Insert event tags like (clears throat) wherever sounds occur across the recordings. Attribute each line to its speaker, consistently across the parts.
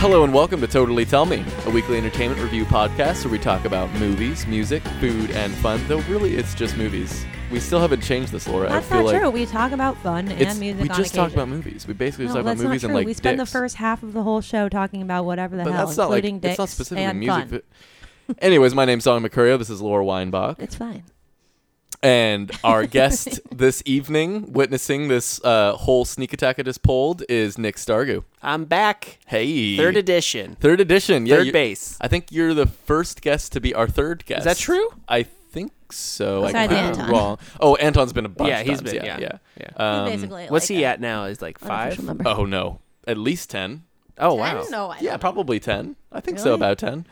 Speaker 1: Hello and welcome to Totally Tell Me, a weekly entertainment review podcast where we talk about movies, music, food, and fun. Though really, it's just movies. We still haven't changed this, Laura.
Speaker 2: That's
Speaker 1: I feel
Speaker 2: not
Speaker 1: like
Speaker 2: true. We talk about fun
Speaker 1: it's-
Speaker 2: and music
Speaker 1: we
Speaker 2: on
Speaker 1: just
Speaker 2: occasion.
Speaker 1: talk about movies. We basically
Speaker 2: no,
Speaker 1: just talk about
Speaker 2: that's
Speaker 1: movies
Speaker 2: not
Speaker 1: and
Speaker 2: true.
Speaker 1: like
Speaker 2: we spend
Speaker 1: dicks.
Speaker 2: the first half of the whole show talking about whatever the
Speaker 1: but
Speaker 2: hell,
Speaker 1: that's not like
Speaker 2: including dicks
Speaker 1: it's not specifically
Speaker 2: and
Speaker 1: music.
Speaker 2: fun.
Speaker 1: vi- Anyways, my name's Song Mercurio. This is Laura Weinbach.
Speaker 2: It's (laughs) fine.
Speaker 1: And our guest this evening, witnessing this uh, whole sneak attack I just pulled, is Nick Stargoo.
Speaker 3: I'm back.
Speaker 1: Hey,
Speaker 3: Third edition.
Speaker 1: third edition, yeah,
Speaker 3: Third
Speaker 1: you-
Speaker 3: base.
Speaker 1: I think you're the first guest to be our third guest.
Speaker 3: that true?
Speaker 1: I think so. I
Speaker 2: Besides
Speaker 1: could be
Speaker 2: Anton.
Speaker 1: wrong. Oh, Anton's been a bunch.
Speaker 3: Yeah,
Speaker 1: of
Speaker 3: he's
Speaker 1: times.
Speaker 3: been-
Speaker 1: Yeah,
Speaker 3: yeah,
Speaker 1: yeah.
Speaker 2: He's
Speaker 1: Um,
Speaker 2: basically
Speaker 3: What's
Speaker 2: like
Speaker 3: he
Speaker 2: a
Speaker 3: at now? Is like five.
Speaker 2: unofficial number.
Speaker 1: oh no, at least ten.
Speaker 3: Oh
Speaker 2: I
Speaker 3: wow.
Speaker 2: don't know. I
Speaker 1: Yeah,
Speaker 2: don't
Speaker 1: probably ten. I think so,
Speaker 2: Really?
Speaker 1: about ten.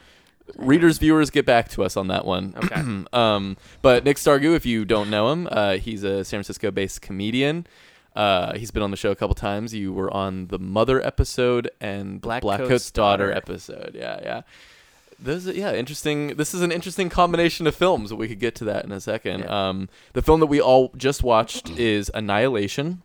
Speaker 1: Readers, viewers, get back to us on that one.
Speaker 3: Okay.
Speaker 1: (clears throat) um, but Nick Stargoo, if you don't know him, uh, he's a San Francisco-based comedian. Uh, he's been on the show a couple times. You were on the Mother episode and
Speaker 3: Black
Speaker 1: Black Coat's,
Speaker 3: Coat's
Speaker 1: Daughter,
Speaker 3: Daughter.
Speaker 1: episode. Yeah, yeah. Those, are- yeah, interesting. This is an interesting combination of films. We could get to that in a second. Um, the film that we all just watched is Annihilation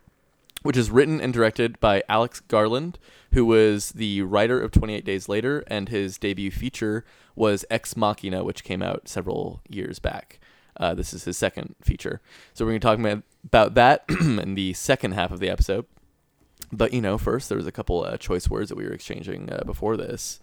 Speaker 1: which is written and directed by Alex Garland, who was the writer of 28 Days Later, and his debut feature was Ex Machina, which came out several years back. Uh, this is his second feature. So we're going to talk about, about that (clears throat) in the second half of the episode. But, you know, first, there was a couple uh, choice words that we were exchanging uh, before this.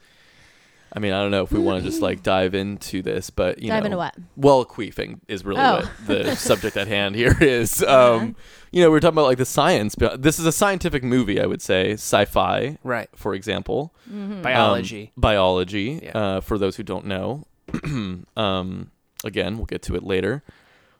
Speaker 1: I mean, I don't know if we want to just like dive into this, but you
Speaker 2: Mm-hmm. Dive
Speaker 1: know,
Speaker 2: into what?
Speaker 1: well, queefing is really
Speaker 2: Oh. Uh-huh.
Speaker 1: what the subject at hand here (laughs) is. Um, you know, we we're talking about like the science. But this is a scientific movie, I would say, sci-fi,
Speaker 3: Right.
Speaker 1: for example,
Speaker 2: Hmm.
Speaker 1: Um,
Speaker 3: Biology.
Speaker 1: biology.
Speaker 3: Yeah.
Speaker 1: Uh, for those who don't know, (clears throat) um, again, we'll get to it later.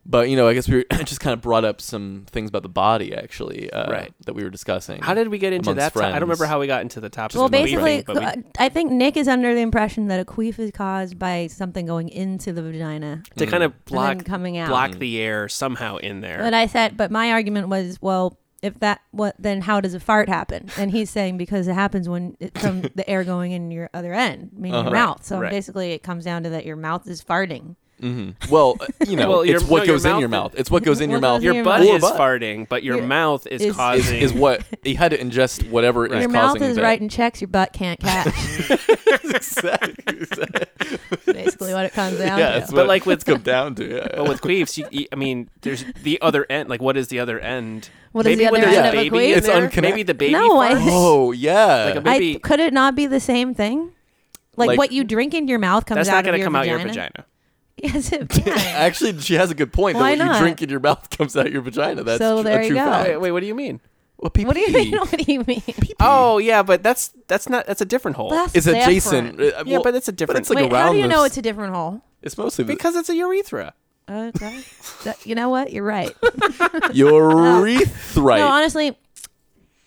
Speaker 1: But you know, I guess we were (coughs) just kind of brought up some things about the body, actually, uh,
Speaker 3: Right.
Speaker 1: That we were discussing.
Speaker 3: how did we get into
Speaker 1: Um, amongst
Speaker 3: that? to- I
Speaker 1: friends.
Speaker 3: don't remember how we got into the topic.
Speaker 2: Well,
Speaker 3: of queefing,
Speaker 2: basically,
Speaker 3: but we-
Speaker 2: uh, I think Nick is under the impression that a queef is caused by something going into the vagina
Speaker 3: to kind of
Speaker 2: and
Speaker 3: block
Speaker 2: then coming out.
Speaker 3: block the air somehow in there.
Speaker 2: But I said, but my argument was, well, if that what then how does a fart happen? And he's saying because it happens when it,
Speaker 1: (laughs)
Speaker 2: from the air going in your other end, meaning
Speaker 1: Uh-huh.
Speaker 2: your mouth. So
Speaker 3: right.
Speaker 2: basically, it comes down to that your mouth is farting.
Speaker 1: Well, uh, you know,
Speaker 3: (laughs) Well, your-
Speaker 1: it's what
Speaker 3: no, your
Speaker 1: goes in your
Speaker 3: mouth-
Speaker 1: mouth. It's what goes in your
Speaker 2: What goes
Speaker 1: mouth.
Speaker 2: in
Speaker 3: your
Speaker 2: your
Speaker 3: butt
Speaker 2: mouth.
Speaker 3: is farting, but your
Speaker 2: Your-
Speaker 3: mouth is,
Speaker 2: is-
Speaker 3: causing.
Speaker 1: Is what (laughs) he had to ingest whatever is
Speaker 2: your
Speaker 1: causing
Speaker 2: mouth is
Speaker 1: the-
Speaker 2: writing checks your butt
Speaker 1: (laughs)
Speaker 2: can't catch. (laughs) basically, what it comes down
Speaker 1: Yeah,
Speaker 2: to.
Speaker 1: it's
Speaker 3: But
Speaker 1: what
Speaker 3: like with-
Speaker 1: it's come down
Speaker 3: (laughs)
Speaker 1: to. Yeah,
Speaker 3: but with queefs, you, you- I mean, there's the other end. Like, what is the other end?
Speaker 2: What is
Speaker 3: maybe
Speaker 2: the
Speaker 3: when
Speaker 2: other
Speaker 3: there's
Speaker 1: end
Speaker 3: a
Speaker 1: of a
Speaker 3: baby
Speaker 2: queef?
Speaker 3: in
Speaker 1: It's
Speaker 3: there?
Speaker 1: unconnect-
Speaker 3: Maybe the baby.
Speaker 2: No, I-
Speaker 3: farts?
Speaker 1: Oh yeah.
Speaker 3: Like a
Speaker 2: I-
Speaker 3: maybe-
Speaker 2: could it not be the same thing? Like,
Speaker 1: Like-
Speaker 2: what you drink in your mouth comes
Speaker 3: That's
Speaker 2: out
Speaker 3: not going
Speaker 2: of
Speaker 3: to
Speaker 2: your
Speaker 3: come
Speaker 2: vagina.
Speaker 3: out your vagina.
Speaker 2: (laughs)
Speaker 1: (laughs)
Speaker 2: Yes, it can.
Speaker 1: Actually, she has a good point.
Speaker 2: Why
Speaker 1: that what
Speaker 2: not?
Speaker 1: you drink in your mouth (laughs) comes out your vagina. That's
Speaker 2: So
Speaker 1: tr-
Speaker 2: there
Speaker 1: a
Speaker 2: you
Speaker 1: true
Speaker 2: go.
Speaker 1: fact.
Speaker 3: Oh, Wait, wait, what do you mean?
Speaker 1: Well, pee
Speaker 2: what do you
Speaker 1: pee. (laughs)
Speaker 2: mean? (laughs) What do you mean?
Speaker 3: Oh yeah, but that's that's not that's a different hole.
Speaker 2: That's
Speaker 1: It's adjacent.
Speaker 2: different.
Speaker 1: Uh,
Speaker 3: Yeah, but it's a different-
Speaker 1: But it's like
Speaker 2: Wait,
Speaker 1: around.
Speaker 2: how do you know
Speaker 1: this-
Speaker 2: it's a different hole?
Speaker 1: It's mostly (laughs) the
Speaker 3: because it's a urethra.
Speaker 2: Okay.
Speaker 1: (laughs)
Speaker 2: That- you know what? You're right.
Speaker 1: urethra.
Speaker 2: No, honestly,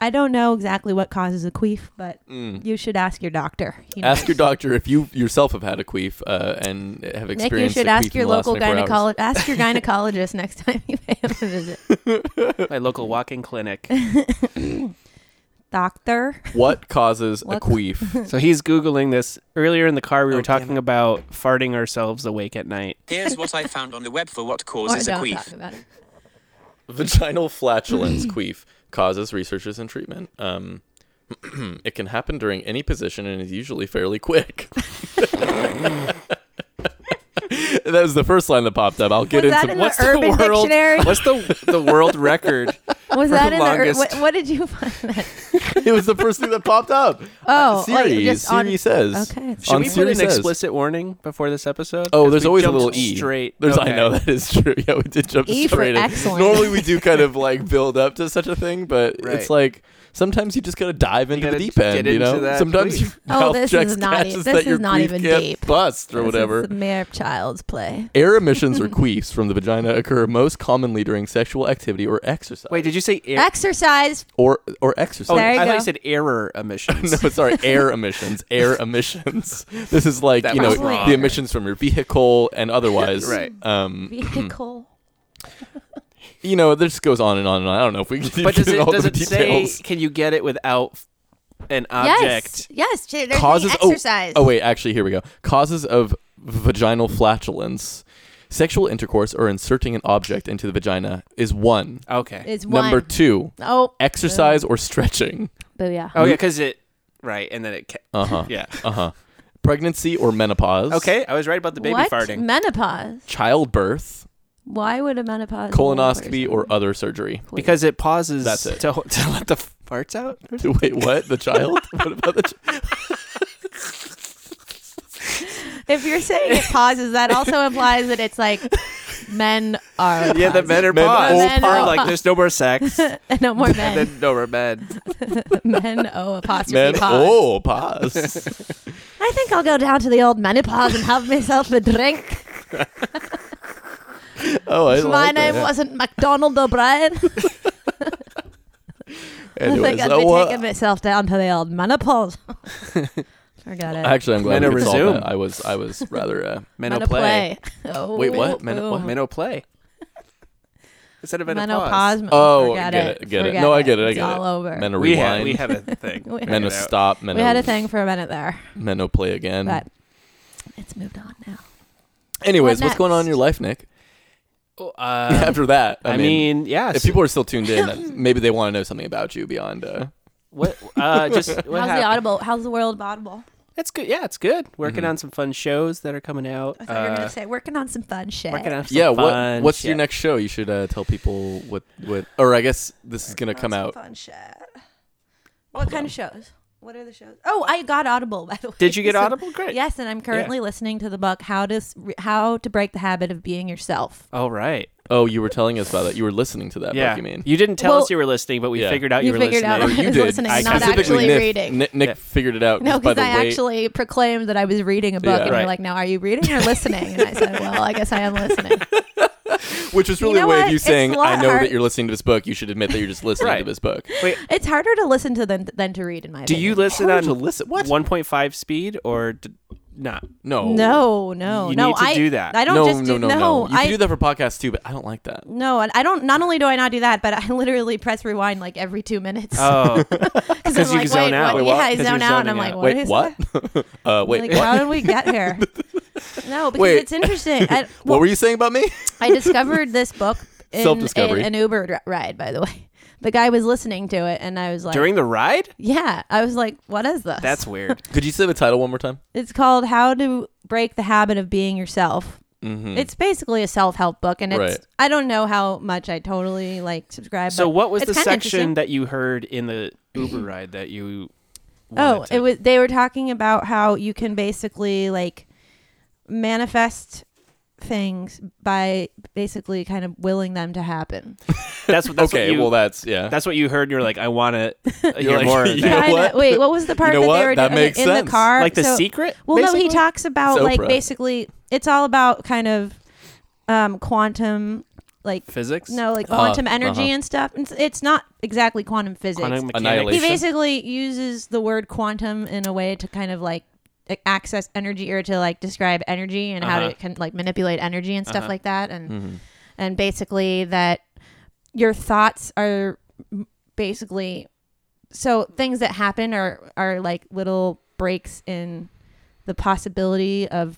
Speaker 2: I don't know exactly what causes a queef, but you should ask your doctor. He
Speaker 1: Mm. Ask
Speaker 2: knows.
Speaker 1: your doctor if you yourself have had a queef uh, and have
Speaker 2: Nick, you
Speaker 1: experienced.
Speaker 2: should
Speaker 1: a queef
Speaker 2: ask
Speaker 1: in
Speaker 2: your
Speaker 1: the last
Speaker 2: local
Speaker 1: 24 hours.
Speaker 2: gynecologist. Ask your gynecologist next (laughs) time you pay him a
Speaker 1: (laughs)
Speaker 2: visit.
Speaker 3: (laughs) My local
Speaker 2: (laughs)
Speaker 3: walking clinic.
Speaker 2: Doctor,
Speaker 1: What causes a
Speaker 2: What- (laughs)
Speaker 1: queef?
Speaker 3: So he's googling this earlier in the car.
Speaker 2: Oh,
Speaker 3: We were
Speaker 1: damn
Speaker 3: talking about farting ourselves awake at night.
Speaker 4: Here's what I found on the web for what
Speaker 2: or
Speaker 4: causes a
Speaker 2: don't
Speaker 4: queef.
Speaker 2: talk about it.
Speaker 1: Vaginal
Speaker 2: (clears throat)
Speaker 1: flatulence queef causes researchers and treatment. Um, (clears throat) it can happen during any position and is usually fairly quick. (laughs) that was the first line that popped up. I'll get
Speaker 2: Was that
Speaker 1: into
Speaker 2: in
Speaker 1: what
Speaker 2: the Urban
Speaker 3: world?
Speaker 2: Dictionary?
Speaker 3: What's the
Speaker 2: (laughs)
Speaker 3: the world record?
Speaker 2: Was that in the? Or,
Speaker 3: longest-
Speaker 2: what, what did you find?
Speaker 1: (laughs)
Speaker 2: That?
Speaker 1: (laughs) it was the first thing that popped up.
Speaker 2: Oh,
Speaker 1: Uh,
Speaker 2: like,
Speaker 1: Siri.
Speaker 2: just on-
Speaker 1: Siri says.
Speaker 2: Okay.
Speaker 3: Should
Speaker 1: on
Speaker 3: we put
Speaker 1: Siri
Speaker 3: an
Speaker 1: says-
Speaker 3: explicit warning before this episode?
Speaker 1: Oh,
Speaker 3: 'Cause
Speaker 1: there's
Speaker 3: we
Speaker 1: always a
Speaker 3: jumped
Speaker 1: little e.
Speaker 3: Straight.
Speaker 1: There's,
Speaker 3: okay.
Speaker 1: I know that is true. (laughs) Yeah, we did jump
Speaker 2: E for
Speaker 1: straight. in.
Speaker 2: excellent.
Speaker 1: Normally we do kind
Speaker 2: (laughs)
Speaker 1: of like build up to such a thing, but it's
Speaker 3: Right.
Speaker 1: like sometimes you just gotta dive into the
Speaker 3: gotta
Speaker 1: deep
Speaker 3: get
Speaker 1: end. you
Speaker 3: into
Speaker 1: know,
Speaker 3: that
Speaker 1: sometimes
Speaker 3: queef.
Speaker 1: you
Speaker 2: Oh,
Speaker 1: mouth
Speaker 2: this
Speaker 1: checks
Speaker 2: is not e-
Speaker 1: catches
Speaker 2: this
Speaker 1: that
Speaker 2: is
Speaker 1: your
Speaker 2: not
Speaker 1: queef
Speaker 2: even
Speaker 1: can't
Speaker 2: deep.
Speaker 1: Bust or
Speaker 2: This is
Speaker 1: whatever.
Speaker 2: the mere child's play.
Speaker 1: (laughs) Air
Speaker 2: (laughs)
Speaker 1: emissions or queefs from the vagina occur most commonly during sexual activity or exercise.
Speaker 3: Wait, did you say air? (clears throat)
Speaker 2: Exercise.
Speaker 1: or or
Speaker 3: oh,
Speaker 1: exercise.
Speaker 2: There you
Speaker 3: I thought
Speaker 2: go.
Speaker 3: you said error emissions.
Speaker 1: (laughs) No,
Speaker 2: (laughs)
Speaker 3: (laughs)
Speaker 1: sorry, air emissions. Air emissions. (laughs) This is like
Speaker 3: That
Speaker 1: you know
Speaker 3: was wrong.
Speaker 1: the emissions from your vehicle and otherwise.
Speaker 3: Right.
Speaker 1: Um,
Speaker 2: Vehicle.
Speaker 1: you know, this goes on and on and on. I don't know if we can
Speaker 3: But does
Speaker 1: get
Speaker 3: it
Speaker 1: all
Speaker 3: does
Speaker 1: the
Speaker 3: it say? (laughs)
Speaker 1: details.
Speaker 3: Can you get it without an object?
Speaker 2: Yes. Yes. There's the
Speaker 1: Causes oh,
Speaker 2: exercise.
Speaker 1: oh wait, actually here we go. Causes of vaginal flatulence. Sexual intercourse or inserting an object into the vagina is one.
Speaker 3: Okay.
Speaker 2: It's one.
Speaker 1: Number two,
Speaker 2: Oh,
Speaker 1: exercise or stretching.
Speaker 2: booyah.
Speaker 3: Oh yeah, because it right, and then it. Ca-
Speaker 1: Uh huh.
Speaker 3: (laughs) yeah.
Speaker 1: Uh huh. Pregnancy or menopause.
Speaker 3: Okay, I was right about the baby
Speaker 2: what?
Speaker 3: farting.
Speaker 2: Menopause.
Speaker 1: Childbirth,
Speaker 2: Why would a menopause?
Speaker 1: colonoscopy, or other surgery. (laughs)
Speaker 3: Because it pauses
Speaker 1: That's it.
Speaker 3: To, to let the farts out. (laughs)
Speaker 1: Wait, what? The
Speaker 2: (laughs)
Speaker 1: child? what about the? Ch- uh,
Speaker 2: (laughs) if you're saying it pauses, that
Speaker 1: (laughs)
Speaker 2: also implies that it's like men are.
Speaker 3: Yeah, the men are
Speaker 1: Men
Speaker 3: paused.
Speaker 1: all
Speaker 2: Men
Speaker 3: We're
Speaker 2: are
Speaker 3: like
Speaker 2: paused.
Speaker 3: there's no
Speaker 2: (laughs)
Speaker 3: more sex. and
Speaker 1: (laughs)
Speaker 2: no more men.
Speaker 3: then no more men.
Speaker 2: men oh apostrophe
Speaker 1: Men.
Speaker 2: pause.
Speaker 1: Oh, pause.
Speaker 2: (laughs) I think I'll go down to the old menopause and have myself a drink.
Speaker 1: Oh, (laughs) I
Speaker 2: My
Speaker 1: like
Speaker 2: name
Speaker 1: that.
Speaker 2: wasn't MacDonald O'Brien. (laughs) I
Speaker 1: Anyways,
Speaker 2: think I'd
Speaker 1: uh,
Speaker 2: be
Speaker 1: well,
Speaker 2: taking myself down to the
Speaker 1: (laughs)
Speaker 2: old menopause. Forgot it.
Speaker 1: Actually, I'm glad
Speaker 3: Men
Speaker 1: we
Speaker 3: are
Speaker 1: could solve
Speaker 3: resume.
Speaker 1: that. I was, I was rather. Uh,
Speaker 3: (laughs) Men will play.
Speaker 2: (laughs) Oh,
Speaker 1: Wait, what? Men-
Speaker 2: boo.
Speaker 1: what?
Speaker 3: Men will play. Instead of menopause.
Speaker 2: menopause.
Speaker 1: Oh,
Speaker 2: Forget
Speaker 1: get
Speaker 2: it.
Speaker 1: it, get it.
Speaker 2: Forget
Speaker 1: No, I get it, I
Speaker 2: It's
Speaker 1: get it.
Speaker 2: all over.
Speaker 1: men to
Speaker 3: We
Speaker 1: rewind.
Speaker 3: had, we had a thing.
Speaker 2: (laughs) We-
Speaker 1: men to
Speaker 3: Figured out.
Speaker 1: stop. Men
Speaker 2: we
Speaker 1: to,
Speaker 2: had a thing for a minute there,
Speaker 1: Men to play again.
Speaker 2: but it's moved on now.
Speaker 1: Anyways,
Speaker 2: What
Speaker 1: what's going on in
Speaker 2: next?
Speaker 1: your life, Nick? (laughs)
Speaker 3: (laughs) Uh,
Speaker 1: After that, I,
Speaker 3: I mean, yeah.
Speaker 1: if
Speaker 3: so-
Speaker 1: people are still tuned in, that-
Speaker 2: (laughs)
Speaker 1: maybe they want to know something about you beyond. Uh,
Speaker 3: what, (laughs) uh, just what
Speaker 2: How's
Speaker 3: happened?
Speaker 2: the audible? How's the world of audible?
Speaker 3: It's good. Yeah, it's good. Working on some fun shows that are coming out.
Speaker 2: I thought you were
Speaker 3: Uh,
Speaker 2: gonna say working on some fun shit.
Speaker 3: working on some
Speaker 1: yeah,
Speaker 3: fun
Speaker 1: what, what's your
Speaker 3: shit.
Speaker 1: next show? You should uh, tell people what, what, or I guess this is gonna come out.
Speaker 2: Fun shit. What kind of shows? What are the shows? Oh, I got Audible (laughs) by the way.
Speaker 3: Did you get
Speaker 2: So-
Speaker 3: Audible? Great.
Speaker 2: Yes, and I'm currently listening to the book How to S- How to Break the Habit of Being Yourself.
Speaker 3: All right.
Speaker 1: Oh, you were telling us about that. You were listening to that book. You mean?
Speaker 3: didn't tell
Speaker 2: Well-
Speaker 3: us you were listening, but we
Speaker 1: Yeah.
Speaker 3: figured out you,
Speaker 2: You
Speaker 3: were
Speaker 2: figured out (laughs)
Speaker 3: listening.
Speaker 2: I
Speaker 1: you
Speaker 2: was
Speaker 1: did.
Speaker 2: listening and
Speaker 3: not
Speaker 1: specifically
Speaker 2: actually
Speaker 1: Nick,
Speaker 2: reading.
Speaker 1: Nick, Nick
Speaker 3: Yeah.
Speaker 1: figured it out
Speaker 2: No,
Speaker 1: just by
Speaker 2: because
Speaker 1: the
Speaker 2: I
Speaker 1: way.
Speaker 2: actually proclaimed that I was reading a book,
Speaker 1: Yeah.
Speaker 2: and
Speaker 3: Right.
Speaker 2: you're like, "Now, are you reading or listening?" And I
Speaker 3: (laughs)
Speaker 2: said, "Well, I guess I am listening."
Speaker 1: which is
Speaker 2: You
Speaker 1: really
Speaker 2: know
Speaker 1: a way
Speaker 2: what?
Speaker 1: of you
Speaker 2: It's
Speaker 1: saying,
Speaker 2: a lot
Speaker 1: "I know
Speaker 2: hard-
Speaker 1: that you're listening to this book. You should admit that you're just listening to
Speaker 3: Right.
Speaker 1: this
Speaker 2: (laughs)
Speaker 1: book."
Speaker 3: Wait,
Speaker 2: It's harder to listen to than than to read, in my
Speaker 3: do
Speaker 2: opinion.
Speaker 3: you listen on
Speaker 1: Hard to listen- what?
Speaker 3: 1.5 speed or d-
Speaker 2: (laughs)
Speaker 3: not?
Speaker 1: No,
Speaker 2: No, no,
Speaker 3: You
Speaker 2: no.
Speaker 3: need to
Speaker 2: I
Speaker 3: do that.
Speaker 2: I don't
Speaker 1: no,
Speaker 2: just
Speaker 1: no,
Speaker 2: do
Speaker 1: no,
Speaker 2: no,
Speaker 1: You
Speaker 2: I
Speaker 1: can do that for podcasts too, but I don't like that.
Speaker 2: No, and I don't. Not only do I not do that, but I literally press rewind like every two minutes (laughs)
Speaker 3: Oh,
Speaker 2: because
Speaker 3: 'cause you
Speaker 2: like,
Speaker 3: zone
Speaker 2: wait,
Speaker 3: out.
Speaker 2: What?
Speaker 3: Wait, what?
Speaker 2: Yeah, I
Speaker 3: 'Cause
Speaker 2: zone
Speaker 3: you're
Speaker 2: out, and I'm
Speaker 3: zoning
Speaker 2: like,
Speaker 3: out.
Speaker 2: what
Speaker 1: wait,
Speaker 2: is
Speaker 1: what? (laughs) uh, wait,
Speaker 2: That?
Speaker 1: what?
Speaker 2: Like, how did we get here? (laughs) No, because
Speaker 1: Wait. (laughs)
Speaker 2: it's interesting. I,
Speaker 1: what were you saying about
Speaker 3: (laughs)
Speaker 1: me?
Speaker 2: I discovered this book in,
Speaker 1: (laughs) Self-discovery.
Speaker 2: in an Uber dri- ride, by the way. (laughs) The guy was listening to it, and I was like,
Speaker 3: during the ride?
Speaker 2: yeah, I was like, what is this?
Speaker 3: That's weird.
Speaker 1: Could you say the title one more time?
Speaker 2: It's called How to Break the Habit of Being Yourself. Mm-hmm. It's basically a self-help book, and it's
Speaker 1: Mm. Right.
Speaker 2: I don't know how much I totally like subscribe.
Speaker 3: So,
Speaker 2: but
Speaker 3: what was
Speaker 2: it's
Speaker 3: the
Speaker 2: kinda interesting.
Speaker 3: section that you heard in the Uber ride that you?
Speaker 2: Oh,
Speaker 3: wanted to-
Speaker 2: it was they were talking about how you can basically like manifest things by basically kind of willing them to happen.
Speaker 3: That's what. That's
Speaker 1: okay,
Speaker 3: What you,
Speaker 1: well that's yeah.
Speaker 3: that's what you heard. You're like, I want (laughs) to hear
Speaker 1: like,
Speaker 3: more. Of
Speaker 1: you
Speaker 3: that.
Speaker 1: know
Speaker 2: Kinda-
Speaker 1: what?
Speaker 2: Wait, what was the part
Speaker 1: know
Speaker 2: that
Speaker 1: what?
Speaker 2: they were
Speaker 1: That
Speaker 2: doing
Speaker 1: makes
Speaker 2: in
Speaker 1: sense.
Speaker 2: the car?
Speaker 3: Like the
Speaker 2: So-
Speaker 3: secret.
Speaker 2: Well, no, he
Speaker 3: basically?
Speaker 2: talks about
Speaker 1: It's
Speaker 2: like
Speaker 1: Oprah.
Speaker 2: basically it's all about kind of um quantum like
Speaker 3: physics.
Speaker 2: no like quantum energy
Speaker 1: uh-huh.
Speaker 2: and stuff. It's, it's not exactly quantum physics.
Speaker 3: Quantum mechanics.
Speaker 2: he
Speaker 1: Annihilation.
Speaker 2: basically uses the word quantum in a way to kind of like a- access energy or to like describe energy and how
Speaker 3: Uh-huh.
Speaker 2: to can like manipulate energy and stuff like that and
Speaker 1: Mm-hmm.
Speaker 3: Mm-hmm.
Speaker 2: and basically that your thoughts are m- basically so things that happen are are like little breaks in the possibility of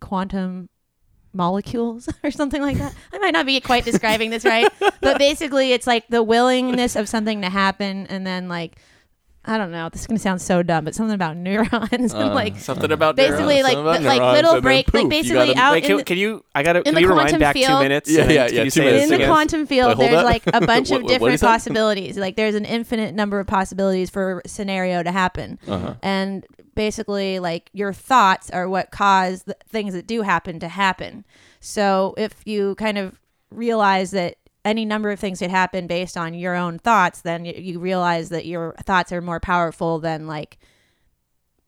Speaker 2: quantum molecules (laughs) or something like that. I might not be quite describing
Speaker 1: (laughs)
Speaker 2: this right, but basically it's like the willingness of something to happen and then like I don't know, this is going to sound so dumb, but something about neurons (laughs) and like
Speaker 3: Something about
Speaker 2: basically
Speaker 1: Uh, neurons,
Speaker 2: like
Speaker 1: something about
Speaker 2: but, like
Speaker 1: neurons,
Speaker 2: little
Speaker 1: and then
Speaker 2: break
Speaker 1: poof, you
Speaker 2: like
Speaker 1: got
Speaker 2: basically
Speaker 1: a-
Speaker 2: out
Speaker 3: Wait,
Speaker 2: in
Speaker 3: can,
Speaker 2: the,
Speaker 3: can you? I gotta.
Speaker 2: in
Speaker 3: Can
Speaker 2: the
Speaker 3: you rewind
Speaker 2: quantum
Speaker 3: back two
Speaker 2: field-
Speaker 3: minutes?
Speaker 1: Yeah,
Speaker 3: and then
Speaker 1: yeah,
Speaker 3: can
Speaker 1: yeah,
Speaker 3: you
Speaker 1: two
Speaker 3: say
Speaker 1: minutes
Speaker 3: this
Speaker 2: in the
Speaker 1: again.
Speaker 2: quantum
Speaker 1: Wait,
Speaker 2: field,
Speaker 1: hold
Speaker 2: there's
Speaker 1: up.
Speaker 2: like
Speaker 1: (laughs)
Speaker 2: a bunch
Speaker 1: What-
Speaker 2: of
Speaker 1: what is
Speaker 2: different
Speaker 1: that?
Speaker 2: possibilities. Like there's an infinite number of possibilities for a scenario to happen,
Speaker 1: Uh-huh.
Speaker 2: and basically, like your thoughts are what cause the things that do happen to happen. So if you kind of realize that any number of things could happen based on your own thoughts, then y- you realize that your thoughts are more powerful than like.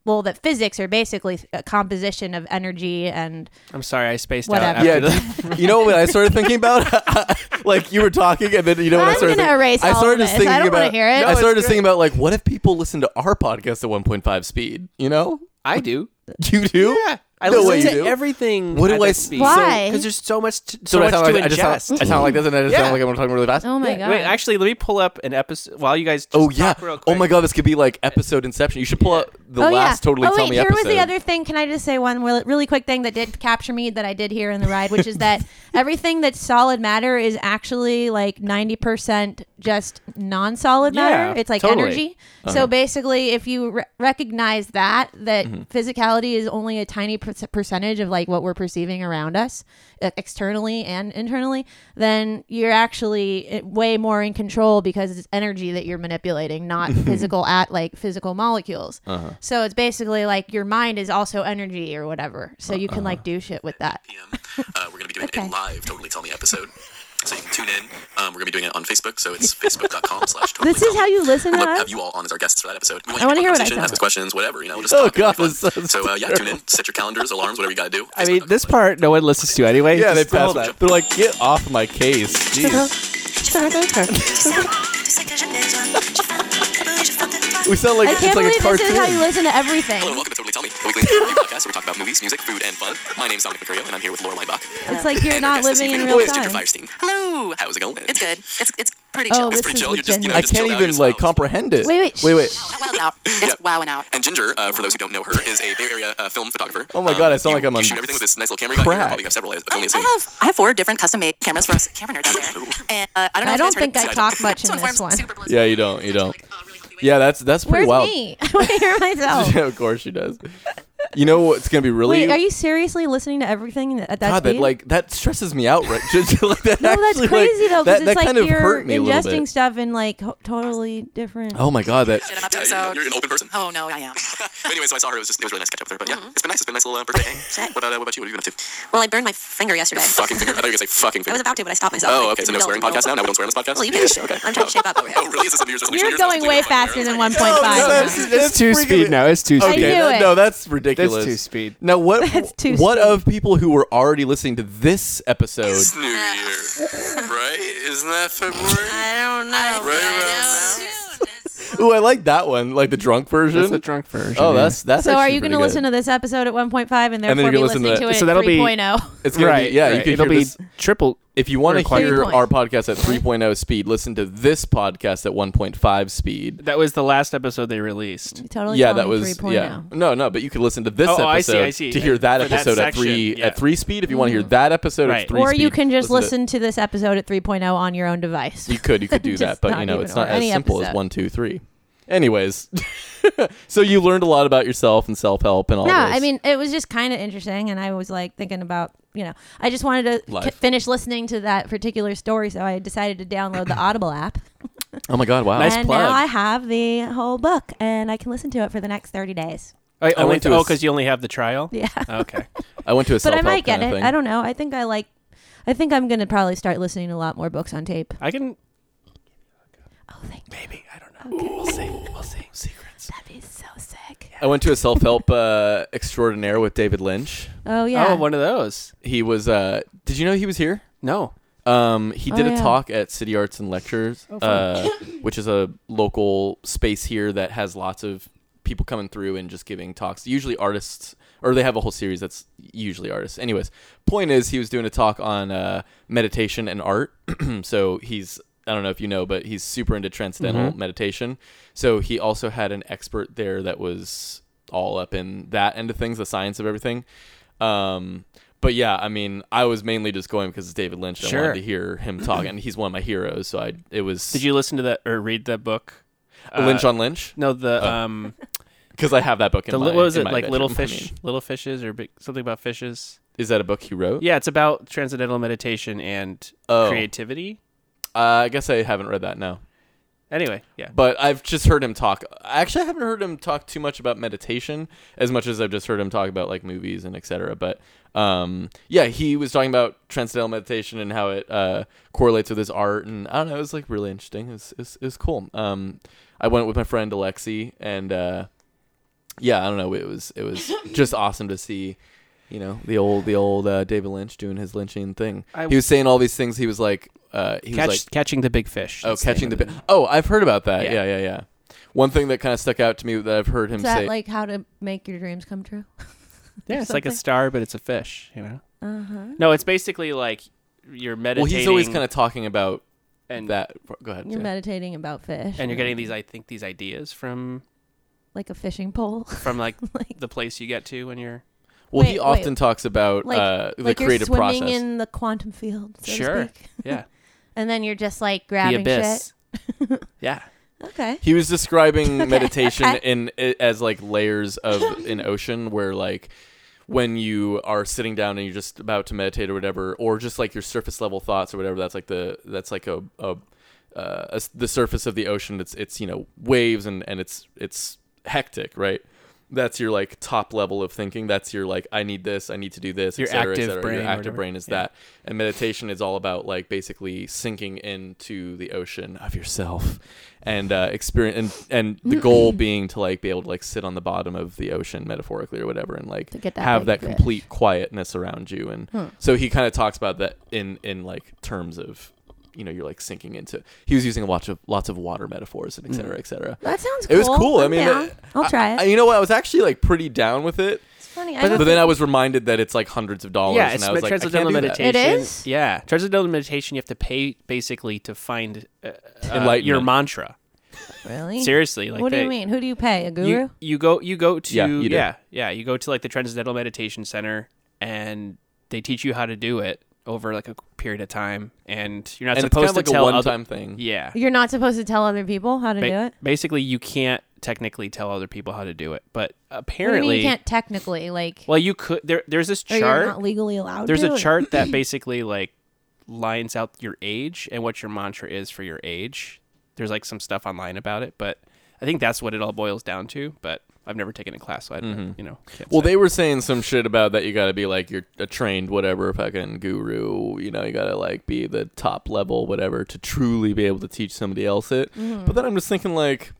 Speaker 2: Well, that physics are basically a composition of energy and
Speaker 3: I'm sorry, I spaced out.
Speaker 2: Whatever.
Speaker 3: After
Speaker 1: yeah,
Speaker 3: the-
Speaker 1: dude, (laughs) you know what I started thinking about? (laughs) like you were talking, and then you know what I
Speaker 2: I'm
Speaker 1: started.
Speaker 2: gonna
Speaker 1: thinking-
Speaker 2: erase
Speaker 1: I
Speaker 2: all
Speaker 1: started
Speaker 2: of
Speaker 1: just
Speaker 2: this. I
Speaker 1: thinking
Speaker 2: don't wanna
Speaker 1: about.
Speaker 2: hear it. No,
Speaker 1: I started
Speaker 3: it's
Speaker 1: just thinking about like, what if people listen to our podcast at 1.5 speed? You know, (laughs)
Speaker 3: I do.
Speaker 1: you do.
Speaker 3: Yeah, I
Speaker 1: No
Speaker 3: listen
Speaker 1: way
Speaker 3: to
Speaker 1: you do.
Speaker 3: everything.
Speaker 1: What do I s-
Speaker 2: Why?
Speaker 3: Because there's so much, t-
Speaker 1: So
Speaker 3: so,
Speaker 1: do I
Speaker 3: much
Speaker 1: sound
Speaker 3: to
Speaker 1: like, I
Speaker 3: ingest.
Speaker 1: just sound, I sound like this, and I just
Speaker 3: Yeah.
Speaker 1: sound like I'm talking really fast.
Speaker 2: oh my
Speaker 3: Yeah,
Speaker 2: god!
Speaker 3: Wait, actually, let me pull up an episode while you guys. Just
Speaker 1: Oh yeah.
Speaker 3: talk real quick.
Speaker 1: Oh my god, this could be like episode inception. You should pull up the last totally
Speaker 2: oh,
Speaker 1: tell
Speaker 2: wait,
Speaker 1: me
Speaker 2: here
Speaker 1: episode.
Speaker 2: was the other thing. Can I just say one real- really quick thing that did capture me that I did hear in the ride, which is
Speaker 1: (laughs)
Speaker 2: that everything that's solid matter is actually like ninety percent just non-solid
Speaker 3: Yeah,
Speaker 2: matter. It's like
Speaker 1: totally.
Speaker 2: energy. So basically, if you re- recognize that that
Speaker 1: Mm-hmm.
Speaker 2: physicality is only a tiny per- percentage of like what we're perceiving around us, e- externally and internally, then you're actually eh, way more in control because it's energy that you're
Speaker 1: (laughs)
Speaker 2: manipulating, not physical at like physical molecules.
Speaker 1: Uh-huh.
Speaker 2: So it's basically like your mind is also energy or whatever. So you
Speaker 1: Uh-huh.
Speaker 2: can like do shit with that.
Speaker 5: p.m. Uh, we're going to be doing
Speaker 2: Okay.
Speaker 5: a live Totally Tell Me episode. So you can tune in. Um, we're going to be doing it on Facebook,
Speaker 2: (laughs)
Speaker 5: so it's facebook.com slash totally
Speaker 2: This is how you listen to
Speaker 5: We'd love
Speaker 2: us.
Speaker 5: have you all on as our guests for that episode. We want
Speaker 2: I wanna
Speaker 5: to
Speaker 2: hear what I
Speaker 5: conversation,
Speaker 2: sound
Speaker 5: Ask us
Speaker 2: like.
Speaker 5: questions, whatever, you know. We'll just
Speaker 1: Oh,
Speaker 5: talk, it'll be
Speaker 1: God, this
Speaker 5: fun.
Speaker 1: sounds
Speaker 5: So, uh, yeah, tune in, set your calendars, alarms, whatever you got to do.
Speaker 3: I mean, this part no one listens to anyway.
Speaker 1: yeah, they
Speaker 3: Just all
Speaker 1: passed.
Speaker 3: that.
Speaker 1: They're like, get off my
Speaker 2: (laughs)
Speaker 1: case. Jeez. We sound like
Speaker 2: I
Speaker 1: it's
Speaker 2: can't
Speaker 1: like a
Speaker 2: believe this
Speaker 1: cartoon.
Speaker 2: is how you listen to everything.
Speaker 5: Hello, and welcome to Totally Tell Me, the weekly
Speaker 2: (laughs)
Speaker 5: interview podcast where we talk about movies, music, food, and fun. My name's Dominic Mercurio, and I'm here with Laura Leinbach.
Speaker 2: It's like you're
Speaker 5: And our
Speaker 2: not
Speaker 5: guest this
Speaker 2: living in
Speaker 5: evening
Speaker 2: real
Speaker 5: is Ginger
Speaker 2: time.
Speaker 5: Feierstein. Hello. How's it going? (laughs)
Speaker 6: It's good. It's it's pretty
Speaker 2: Oh,
Speaker 6: chill.
Speaker 2: this
Speaker 5: pretty
Speaker 2: is
Speaker 5: chill. You're just, you know,
Speaker 1: I
Speaker 2: legit.
Speaker 5: just chill
Speaker 1: can't
Speaker 5: out,
Speaker 1: even
Speaker 5: just
Speaker 1: like
Speaker 5: smile.
Speaker 1: comprehend it.
Speaker 2: Wait, wait,
Speaker 1: wait, wait.
Speaker 6: It's wild (laughs) out. It's wow and out.
Speaker 5: And Ginger, uh, for those who don't know her, is a Bay Area uh, film photographer.
Speaker 1: Oh my God, I sound
Speaker 5: you-
Speaker 1: like I'm
Speaker 5: You
Speaker 1: on
Speaker 5: shoot everything with this nice little camera. You got here.
Speaker 1: crack.
Speaker 5: probably have several. I
Speaker 6: I
Speaker 5: only assume.
Speaker 6: have I have four different custom made cameras from camera nerd down there. And uh, I don't know.
Speaker 2: I
Speaker 6: if you
Speaker 2: don't
Speaker 6: guys heard
Speaker 2: think
Speaker 6: it.
Speaker 2: I
Speaker 6: (laughs)
Speaker 2: talk much in this
Speaker 6: This one's
Speaker 2: one.
Speaker 6: super blissful.
Speaker 1: Yeah, you don't. You don't. Yeah, that's that's pretty wild. (laughs)
Speaker 2: Where's me? (laughs) I want to hear myself.
Speaker 1: yeah, of course she does. You know what's gonna be really
Speaker 2: Wait, are you seriously listening to everything at that
Speaker 1: God,
Speaker 2: speed?
Speaker 1: that like that stresses me out. Right? (laughs) Just, like, that
Speaker 2: no, that's
Speaker 1: actually,
Speaker 2: crazy
Speaker 1: like, That,
Speaker 2: though, because
Speaker 1: that
Speaker 2: it's like
Speaker 1: kind of
Speaker 2: you're
Speaker 1: hurt me a little
Speaker 2: ingesting
Speaker 1: bit.
Speaker 2: stuff in like ho- totally different.
Speaker 1: Oh my God, that
Speaker 6: Did an
Speaker 5: Yeah,
Speaker 6: episode.
Speaker 5: you're, you're an open person.
Speaker 6: Oh no, I am.
Speaker 5: But anyway, so I saw her. It was just it was really nice to catch up with her. But yeah,
Speaker 6: Mm-hmm.
Speaker 5: it's been nice. It's been a nice little uh, birthday hang. What, uh, what about you? What have you been up to?
Speaker 6: Well, I burned my finger yesterday. (laughs)
Speaker 5: Fucking finger. I thought you were gonna say fucking
Speaker 6: I
Speaker 5: finger.
Speaker 6: was about to, but I stopped myself.
Speaker 5: Oh, okay.
Speaker 6: Like,
Speaker 5: So no
Speaker 6: an adult,
Speaker 5: swearing
Speaker 6: you know.
Speaker 5: podcast now. Now we don't swear on this podcast.
Speaker 6: Well, you can shit. I'm trying to shape up over here.
Speaker 5: Oh, really? Is this a New Year's resolution?
Speaker 2: You're
Speaker 5: New
Speaker 2: going
Speaker 5: Year's
Speaker 2: way faster
Speaker 5: resolution?
Speaker 2: than
Speaker 1: (laughs)
Speaker 2: 1.5.
Speaker 1: Oh, that's-
Speaker 3: It's two
Speaker 1: freaking-
Speaker 3: speed now. It's two
Speaker 1: Okay,
Speaker 3: speed.
Speaker 2: knew
Speaker 1: that-
Speaker 2: it.
Speaker 1: no, that's ridiculous.
Speaker 3: That's two speed.
Speaker 1: Now what?
Speaker 2: (laughs) That's two
Speaker 1: what
Speaker 2: speed.
Speaker 1: of people who were already listening to this episode?
Speaker 5: It's New Year,
Speaker 6: (laughs)
Speaker 5: right? Isn't that February?
Speaker 6: I don't know.
Speaker 5: Oh, Right
Speaker 1: Ooh, I like that one, like the drunk version.
Speaker 3: That's a drunk version.
Speaker 1: oh,
Speaker 3: yeah.
Speaker 1: that's that's.
Speaker 2: so are
Speaker 1: actually
Speaker 2: you going to
Speaker 1: pretty
Speaker 2: listen
Speaker 1: good.
Speaker 2: to this episode at 1.5 and therefore
Speaker 1: then you're
Speaker 2: be
Speaker 1: gonna listen
Speaker 2: listening
Speaker 1: to
Speaker 2: to,
Speaker 1: that.
Speaker 2: it oh?
Speaker 3: So
Speaker 2: at
Speaker 3: that'll be-
Speaker 2: 3.0?
Speaker 1: It's gonna
Speaker 3: right.
Speaker 1: Be, yeah, you
Speaker 3: right.
Speaker 1: can
Speaker 3: It'll
Speaker 1: hear
Speaker 3: be
Speaker 1: this.
Speaker 3: triple.
Speaker 1: If you want to
Speaker 3: Required.
Speaker 1: hear
Speaker 2: 3.0.
Speaker 1: our podcast at 3.0 speed, listen to this podcast at 1.5 speed.
Speaker 3: That was the last episode they released.
Speaker 2: (laughs) totally
Speaker 1: yeah,
Speaker 2: tell
Speaker 1: that
Speaker 2: me
Speaker 1: was
Speaker 2: 3.0.
Speaker 1: yeah. No, no, but you could listen to this
Speaker 3: Oh,
Speaker 1: episode
Speaker 3: oh, I see, I see.
Speaker 1: to hear that
Speaker 3: For that
Speaker 1: episode at
Speaker 3: section,
Speaker 1: three
Speaker 3: yeah.
Speaker 1: at three speed. If you want to hear that episode,
Speaker 3: Right.
Speaker 1: it's three.
Speaker 2: Mm-hmm. Or you
Speaker 1: speed.
Speaker 2: can just
Speaker 1: to-
Speaker 2: listen to this episode at 3.0 on your own device.
Speaker 1: You could, you
Speaker 2: (laughs)
Speaker 1: could do that,
Speaker 2: Just
Speaker 1: but
Speaker 2: not
Speaker 1: you know,
Speaker 2: even
Speaker 1: it's not
Speaker 2: or
Speaker 1: as
Speaker 2: any
Speaker 1: simple as
Speaker 2: episode.
Speaker 1: one, two, three. Anyways, (laughs) so you learned a lot about yourself and self help and all.
Speaker 2: Yeah,
Speaker 1: those.
Speaker 2: I mean, it was just kind of interesting, and I was like thinking about, you know, I just wanted to
Speaker 1: Life.
Speaker 2: k- finish listening to that particular story, so I decided to
Speaker 1: (clears throat)
Speaker 2: download the Audible app,
Speaker 1: oh my god, wow,
Speaker 3: Nice
Speaker 2: and
Speaker 3: plug.
Speaker 2: now I have the whole book, and I can listen to it for the next thirty days. (laughs)
Speaker 3: I,
Speaker 1: I went to a
Speaker 3: oh,
Speaker 1: s-
Speaker 3: because you only have the trial.
Speaker 2: Yeah,
Speaker 3: Okay.
Speaker 1: I went to a
Speaker 2: but
Speaker 1: self
Speaker 2: I
Speaker 1: help.
Speaker 2: might get
Speaker 1: kind
Speaker 2: it.
Speaker 1: of Thing.
Speaker 2: I don't know. I think I like. I think I'm gonna probably start listening to a lot more books on tape.
Speaker 3: I can.
Speaker 2: Oh, thank you.
Speaker 3: Maybe I don't know. We'll see. We'll see. Secrets.
Speaker 2: That'd be so sick.
Speaker 1: I went to a self help uh, extraordinaire with David Lynch.
Speaker 2: Oh yeah.
Speaker 3: Oh, one of those.
Speaker 1: He was. Uh, did you know he was here?
Speaker 3: No.
Speaker 1: Um, he did
Speaker 2: Oh,
Speaker 1: a
Speaker 2: yeah. Oh,
Speaker 1: talk at City Arts and Lectures, uh,
Speaker 2: (laughs)
Speaker 1: which is a local space here that has lots of people coming through and just giving talks. Usually artists, or they have a whole series that's usually artists. Anyways, point is he was doing a talk on uh, meditation and art. (clears throat) so he's I don't know if you know, but he's super into transcendental
Speaker 2: Mm-hmm.
Speaker 1: meditation. So he also had an expert there that was all up in that end of things, the science of everything. Um, but yeah, I mean, I was mainly just going because it's David Lynch. And I
Speaker 3: Sure.
Speaker 1: wanted to hear him talk, and he's one of my heroes. So I, it was
Speaker 3: Did you listen to that or read that book? Uh,
Speaker 1: Lynch on Lynch
Speaker 3: No, the
Speaker 1: (laughs)
Speaker 3: um,
Speaker 1: because I have that book Oh, in
Speaker 3: the
Speaker 1: my.
Speaker 3: li- what was
Speaker 1: in
Speaker 3: it
Speaker 1: my
Speaker 3: like? Little
Speaker 1: bedroom. I
Speaker 3: fish,
Speaker 1: mean,
Speaker 3: little fishes, or big, something about fishes.
Speaker 1: is that a book he wrote?
Speaker 3: Yeah, it's about transcendental meditation and
Speaker 1: Oh.
Speaker 3: creativity.
Speaker 1: Uh, I guess I haven't read that now,
Speaker 3: Anyway, yeah.
Speaker 1: but I've just heard him talk. Actually, I haven't heard him talk too much about meditation as much as I've just heard him talk about like movies and etc. But um, yeah, he was talking about transcendental meditation and how it uh, correlates with his art, and I don't know, it was like really interesting. It was, it was, it was cool. Um, I went with my friend Alexi, and uh, yeah, I don't know. It was it
Speaker 3: (laughs)
Speaker 1: was just awesome to see, you know, the old the old uh, David Lynch doing his lynching thing.
Speaker 3: I-
Speaker 1: he was saying all these things. He was like, uh, he
Speaker 3: Catch,
Speaker 1: was like,
Speaker 3: catching the big fish.
Speaker 1: oh,
Speaker 3: that's name
Speaker 1: catching the
Speaker 3: of
Speaker 1: bit. Oh, I've heard about that. Yeah, yeah,
Speaker 3: Yeah.
Speaker 1: yeah. One thing that kind of stuck out to me that I've heard him
Speaker 2: Is that
Speaker 1: say.
Speaker 2: like how to make your dreams come true?
Speaker 3: Yeah, it's like a
Speaker 2: something.
Speaker 3: star, but it's a fish. You know. Uh-huh. No, it's basically like you're
Speaker 1: well,
Speaker 3: meditating.
Speaker 1: he's always kind of talking about
Speaker 3: and
Speaker 1: that. Go ahead.
Speaker 2: You're
Speaker 1: yeah.
Speaker 2: meditating about fish.
Speaker 3: and you're getting these. I think these ideas from
Speaker 2: like a fishing pole.
Speaker 3: from like
Speaker 2: (laughs) like
Speaker 3: the place you get to when you're
Speaker 1: Well,
Speaker 2: Wait,
Speaker 1: he
Speaker 2: wait.
Speaker 1: often talks about
Speaker 2: like,
Speaker 1: uh, the
Speaker 2: (laughs) like
Speaker 1: creative
Speaker 2: you're swimming
Speaker 1: process.
Speaker 2: in the quantum field, so to
Speaker 3: sure.
Speaker 2: speak.
Speaker 3: Yeah.
Speaker 2: and then you're just like
Speaker 3: The
Speaker 2: grabbing
Speaker 3: abyss.
Speaker 2: shit. (laughs)
Speaker 3: yeah.
Speaker 2: Okay.
Speaker 1: He was describing meditation
Speaker 2: (laughs) okay.
Speaker 1: in i- as like layers of an ocean where like when you are sitting down and you're just about to meditate or whatever or just like your surface level thoughts or whatever that's like the that's like a, a, uh, a s- the surface of the ocean it's it's you know waves and and it's it's hectic right that's your like top level of thinking that's your like i need this i need to do this
Speaker 3: Your
Speaker 1: et cetera, et
Speaker 3: active
Speaker 1: cetera.
Speaker 3: brain or
Speaker 1: your active
Speaker 3: whatever.
Speaker 1: brain is
Speaker 3: Yeah.
Speaker 1: that and meditation is all about like basically sinking into the ocean of yourself and uh experience and,
Speaker 2: Mm.
Speaker 1: and the
Speaker 2: (clears throat)
Speaker 1: goal being to like be able to like sit on the bottom of the ocean metaphorically or whatever and like
Speaker 2: To get that
Speaker 1: have
Speaker 2: big
Speaker 1: that
Speaker 2: fish. Hmm.
Speaker 1: complete quietness around you and so he kind of talks about that in in like terms of you know you're like sinking into he was using a lot of lots of water metaphors and et cetera
Speaker 3: Mm.
Speaker 1: et cetera
Speaker 2: That sounds cool.
Speaker 1: it was cool. i
Speaker 2: I'm
Speaker 1: mean, uh,
Speaker 2: down. I'll try it.
Speaker 1: I- you know what? I was actually like pretty down with it,
Speaker 2: it's funny. I
Speaker 1: but,
Speaker 2: don't
Speaker 1: then I was reminded that it's like hundreds of dollars,
Speaker 3: Yeah,
Speaker 1: and
Speaker 3: it's
Speaker 1: I was like, I can't
Speaker 3: transcendental
Speaker 1: do that.
Speaker 3: meditation.
Speaker 2: It is?
Speaker 3: Yeah, transcendental meditation. You have to pay basically to find uh, uh,
Speaker 1: Enlightenment.
Speaker 3: your mantra.
Speaker 2: really.
Speaker 3: Seriously, like
Speaker 2: what do
Speaker 3: they-
Speaker 2: you mean? Who do you pay? A guru?
Speaker 3: You, you go you go to
Speaker 1: Yeah,
Speaker 3: yeah,
Speaker 1: you do.
Speaker 3: yeah you go to like the Transcendental Meditation Center and they teach you how to do it over like a period of time and you're not
Speaker 1: And it's kind
Speaker 3: supposed
Speaker 1: of like
Speaker 3: to
Speaker 1: a
Speaker 3: tell other
Speaker 1: one-time thing.
Speaker 3: yeah
Speaker 2: You're not supposed to tell other people how to do
Speaker 3: Ba-
Speaker 2: it.
Speaker 3: basically you can't technically tell other people how to do it but
Speaker 2: What do you
Speaker 3: apparently
Speaker 2: mean you can't technically like?
Speaker 3: well you could there there's this
Speaker 2: or you're
Speaker 3: chart
Speaker 2: not legally allowed.
Speaker 3: there's
Speaker 2: to,
Speaker 3: a
Speaker 2: or-
Speaker 3: chart
Speaker 2: (laughs)
Speaker 3: that basically like lines out your age and what your mantra is for your age. There's like some stuff online about it, but I think that's what it all boils down to. But I've never taken a class, so I don't know, you know. can't
Speaker 1: Mm-hmm. Well,
Speaker 3: say.
Speaker 1: they were saying some shit about that. You got to be like you're a trained whatever fucking guru. You know, you got to like be the top level whatever to truly be able to teach somebody else it. But then I'm just thinking like,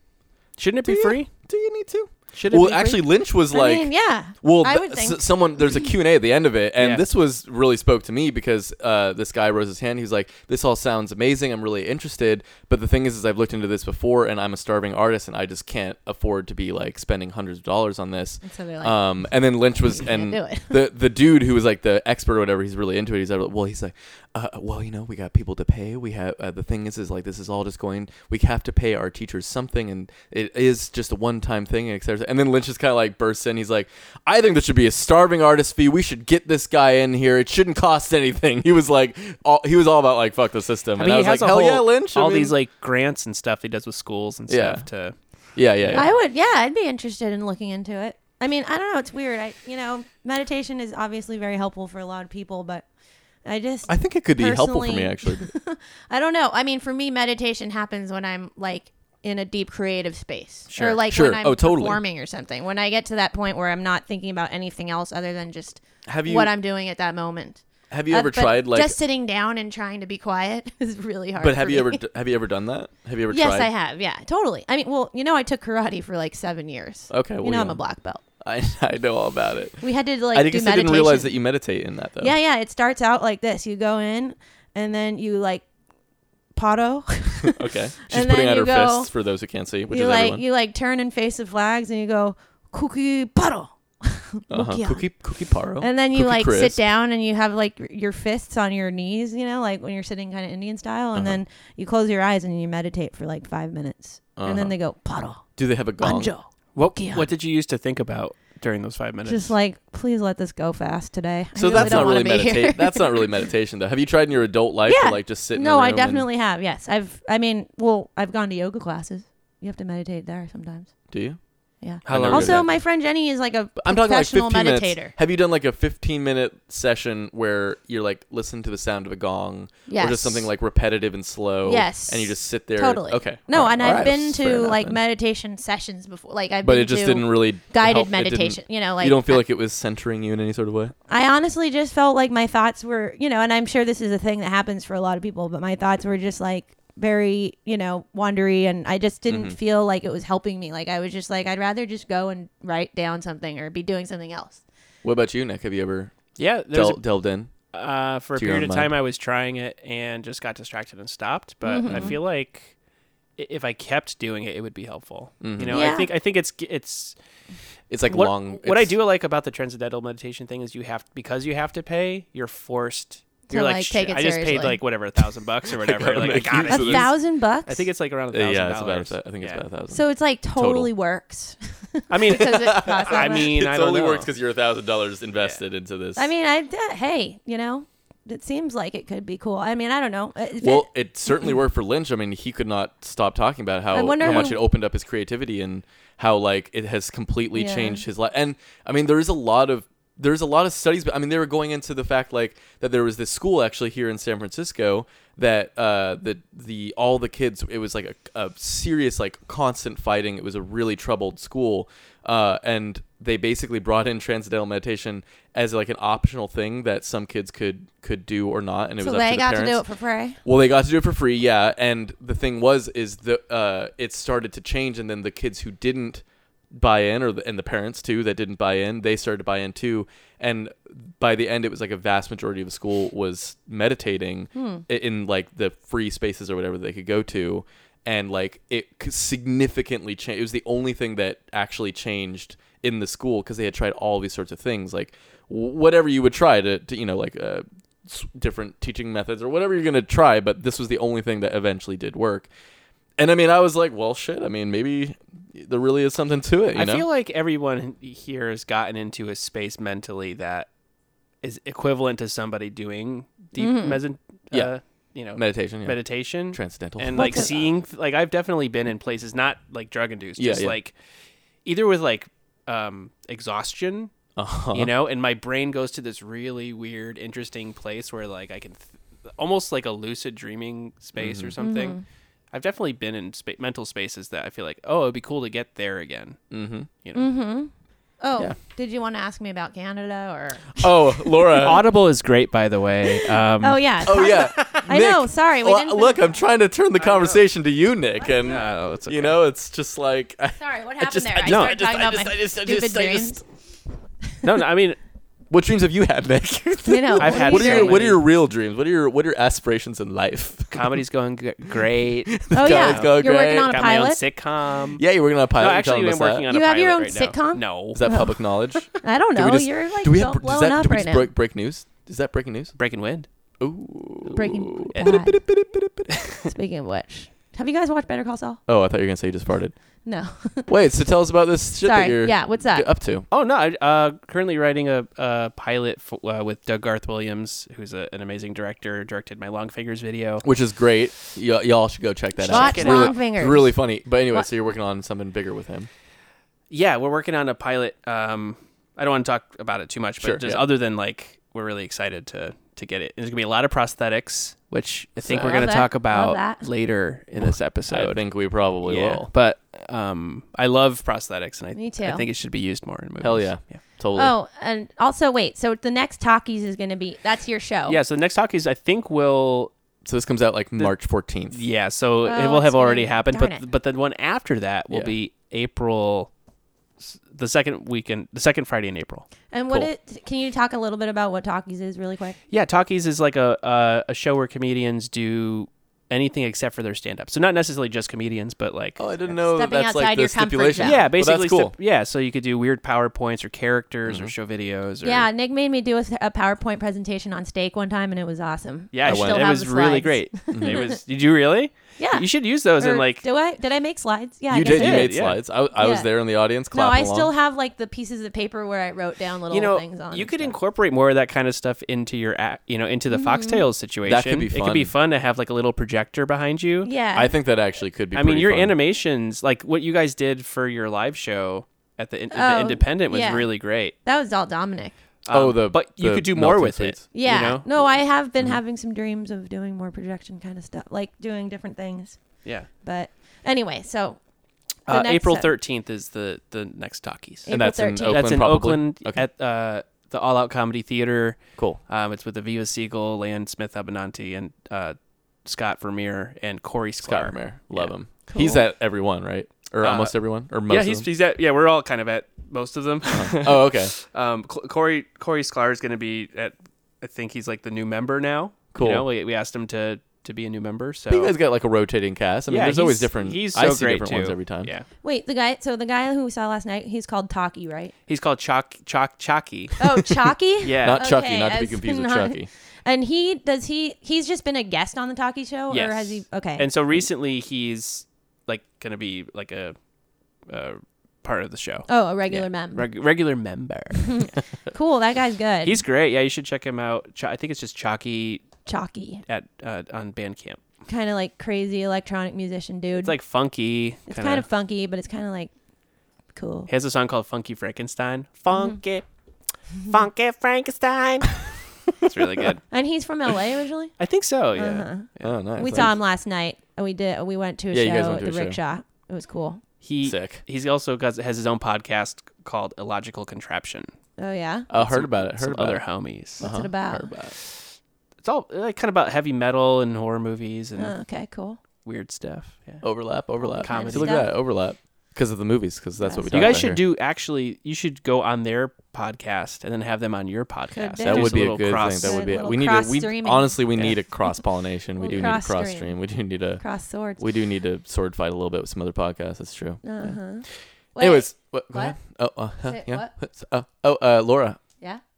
Speaker 3: shouldn't it
Speaker 1: do
Speaker 3: be
Speaker 1: you-
Speaker 3: free?
Speaker 1: Do you need to?
Speaker 3: Should it
Speaker 1: Well,
Speaker 3: be free?
Speaker 1: actually, Lynch was
Speaker 2: I
Speaker 1: like,
Speaker 2: mean, yeah.
Speaker 1: Well,
Speaker 2: I
Speaker 1: th-
Speaker 2: would
Speaker 1: s-
Speaker 2: think.
Speaker 1: someone there's a Q&A at the end of it and
Speaker 3: Yeah.
Speaker 1: this was really spoke to me because uh, this guy rose his hand he's like this all sounds amazing I'm really interested but the thing is is I've looked into this before and I'm a starving artist and I just can't afford to be like spending hundreds of dollars on this
Speaker 2: so they're like,
Speaker 1: um and then Lynch was and
Speaker 2: do it.
Speaker 1: the the dude who was like the expert or whatever he's really into it he's like well he's like uh, well you know we got people to pay we have uh, the thing is is like this is all just going we have to pay our teachers something and it is just a one time thing and et cetera. and then Lynch just kind of like bursts in he's like I think there should be a starving artist fee we should get this guy in here it shouldn't cost anything (laughs) he was like all, he was all about like fuck the system
Speaker 3: I
Speaker 1: and
Speaker 3: mean,
Speaker 1: I
Speaker 3: he
Speaker 1: was like
Speaker 3: has a
Speaker 1: hell
Speaker 3: whole,
Speaker 1: yeah Lynch I
Speaker 3: all
Speaker 1: mean-
Speaker 3: these like grants and stuff he does with schools and
Speaker 1: Yeah.
Speaker 3: stuff to.
Speaker 1: yeah yeah, yeah.
Speaker 2: I would, yeah, I'd be interested in looking into it. I mean, I don't know. It's weird. I, you know, meditation is obviously very helpful for a lot of people, but I just,
Speaker 1: I think it could be helpful for me
Speaker 2: personally- (laughs)
Speaker 1: actually
Speaker 2: I don't know. I mean, for me, meditation happens when I'm like in a deep creative space,
Speaker 3: Sure.
Speaker 2: or like
Speaker 1: Sure.
Speaker 2: when I'm
Speaker 1: Oh, totally.
Speaker 2: performing or something. When I get to that point where I'm not thinking about anything else other than just
Speaker 1: Have you-
Speaker 2: what I'm doing at that moment.
Speaker 1: have you
Speaker 2: Uh,
Speaker 1: ever
Speaker 2: but
Speaker 1: tried like
Speaker 2: just sitting down and trying to be quiet (laughs) is really hard.
Speaker 1: but have
Speaker 2: for
Speaker 1: you ever
Speaker 2: me.
Speaker 1: d- have you ever done that have you ever
Speaker 2: Yes,
Speaker 1: tried
Speaker 2: I have. Yeah, totally. I mean, well, you know, I took karate for like seven years.
Speaker 1: Okay, well,
Speaker 2: you know, I'm
Speaker 1: yeah.
Speaker 2: a black belt.
Speaker 1: I, (laughs) I know all about it.
Speaker 2: We had to like
Speaker 1: I
Speaker 2: do
Speaker 1: guess
Speaker 2: meditation.
Speaker 1: I didn't realize that you meditate in that though.
Speaker 2: yeah, yeah. It starts out like this. You go in, and then you like (laughs) pato.
Speaker 1: Okay. She's
Speaker 2: And
Speaker 1: putting
Speaker 2: then
Speaker 1: out her
Speaker 2: you go-
Speaker 1: fists for those who can't see, which
Speaker 2: you
Speaker 1: is
Speaker 2: like
Speaker 1: everyone.
Speaker 2: you like turn and face the flags, and you go cookie pato.
Speaker 1: uh-huh.
Speaker 2: Mokia.
Speaker 1: Cookie cookie paro.
Speaker 2: And then
Speaker 1: Oh,
Speaker 2: you
Speaker 1: Cookie
Speaker 2: like sit
Speaker 1: crisp.
Speaker 2: down and you have like y- your fists on your knees, you know, like when you're sitting kind of Indian style.
Speaker 1: Uh-huh.
Speaker 2: And then you close your eyes and you meditate for like five minutes. And then they go, pato,
Speaker 1: Do they have a Uh-huh. gong?
Speaker 2: banjo.
Speaker 3: What
Speaker 2: Yeah.
Speaker 3: what did you used to think about during those five minutes?
Speaker 2: Just like, please let this go fast today. (laughs) I
Speaker 1: So
Speaker 2: really
Speaker 1: that's
Speaker 2: don't
Speaker 1: not really
Speaker 2: wanna be here.
Speaker 1: meditation.
Speaker 2: (laughs)
Speaker 1: that's not really meditation though. Have you tried in your adult life
Speaker 2: Yeah.
Speaker 1: to like just sit in a
Speaker 2: no, I
Speaker 1: room and-
Speaker 2: definitely have. Yes. I've, I mean, well, I've gone to yoga classes. You have to meditate there sometimes.
Speaker 1: Do you?
Speaker 2: Yeah.
Speaker 1: How long is
Speaker 2: Also,
Speaker 1: that?
Speaker 2: my friend Jenny is like a
Speaker 1: I'm talking like
Speaker 2: professional
Speaker 1: 15 minutes.
Speaker 2: meditator.
Speaker 1: Have you done like a 15 minute session where you're like listen to the sound of a gong or
Speaker 2: Yes.
Speaker 1: just something like repetitive and slow
Speaker 2: Yes.
Speaker 1: and you just sit there
Speaker 2: Totally.
Speaker 1: okay
Speaker 2: No,
Speaker 1: All right.
Speaker 2: and
Speaker 1: All
Speaker 2: I've
Speaker 1: right.
Speaker 2: been
Speaker 1: That's fair
Speaker 2: to
Speaker 1: enough,
Speaker 2: like
Speaker 1: then.
Speaker 2: meditation sessions before. Like I've
Speaker 1: but
Speaker 2: been
Speaker 1: it just
Speaker 2: to-
Speaker 1: didn't really help. It
Speaker 2: guided
Speaker 1: didn't-
Speaker 2: meditation, you know, like-
Speaker 1: you don't feel like it was centering you in any sort of way
Speaker 2: I honestly just felt like my thoughts were, you know, and I'm sure this is a thing that happens for a lot of people, but my thoughts were just like very, you know, wandery and I just didn't
Speaker 1: Mm-hmm.
Speaker 2: feel like it was helping me. Like I was just like I'd rather just go and write down something or be doing something else.
Speaker 1: what about you nick have you ever
Speaker 3: yeah, there's
Speaker 1: del- delved in
Speaker 3: uh, for a
Speaker 1: to your
Speaker 3: period of
Speaker 1: own
Speaker 3: time
Speaker 1: mind.
Speaker 3: I was trying it and just got distracted and stopped. But
Speaker 2: Mm-hmm.
Speaker 3: I feel like i- if I kept doing it, it would be helpful. You know,
Speaker 2: Yeah.
Speaker 3: I think I think it's it's
Speaker 1: Mm-hmm. it's like
Speaker 3: what,
Speaker 1: long
Speaker 3: What I
Speaker 1: it's-
Speaker 3: do like about the transcendental meditation thing is you have because you have to pay, you're forced.
Speaker 2: To,
Speaker 3: you're
Speaker 2: like,
Speaker 3: "Shit,
Speaker 2: take it
Speaker 3: I just paid
Speaker 2: seriously."
Speaker 3: like whatever a thousand
Speaker 1: (laughs)
Speaker 3: bucks or whatever.
Speaker 1: gotta
Speaker 3: like I
Speaker 1: make
Speaker 3: got
Speaker 1: use
Speaker 2: A
Speaker 1: So
Speaker 3: it.
Speaker 1: there's-
Speaker 2: thousand bucks.
Speaker 3: I think it's like around a
Speaker 1: Uh,
Speaker 3: thousand
Speaker 1: yeah it's about a
Speaker 3: dollars.
Speaker 1: thou- i think it's
Speaker 3: Yeah.
Speaker 1: about a thousand
Speaker 2: so it's like totally works. (laughs)
Speaker 3: I mean,
Speaker 1: (laughs)
Speaker 2: Does it cost that
Speaker 3: (laughs) I
Speaker 2: much?
Speaker 3: mean,
Speaker 1: It
Speaker 3: I don't
Speaker 1: only
Speaker 3: know.
Speaker 1: works because you're a thousand dollars invested into this.
Speaker 2: I mean, I d- hey, you know, it seems like it could be cool. I mean, I don't know. Uh, if
Speaker 1: well,
Speaker 2: it-
Speaker 1: it certainly worked for Lynch. I mean, he could not stop talking about how,
Speaker 2: I wonder
Speaker 1: how much
Speaker 2: who-
Speaker 1: it opened up his creativity and how like it has completely
Speaker 2: Yeah.
Speaker 1: changed his life. And I mean, there is a lot of there's a lot of studies. But I mean, they were going into the fact like that there was this school actually here in San Francisco that uh, the the all the kids it was like a, a serious like constant fighting. It was a really troubled school, uh, and they basically brought in transcendental meditation as like an optional thing that some kids could could do or not, and it
Speaker 2: so
Speaker 1: was up
Speaker 2: they
Speaker 1: to the
Speaker 2: got to
Speaker 1: parents.
Speaker 2: do it for free.
Speaker 1: Well, they got to do it for free, yeah. And the thing was, is the uh, it started to change, and then the kids who didn't buy in, or the, and the parents too that didn't buy in, they started to buy in too. And by the end, it was like a vast majority of the school was meditating i- in like the free spaces or whatever they could go to, and like it c- significantly changed. It was the only thing that actually changed in the school because they had tried all these sorts of things, like w- whatever you would try to, to you know, like. Uh, s- different teaching methods or whatever you're going to try, but this was the only thing that eventually did work. And I mean, I was like, well, shit. I mean, maybe there really is something to it. You
Speaker 3: I
Speaker 1: know?
Speaker 3: feel like everyone here has gotten into a space mentally that is equivalent to somebody doing deep meso-
Speaker 1: Yeah.
Speaker 3: uh, you know,
Speaker 1: meditation, yeah.
Speaker 3: meditation,
Speaker 1: transcendental,
Speaker 3: and like
Speaker 2: What's it-
Speaker 3: seeing. Like I've definitely been in places not like drug induced,
Speaker 1: Yeah,
Speaker 3: just
Speaker 1: yeah.
Speaker 3: like either with like um, exhaustion,
Speaker 1: Uh-huh.
Speaker 3: you know, and my brain goes to this really weird, interesting place where like I can th- almost like a lucid dreaming space or something.
Speaker 2: Mm-hmm.
Speaker 3: I've definitely been in spa- mental spaces that I feel like, oh, it'd be cool to get there again. Mm-hmm. You know,
Speaker 2: Oh, did you want to ask me about Canada or?
Speaker 1: oh,
Speaker 3: (laughs)
Speaker 1: Laura.
Speaker 3: Uh, Audible is great, by the (laughs) way. Um,
Speaker 2: Oh yeah.
Speaker 1: oh yeah.
Speaker 2: I
Speaker 1: Nick,
Speaker 2: know, sorry, we
Speaker 1: well,
Speaker 2: didn't
Speaker 1: look,
Speaker 2: finish-
Speaker 1: I'm trying to turn the conversation to you, Nick, and
Speaker 3: No, it's
Speaker 1: you know, it's just like. (laughs)
Speaker 2: Sorry, what
Speaker 1: I
Speaker 2: happened
Speaker 1: just-
Speaker 2: there?
Speaker 1: I
Speaker 2: I,
Speaker 1: just-
Speaker 2: started
Speaker 1: I
Speaker 2: talking about
Speaker 1: just-
Speaker 2: my
Speaker 1: I just- I
Speaker 2: stupid
Speaker 1: just- I
Speaker 2: dreams.
Speaker 1: just-
Speaker 3: no, no. I mean,
Speaker 1: what dreams have (laughs) you had, Nick?
Speaker 2: You know,
Speaker 3: I've
Speaker 1: (laughs)
Speaker 3: had
Speaker 1: what are
Speaker 3: so
Speaker 1: your What are
Speaker 3: many.
Speaker 1: your real dreams? What are your What are your aspirations in life?
Speaker 3: comedy's going g- (laughs) great.
Speaker 2: Oh
Speaker 1: Guys, (laughs)
Speaker 2: yeah,
Speaker 1: go
Speaker 2: you're working
Speaker 1: great.
Speaker 2: on a
Speaker 3: Got my own
Speaker 2: pilot.
Speaker 3: sitcom.
Speaker 1: yeah, you're working on a pilot.
Speaker 3: no,
Speaker 1: You're
Speaker 3: actually,
Speaker 1: telling
Speaker 3: I'm
Speaker 1: us that.
Speaker 3: working on.
Speaker 2: You
Speaker 3: a
Speaker 2: have your
Speaker 3: pilot
Speaker 2: own
Speaker 3: right
Speaker 2: sitcom?
Speaker 3: Now. No,
Speaker 1: Is that public knowledge?
Speaker 2: I don't
Speaker 1: Do
Speaker 2: know.
Speaker 1: we just-
Speaker 2: you're like
Speaker 1: do we
Speaker 2: so
Speaker 1: have, does
Speaker 2: blown
Speaker 1: that,
Speaker 2: up
Speaker 1: do we
Speaker 2: right
Speaker 1: just
Speaker 2: now.
Speaker 1: break, break news? Is that breaking news?
Speaker 3: Breaking wind.
Speaker 1: Ooh.
Speaker 2: Breaking.
Speaker 1: Yeah.
Speaker 2: God.
Speaker 1: (laughs)
Speaker 2: Speaking of which, have you guys watched Better Call Saul?
Speaker 1: Oh, I thought you were gonna say you just farted.
Speaker 2: No. (laughs)
Speaker 1: Wait, so tell us about this shit that
Speaker 2: Sorry.
Speaker 1: you're
Speaker 2: Yeah, what's that?
Speaker 1: up to.
Speaker 3: Oh no! I, uh, currently writing a, a pilot f uh, with Doug Garth Williams, who's a, an amazing director. Directed my Long Fingers video.
Speaker 1: Which is great. Y- y'all should go check that out.
Speaker 2: Watch
Speaker 1: It's
Speaker 2: Long
Speaker 1: really,
Speaker 2: Fingers.
Speaker 1: really funny. But anyway,
Speaker 2: What-
Speaker 1: so you're working on something bigger with him.
Speaker 3: Yeah, we're working on a pilot. Um, I don't want to talk about it too much, but
Speaker 1: Sure,
Speaker 3: just
Speaker 1: yeah.
Speaker 3: other than like, we're really excited to to get it. And there's gonna be a lot of prosthetics, which I think
Speaker 1: So-
Speaker 3: we're gonna
Speaker 2: Love that.
Speaker 3: talk
Speaker 2: Love
Speaker 3: about
Speaker 2: that.
Speaker 3: later in this
Speaker 1: I
Speaker 3: episode.
Speaker 1: think we probably
Speaker 3: yeah.
Speaker 1: will.
Speaker 3: But um, I love prosthetics, and I,
Speaker 2: Me too.
Speaker 3: I think it should be used more in movies.
Speaker 1: Hell yeah.
Speaker 3: yeah.
Speaker 1: Totally.
Speaker 2: Oh, and also wait. So the next talkies is going to be that's your show.
Speaker 3: Yeah, So the next talk is I think will
Speaker 1: So this comes out like March 14th.
Speaker 3: Yeah, so it
Speaker 2: Oh,
Speaker 3: will have
Speaker 2: it's
Speaker 3: already
Speaker 2: late.
Speaker 3: happened,
Speaker 2: Darn
Speaker 3: but
Speaker 2: it.
Speaker 3: but the one after that will
Speaker 1: Yeah.
Speaker 3: be April, s- the second weekend, the second Friday in April.
Speaker 2: And what
Speaker 3: Cool.
Speaker 2: it can you talk a little bit about what talkies is really quick?
Speaker 3: Yeah, talkies is like a uh, a show where comedians do anything except for their stand up. So not necessarily just comedians, but like
Speaker 1: Oh, I didn't know that
Speaker 2: Stepping
Speaker 1: that's
Speaker 2: outside
Speaker 1: like the
Speaker 2: your comfort
Speaker 1: stipulation.
Speaker 2: zone.
Speaker 3: yeah,
Speaker 1: Well,
Speaker 3: basically
Speaker 1: that's cool. Mm-hmm.
Speaker 3: st- yeah. So you could do weird powerpoints or characters or show videos. Or,
Speaker 2: Yeah, Nick made me do a, a PowerPoint presentation on steak one time, and it was awesome.
Speaker 3: yeah,
Speaker 1: I
Speaker 3: I
Speaker 1: went.
Speaker 3: it
Speaker 2: have
Speaker 3: was
Speaker 2: the slides. (laughs)
Speaker 3: really great. it was. Did you really?
Speaker 2: Yeah.
Speaker 3: You should use those
Speaker 2: Or
Speaker 3: and like.
Speaker 2: do I did I make slides? Yeah, I
Speaker 1: you
Speaker 2: guess
Speaker 1: did.
Speaker 2: I
Speaker 1: You
Speaker 3: did,
Speaker 1: made
Speaker 3: yeah.
Speaker 1: slides. I, I was
Speaker 2: Yeah.
Speaker 1: there in the audience
Speaker 2: No,
Speaker 1: clapping
Speaker 2: I still
Speaker 1: along.
Speaker 2: have like the pieces of paper where I wrote down little
Speaker 3: you know,
Speaker 2: things on.
Speaker 3: you could
Speaker 2: stuff. Mm-hmm.
Speaker 3: incorporate more of that kind of stuff into your, ac- you know, into the Foxtails situation.
Speaker 1: be
Speaker 3: It
Speaker 1: fun.
Speaker 3: could be fun to have like a little projector behind you.
Speaker 2: Yeah,
Speaker 1: I think that actually could be
Speaker 3: I mean,
Speaker 1: pretty
Speaker 3: your
Speaker 1: fun.
Speaker 3: animations, like what you guys did for your live show at the, in- the
Speaker 2: Oh,
Speaker 3: Independent, was
Speaker 2: yeah.
Speaker 3: really great.
Speaker 2: that was all Dominic.
Speaker 1: Oh, the-
Speaker 3: but you
Speaker 1: the
Speaker 3: could do more
Speaker 1: melting
Speaker 3: with
Speaker 1: sweets.
Speaker 3: it.
Speaker 2: Yeah.
Speaker 3: you know? Mm-hmm.
Speaker 2: No, I have been having some dreams of doing more projection kind of stuff, like doing different things.
Speaker 3: yeah.
Speaker 2: But anyway, so the
Speaker 3: Uh,
Speaker 2: next
Speaker 3: April
Speaker 2: set-
Speaker 3: thirteenth is the the next talkies.
Speaker 2: April
Speaker 1: And that's in
Speaker 2: 13th.
Speaker 1: Oakland,
Speaker 3: That's in
Speaker 1: probably?
Speaker 3: Oakland
Speaker 1: Okay.
Speaker 3: at uh, the All Out Comedy Theater.
Speaker 1: Cool.
Speaker 3: Um, it's with Aviva Siegel, Lan Smith Abenanti, and uh, Scott Vermeer and Corey Sklar.
Speaker 1: Scott Vermeer. Love
Speaker 3: Yeah.
Speaker 1: him. He's at every one, right? Or
Speaker 3: Uh,
Speaker 1: almost everyone? Or most
Speaker 3: Yeah,
Speaker 1: of
Speaker 3: he's,
Speaker 1: them?
Speaker 3: he's at yeah. We're all kind of at most of them.
Speaker 1: Oh, okay.
Speaker 3: (laughs) Um, Cl- Corey Corey Sklar is going to be at. I think he's like the new member now.
Speaker 1: Cool.
Speaker 3: You know, we, we asked him to to be a new member. So
Speaker 1: You guys got like a rotating cast. I mean,
Speaker 3: Yeah,
Speaker 1: there's always
Speaker 3: he's-
Speaker 1: different.
Speaker 3: He's so
Speaker 1: I see
Speaker 3: great
Speaker 1: different
Speaker 3: too.
Speaker 1: ones every time.
Speaker 3: Yeah,
Speaker 2: wait, the guy. So the guy who we saw last night, he's called Taki, right?
Speaker 3: he's called Chalk
Speaker 1: (laughs)
Speaker 3: Chalk Chalky.
Speaker 2: Oh, Chalky.
Speaker 3: (laughs) Yeah.
Speaker 1: Not Chucky,
Speaker 2: Okay,
Speaker 1: not to be
Speaker 2: as-
Speaker 1: confused with
Speaker 2: not-
Speaker 1: Chucky.
Speaker 2: And he does he he's just been a guest on the Taki show,
Speaker 3: yes.
Speaker 2: or has he? Okay.
Speaker 3: And so recently he's like going to be like a. Uh, part of the show.
Speaker 2: Oh, a regular
Speaker 3: Yeah.
Speaker 2: mem.
Speaker 3: Reg- regular
Speaker 2: (laughs)
Speaker 3: member.
Speaker 2: cool. That guy's good.
Speaker 3: He's great. Yeah, you should check him out. Ch- I think it's just Chalky
Speaker 2: chalky,
Speaker 3: at uh, on Bandcamp.
Speaker 2: kind of like crazy electronic musician dude.
Speaker 3: It's like funky.
Speaker 2: it's kind of funky, but it's kind of like cool.
Speaker 3: He has a song called Funky Frankenstein.
Speaker 2: Mm-hmm. (laughs)
Speaker 3: Funky, funky Frankenstein. it's
Speaker 2: (laughs)
Speaker 3: really good.
Speaker 2: And he's from LA originally.
Speaker 3: I think so.
Speaker 1: (laughs)
Speaker 3: Yeah.
Speaker 2: Uh-huh.
Speaker 1: Oh, nice.
Speaker 2: we saw him last night. and We did. We went to a
Speaker 1: Yeah, you guys
Speaker 2: show
Speaker 1: went
Speaker 2: at
Speaker 1: to
Speaker 2: the
Speaker 1: a show.
Speaker 2: rickshaw. It was cool.
Speaker 3: He
Speaker 1: Sick.
Speaker 3: He's also got, has his own podcast called Illogical Contraption.
Speaker 2: Oh yeah.
Speaker 1: Uh, heard about it. Heard
Speaker 3: Some
Speaker 1: about
Speaker 3: other
Speaker 1: it. Uh-huh.
Speaker 3: homies.
Speaker 2: What's it about?
Speaker 1: Heard about it.
Speaker 3: It's all uh, like kind of about heavy metal and horror movies and
Speaker 2: Oh, okay, cool.
Speaker 3: weird stuff. Yeah.
Speaker 1: Overlap. Overlap.
Speaker 3: Comedy.
Speaker 1: See, look at that overlap because of the movies. Because that's what we.
Speaker 3: You
Speaker 1: talk
Speaker 3: guys
Speaker 1: about
Speaker 3: should
Speaker 1: here.
Speaker 3: do actually. You should go on their podcast and then have them on your podcast.
Speaker 2: do.
Speaker 3: and
Speaker 1: That
Speaker 3: do
Speaker 1: would
Speaker 3: some
Speaker 1: be a
Speaker 3: little
Speaker 1: good
Speaker 3: cross-
Speaker 1: thing. That would be.
Speaker 2: Little
Speaker 1: We need. A, we
Speaker 2: cross-streaming.
Speaker 1: honestly, we need a cross pollination. We
Speaker 2: Little
Speaker 1: do need a cross
Speaker 2: cross-stream.
Speaker 1: stream. We do need a.
Speaker 2: Cross swords.
Speaker 1: We do need to sword fight a little bit with some other podcasts. That's true.
Speaker 2: uh huh.
Speaker 1: Anyways, what? Go
Speaker 2: what?
Speaker 1: ahead. Oh, uh, huh,
Speaker 2: Say
Speaker 1: yeah.
Speaker 2: what?
Speaker 1: What's- uh, oh, uh, Laura.
Speaker 2: Yeah. (laughs)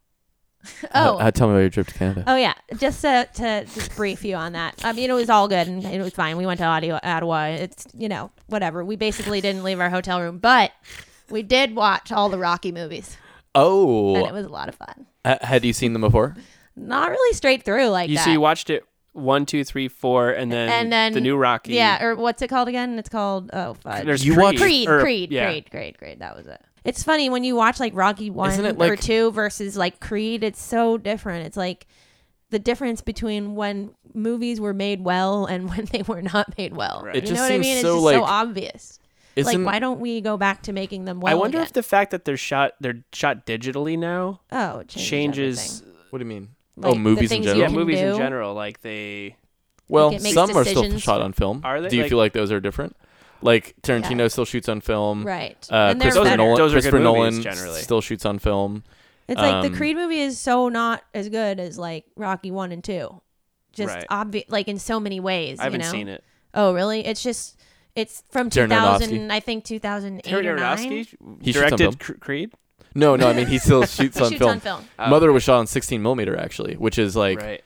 Speaker 1: Oh,
Speaker 2: oh.
Speaker 1: uh, tell me about your trip to Canada.
Speaker 2: Oh yeah, just to, to just brief you on that. I mean, it was all good and it was fine. We went to audio, Ottawa. It's you know whatever. We basically didn't leave our hotel room, but we did watch all the Rocky movies,
Speaker 1: Oh,
Speaker 2: and it was a lot of fun.
Speaker 1: ha- had you seen them before?
Speaker 2: Not really straight through like
Speaker 3: You
Speaker 2: that.
Speaker 3: so you watched it one, two, three, four, and then
Speaker 2: and then
Speaker 3: the new Rocky.
Speaker 2: Yeah, or what's it called again? It's called oh fuck.
Speaker 3: There's
Speaker 1: You
Speaker 3: Creed.
Speaker 1: watched-
Speaker 2: Creed,
Speaker 3: or-
Speaker 2: Creed,
Speaker 3: yeah.
Speaker 2: Creed, Creed, Creed. That was it. It's funny when you watch like Rocky one
Speaker 1: Isn't it
Speaker 2: or
Speaker 1: like-
Speaker 2: two versus like Creed. It's so different. It's like the difference between when movies were made well and (laughs) when they were not made well.
Speaker 3: Right.
Speaker 2: You
Speaker 1: It just
Speaker 2: know what I
Speaker 1: seems
Speaker 2: mean? It's
Speaker 1: so,
Speaker 2: just
Speaker 1: like-
Speaker 2: so obvious. Like,
Speaker 1: Isn't
Speaker 2: why don't we go back to making them well?
Speaker 3: I wonder
Speaker 2: again?
Speaker 3: if the fact that they're shot they're shot digitally now
Speaker 2: oh it
Speaker 3: changes.
Speaker 2: everything.
Speaker 1: what do you mean?
Speaker 2: Like,
Speaker 1: oh,
Speaker 2: the
Speaker 1: movies in
Speaker 2: things you
Speaker 1: general.
Speaker 3: yeah,
Speaker 2: can
Speaker 3: movies in
Speaker 2: do.
Speaker 3: general. Like they
Speaker 1: Well,
Speaker 2: Like, it makes
Speaker 1: some are still
Speaker 2: decisions.
Speaker 1: shot on film.
Speaker 3: Are they?
Speaker 1: Do you
Speaker 3: Like-
Speaker 1: feel like those are different? Like Tarantino still shoots on film.
Speaker 2: right.
Speaker 1: Uh,
Speaker 2: and they're
Speaker 1: Christopher
Speaker 2: better.
Speaker 1: Nolan,
Speaker 3: Those are good
Speaker 1: Christopher
Speaker 3: movies,
Speaker 1: Nolan
Speaker 3: generally.
Speaker 1: still shoots on film.
Speaker 2: It's like
Speaker 1: Um,
Speaker 2: the Creed movie is so not as good as like Rocky one and two, just
Speaker 3: Right.
Speaker 2: obvious like in so many ways.
Speaker 3: I haven't
Speaker 2: you know?
Speaker 3: seen it.
Speaker 2: Oh, really? It's just it's from
Speaker 1: Darren
Speaker 2: 2000, I think 2008
Speaker 3: Terry
Speaker 2: or nine.
Speaker 3: Aronofsky
Speaker 1: He shoots on film.
Speaker 3: directed Cre- Creed.
Speaker 1: No, no, I mean he
Speaker 2: (laughs)
Speaker 1: still shoots,
Speaker 2: He
Speaker 1: on,
Speaker 2: shoots
Speaker 1: film.
Speaker 2: on film.
Speaker 1: Mother was shot on 16 millimeter actually, which is like
Speaker 3: Oh, right.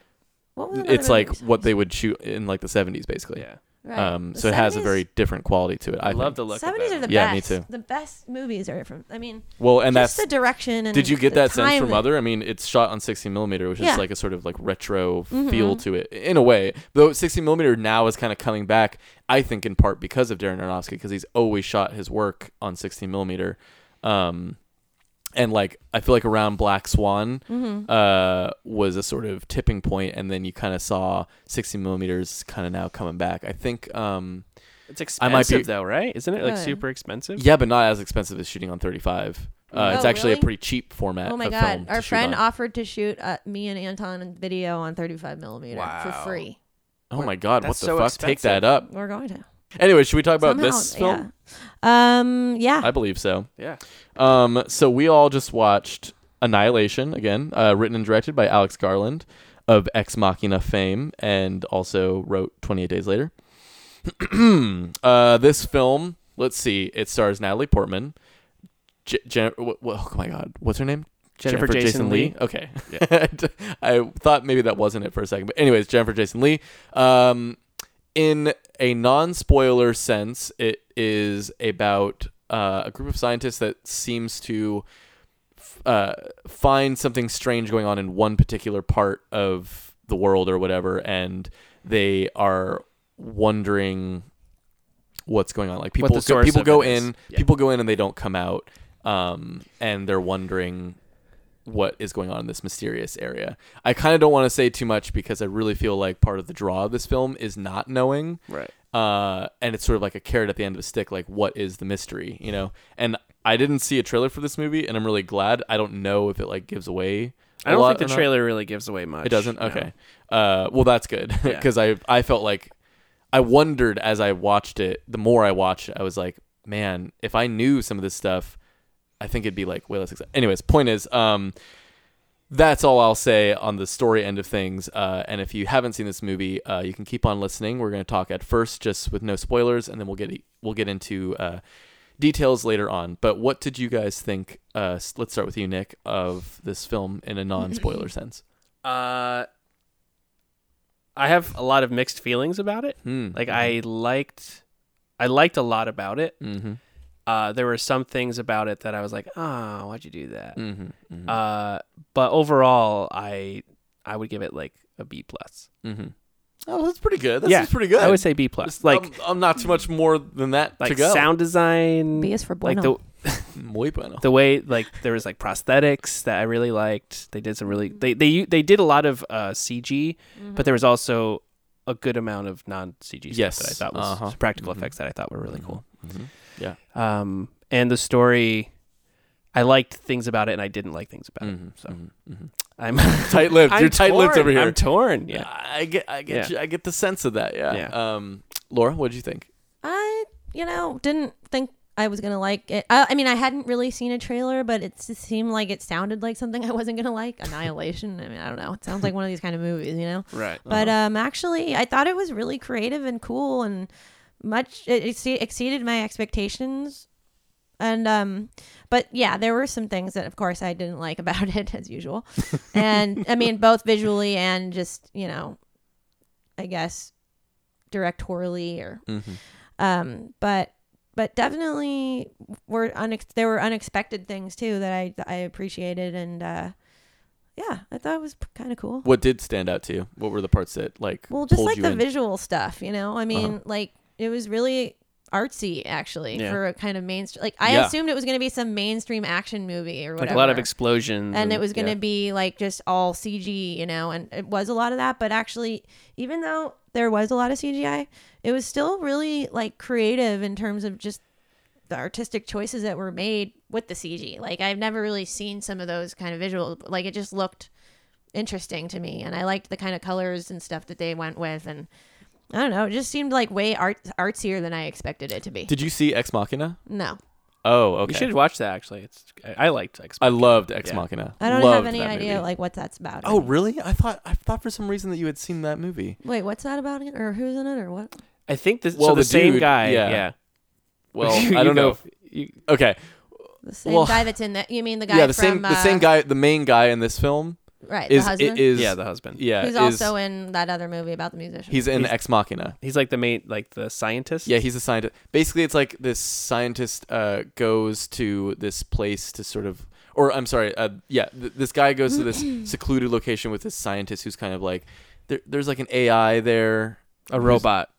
Speaker 2: What was another
Speaker 1: it's like
Speaker 2: movie?
Speaker 1: what they would shoot in like the 70s basically.
Speaker 3: Yeah.
Speaker 2: Right.
Speaker 1: Um,
Speaker 2: The
Speaker 1: so it has a
Speaker 2: 70s
Speaker 1: very different quality to it. I,
Speaker 3: I love
Speaker 1: think.
Speaker 3: the look. of
Speaker 2: Seventies
Speaker 3: that
Speaker 2: are the
Speaker 3: one.
Speaker 1: Yeah, me
Speaker 2: best.
Speaker 1: too.
Speaker 2: The best movies are from. I mean,
Speaker 1: well, and
Speaker 2: just
Speaker 1: that's
Speaker 2: the direction. And
Speaker 1: Did you get
Speaker 2: the
Speaker 1: that sense
Speaker 2: time
Speaker 1: from
Speaker 2: that-
Speaker 1: Mother? I mean, it's shot on 16 millimeter, which
Speaker 2: Yeah. Mm-hmm.
Speaker 1: is like a sort of like retro feel to it in a way. Though 16 millimeter now is kind of coming back, I think, in part because of Darren Aronofsky, because he's always shot his work on 16 millimeter. Um, and like I feel like around Black Swan
Speaker 2: Mm-hmm.
Speaker 1: uh, was a sort of tipping point, and then you kind of saw 16 millimeters kind of now coming back. I think, um,
Speaker 3: It's
Speaker 1: I might be-
Speaker 3: expensive though, right? Isn't it like
Speaker 2: Good.
Speaker 3: super expensive?
Speaker 1: yeah, but not as expensive as shooting on 35. Uh, it's
Speaker 2: Oh,
Speaker 1: actually a
Speaker 2: really?
Speaker 1: pretty cheap format.
Speaker 2: Oh my
Speaker 1: of
Speaker 2: god!
Speaker 1: film to
Speaker 2: Our
Speaker 1: shoot
Speaker 2: friend
Speaker 1: on.
Speaker 2: offered to shoot uh, me and Anton in video on 35 millimeter for
Speaker 3: Wow.
Speaker 2: free.
Speaker 1: Oh my God! What
Speaker 3: That's
Speaker 1: the
Speaker 3: so
Speaker 1: fuck? Take that up.
Speaker 2: We're going to
Speaker 1: Anyway, should we talk about
Speaker 2: Somehow,
Speaker 1: this film?
Speaker 2: Yeah. Um. Yeah.
Speaker 1: I believe so.
Speaker 3: Yeah.
Speaker 1: Um, so we all just watched Annihilation again, uh, written and directed by Alex Garland of Ex Machina fame, and also wrote Twenty Eight Days Later. (clears throat) uh, this film, let's see, it stars Natalie Portman. Je- Jen- wh- wh- oh my God, what's her name?
Speaker 3: Jennifer Jason Leigh.
Speaker 1: (laughs) Okay, I thought maybe that wasn't it for a second, but anyways, Jennifer Jason Lee. Um, in a non-spoiler sense, it is about uh, a group of scientists that seems to uh, find something strange going on in one particular part of the world or whatever, and they are wondering what's going on. Like people,
Speaker 3: the source
Speaker 1: people
Speaker 3: of
Speaker 1: go
Speaker 3: it is.
Speaker 1: in,
Speaker 3: Yeah.
Speaker 1: people go in, and they don't come out, um, and they're wondering what is going on in this mysterious area. I kind of don't want to say too much because I really feel like part of the draw of this film is not knowing
Speaker 3: Right.
Speaker 1: uh, and it's sort of like a carrot at the end of a stick. Like, what is the mystery? You know. And I didn't see a trailer for this movie, and I'm really glad. I don't know if it like gives away. I
Speaker 3: I don't think the trailer really gives away much.
Speaker 1: It doesn't.
Speaker 3: no.
Speaker 1: Okay. Uh, well, that's good (laughs)
Speaker 3: Yeah.
Speaker 1: because I I felt like I wondered as I watched it. The more I watched, it, I was like, man, if I knew some of this stuff, I think it'd be like way less exciting. Anyways, point is, um, that's all I'll say on the story end of things. Uh, and if you haven't seen this movie, uh, you can keep on listening. We're going to talk at first, just with no spoilers, and then we'll get e, we'll get into uh, details later on. But what did you guys think? Uh, s- let's start with you, Nick, of this film in a non
Speaker 3: (laughs)
Speaker 1: spoiler sense.
Speaker 3: Uh, I have a lot of mixed feelings about it.
Speaker 1: Hmm.
Speaker 3: Like I liked, I liked a lot about it.
Speaker 1: Mm-hmm.
Speaker 3: Uh, there were some things about it that I was like, ah, why'd you do that?
Speaker 1: Mm-hmm.
Speaker 3: Uh, but overall, I I would give it like a B plus.
Speaker 1: Oh, that's pretty good. That seems pretty good.
Speaker 3: mm-hmm. I would say B plus. Like
Speaker 1: I'm, I'm not too much more than that to
Speaker 3: like
Speaker 1: go. Mm,
Speaker 3: sound design.
Speaker 2: B is for
Speaker 3: like the
Speaker 2: bueno.
Speaker 1: muy bueno.
Speaker 3: the way like there was like prosthetics that I really liked. They did some really
Speaker 2: Mm-hmm.
Speaker 3: they they they did a lot of uh, CG, but there was also a good amount of non CG
Speaker 1: Yes.
Speaker 3: stuff that I thought was
Speaker 1: Uh-huh. Mm-hmm.
Speaker 3: practical effects that I thought were really cool.
Speaker 1: Yeah.
Speaker 3: Um, and the story, I liked things about it, and I didn't like things about
Speaker 1: Mm-hmm.
Speaker 3: it. So
Speaker 1: (laughs)
Speaker 3: I'm
Speaker 1: Tight-lipped.
Speaker 3: Mm-hmm, I'm
Speaker 1: You're tight-lipped
Speaker 3: torn.
Speaker 1: over here.
Speaker 3: I'm torn.
Speaker 2: Uh,
Speaker 3: Yeah.
Speaker 1: I get, I get,
Speaker 3: Yeah.
Speaker 1: you, I get the sense of that. Yeah.
Speaker 3: Yeah.
Speaker 1: Um, Laura, what did you think?
Speaker 2: I, you know, didn't think I was gonna like it. I, I mean, I hadn't really seen a trailer, but it just seemed like it sounded like something (laughs) I wasn't gonna like. Annihilation. I mean, I don't know. It sounds like one of these kind of movies, you know.
Speaker 3: Right.
Speaker 2: But um, actually, I thought it was really creative and cool, and much it exce- exceeded my expectations. And um, but yeah, there were some things that, of course, I didn't like (laughs) about it as usual. And I mean, both visually and just you know, I guess directorially or um, but but definitely were unex- there were unexpected things too that I that I appreciated and uh, yeah, I thought it was kind of cool.
Speaker 1: What did stand out to you? What were the parts that like
Speaker 2: Well, just
Speaker 1: pulled
Speaker 2: like
Speaker 1: you
Speaker 2: the
Speaker 1: in?
Speaker 2: visual stuff, you know. I
Speaker 3: Uh-huh.
Speaker 2: mean, like it was really artsy actually
Speaker 3: Yeah.
Speaker 2: for a kind of mainstream. Like I
Speaker 1: Yeah.
Speaker 2: assumed it was going to be some mainstream action movie or
Speaker 3: like
Speaker 2: whatever.
Speaker 3: a lot of explosions.
Speaker 1: Mm-hmm.
Speaker 2: and it was going to
Speaker 3: yeah.
Speaker 2: be like just all CG, you know, and it was a lot of that, but actually even though there was a lot of CGI, it was still really like creative in terms of just the artistic choices that were made with the CG. Like I've never really seen some of those kind of visuals. Like it just looked interesting to me, and I liked the kind of colors and stuff that they went with. And I don't know, it just seemed like way art artsier than I expected it to be.
Speaker 1: Did you see Ex Machina?
Speaker 2: no,
Speaker 1: Oh,
Speaker 3: You
Speaker 1: okay.
Speaker 3: should watch that actually. It's I, I liked X.
Speaker 1: I loved Ex Machina.
Speaker 2: I don't have
Speaker 1: Loved
Speaker 2: any
Speaker 1: that
Speaker 2: idea
Speaker 1: movie.
Speaker 2: like what that's about.
Speaker 1: oh, really? I thought I thought for some reason that you had seen that
Speaker 3: (laughs)
Speaker 1: movie.
Speaker 2: wait, what's that about again? Or who's in it? Or what?
Speaker 3: I think this.
Speaker 1: Well,
Speaker 3: so the,
Speaker 1: the
Speaker 3: same
Speaker 1: dude-
Speaker 3: guy.
Speaker 1: yeah.
Speaker 3: Yeah.
Speaker 1: Well,
Speaker 3: (laughs) You
Speaker 1: I don't know.
Speaker 3: go.
Speaker 1: If,
Speaker 3: You,
Speaker 1: okay.
Speaker 2: The same
Speaker 1: Well,
Speaker 2: guy that's in that? You mean the guy?
Speaker 1: yeah, the
Speaker 2: from,
Speaker 1: same the
Speaker 2: uh,
Speaker 1: same guy, the main guy in this film
Speaker 2: right?
Speaker 1: is
Speaker 2: the husband.
Speaker 1: it is
Speaker 3: yeah, the husband.
Speaker 1: yeah
Speaker 2: Who's
Speaker 1: is,
Speaker 2: also in that other movie about the musician?
Speaker 1: he's in
Speaker 3: he's-
Speaker 1: Ex Machina.
Speaker 3: He's like the main, like the scientist.
Speaker 1: Yeah, he's a scientist. Basically, it's like this scientist uh, goes to this place to sort of, or I'm sorry, uh, yeah, th- this guy goes to
Speaker 2: (clears throat)
Speaker 1: this secluded location with this scientist who's kind of like, there, there's like an AI there,
Speaker 3: a robot.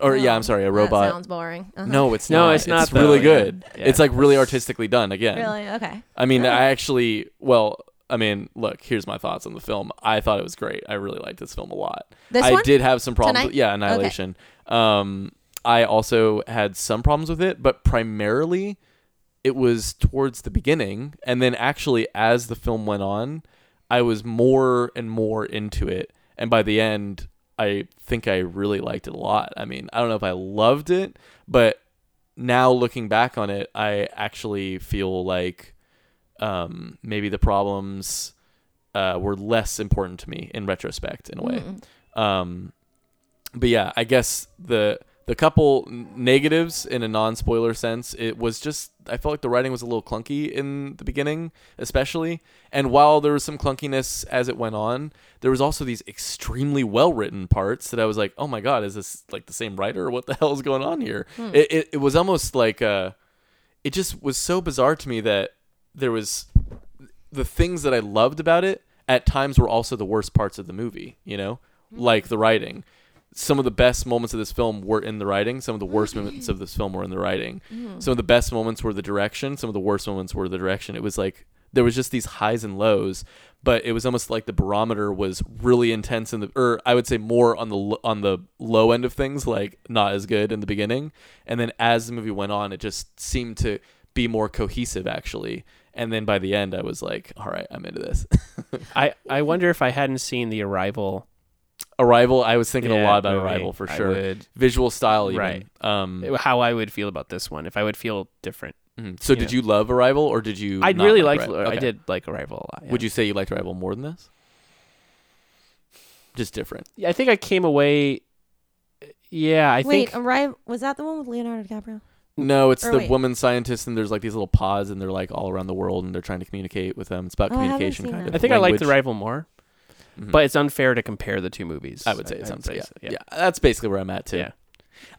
Speaker 1: or yeah, I'm sorry, a
Speaker 2: Oh, That
Speaker 1: robot.
Speaker 2: sounds boring. Uh-huh.
Speaker 1: no, it's
Speaker 3: No,
Speaker 1: not.
Speaker 3: it's not, though,
Speaker 1: really
Speaker 3: yeah.
Speaker 1: good.
Speaker 3: Yeah.
Speaker 1: It's like really artistically done. Again,
Speaker 2: Really? Okay.
Speaker 1: I mean, I actually, well, I mean, look, here's my thoughts on the film. I thought it was great. I really liked this film a lot.
Speaker 2: This
Speaker 1: I
Speaker 2: one?
Speaker 1: did have some problems.
Speaker 2: Tonight?
Speaker 1: Yeah, Annihilation. Um, I also had some problems with it, but primarily it was towards the beginning. And then actually, as the film went on, I was more and more into it. And by the end, I think I really liked it a lot. I mean, I don't know if I loved it, but now looking back on it, I actually feel like um, maybe the problems uh, were less important to me in retrospect, in a way. Um, but yeah, I guess the the couple n- negatives in a non spoiler sense, it was just I felt like the writing was a little clunky in the beginning, especially. And while there was some clunkiness as it went on, there was also these extremely well written parts that I was like, oh my god, is this like the same writer? What the (laughs) hell is going on here? It, it it was almost like uh, it just was so bizarre to me that there was the things that I loved about it at times were also the worst parts of the movie, you know? Like the writing. Some of the best moments of this film were in the writing. Some of the worst moments of this film were in the writing. Some of the best moments were the direction. Some of the worst moments were the direction. It was like there was just these highs and lows, but it was almost like the barometer was really intense in the, or I would say more on the l- on the low end of things, like not as good in the beginning, and then as the movie went on, it just seemed to be more cohesive actually. And then by the end, I was like, all right, I'm into this. (laughs)
Speaker 3: I I wonder if I hadn't seen the Arrival.
Speaker 1: Arrival, I was thinking a
Speaker 3: Yeah,
Speaker 1: lot about
Speaker 3: movie,
Speaker 1: Arrival for
Speaker 3: I
Speaker 1: sure.
Speaker 3: would-
Speaker 1: Visual style, even.
Speaker 3: Right.
Speaker 1: Um,
Speaker 3: How I would feel about this one if I would feel different.
Speaker 1: mhm. so, did you love Arrival or did you?
Speaker 3: I
Speaker 1: not
Speaker 3: really
Speaker 1: like
Speaker 3: liked.
Speaker 1: Arri-
Speaker 3: I
Speaker 1: Okay.
Speaker 3: did like Arrival a lot. yeah.
Speaker 1: Would you say you liked Arrival more than this? Just different.
Speaker 3: Yeah, I think I came away. Yeah, I
Speaker 2: Wait,
Speaker 3: think
Speaker 2: arrive. Was that the one with Leonardo DiCaprio?
Speaker 1: No, it's
Speaker 2: Or
Speaker 1: the
Speaker 2: wait.
Speaker 1: woman scientist, and there's like these little pods, and they're like all around the world, and they're trying to communicate with them. It's about
Speaker 2: Oh, I haven't
Speaker 1: communication,
Speaker 2: seen
Speaker 1: kind
Speaker 2: that.
Speaker 1: of.
Speaker 3: I think I liked
Speaker 1: language. Mm-hmm. Hmm.
Speaker 3: Arrival more, but it's unfair to compare the two movies.
Speaker 1: I would say it's unfair. Yeah.
Speaker 3: so,
Speaker 1: yeah, that's basically where I'm at too.
Speaker 3: Yeah.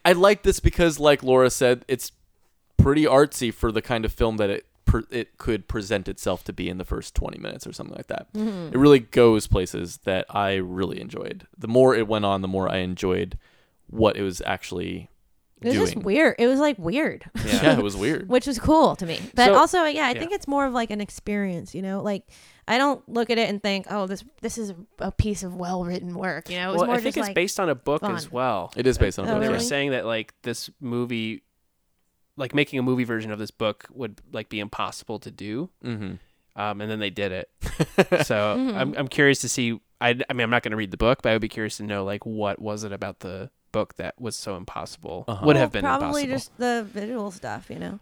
Speaker 1: I like this because, like Laura said, it's pretty artsy for the kind of film that it pre- it could present itself to be in the first 20 minutes or something like that.
Speaker 2: Mm-hmm.
Speaker 1: It really goes places that I really enjoyed. The more it went on, the more I enjoyed what it was actually
Speaker 2: It was
Speaker 1: doing.
Speaker 2: just weird. It was like weird,
Speaker 1: Yeah. it was weird.
Speaker 2: (laughs) which was cool to me. But
Speaker 3: So-
Speaker 2: also, yeah, I think it's more of like an experience. You know, like I don't look at it and think, oh, this this is a piece of well written work. You know, it was
Speaker 3: Well,
Speaker 2: Oh, more
Speaker 3: I think
Speaker 2: just
Speaker 3: it's
Speaker 2: like
Speaker 3: based on a book
Speaker 2: fun.
Speaker 3: as well.
Speaker 1: It is based on a
Speaker 2: Oh,
Speaker 1: book.
Speaker 3: they
Speaker 1: yeah.
Speaker 3: were
Speaker 2: really?
Speaker 3: saying that like this movie, like making a movie version of this book would like be impossible to do,
Speaker 1: Mhm.
Speaker 3: um, and then they did it.
Speaker 1: Mm-hmm.
Speaker 2: Uh, (laughs)
Speaker 3: so
Speaker 2: Mm-hmm.
Speaker 3: I'm I'm curious to see. I I mean I'm not going to read the book, but I would be curious to know like what was it about the book that was so impossible?
Speaker 1: Uh-huh.
Speaker 3: Would have been
Speaker 2: probably
Speaker 3: impossible.
Speaker 2: just the visual stuff. You know,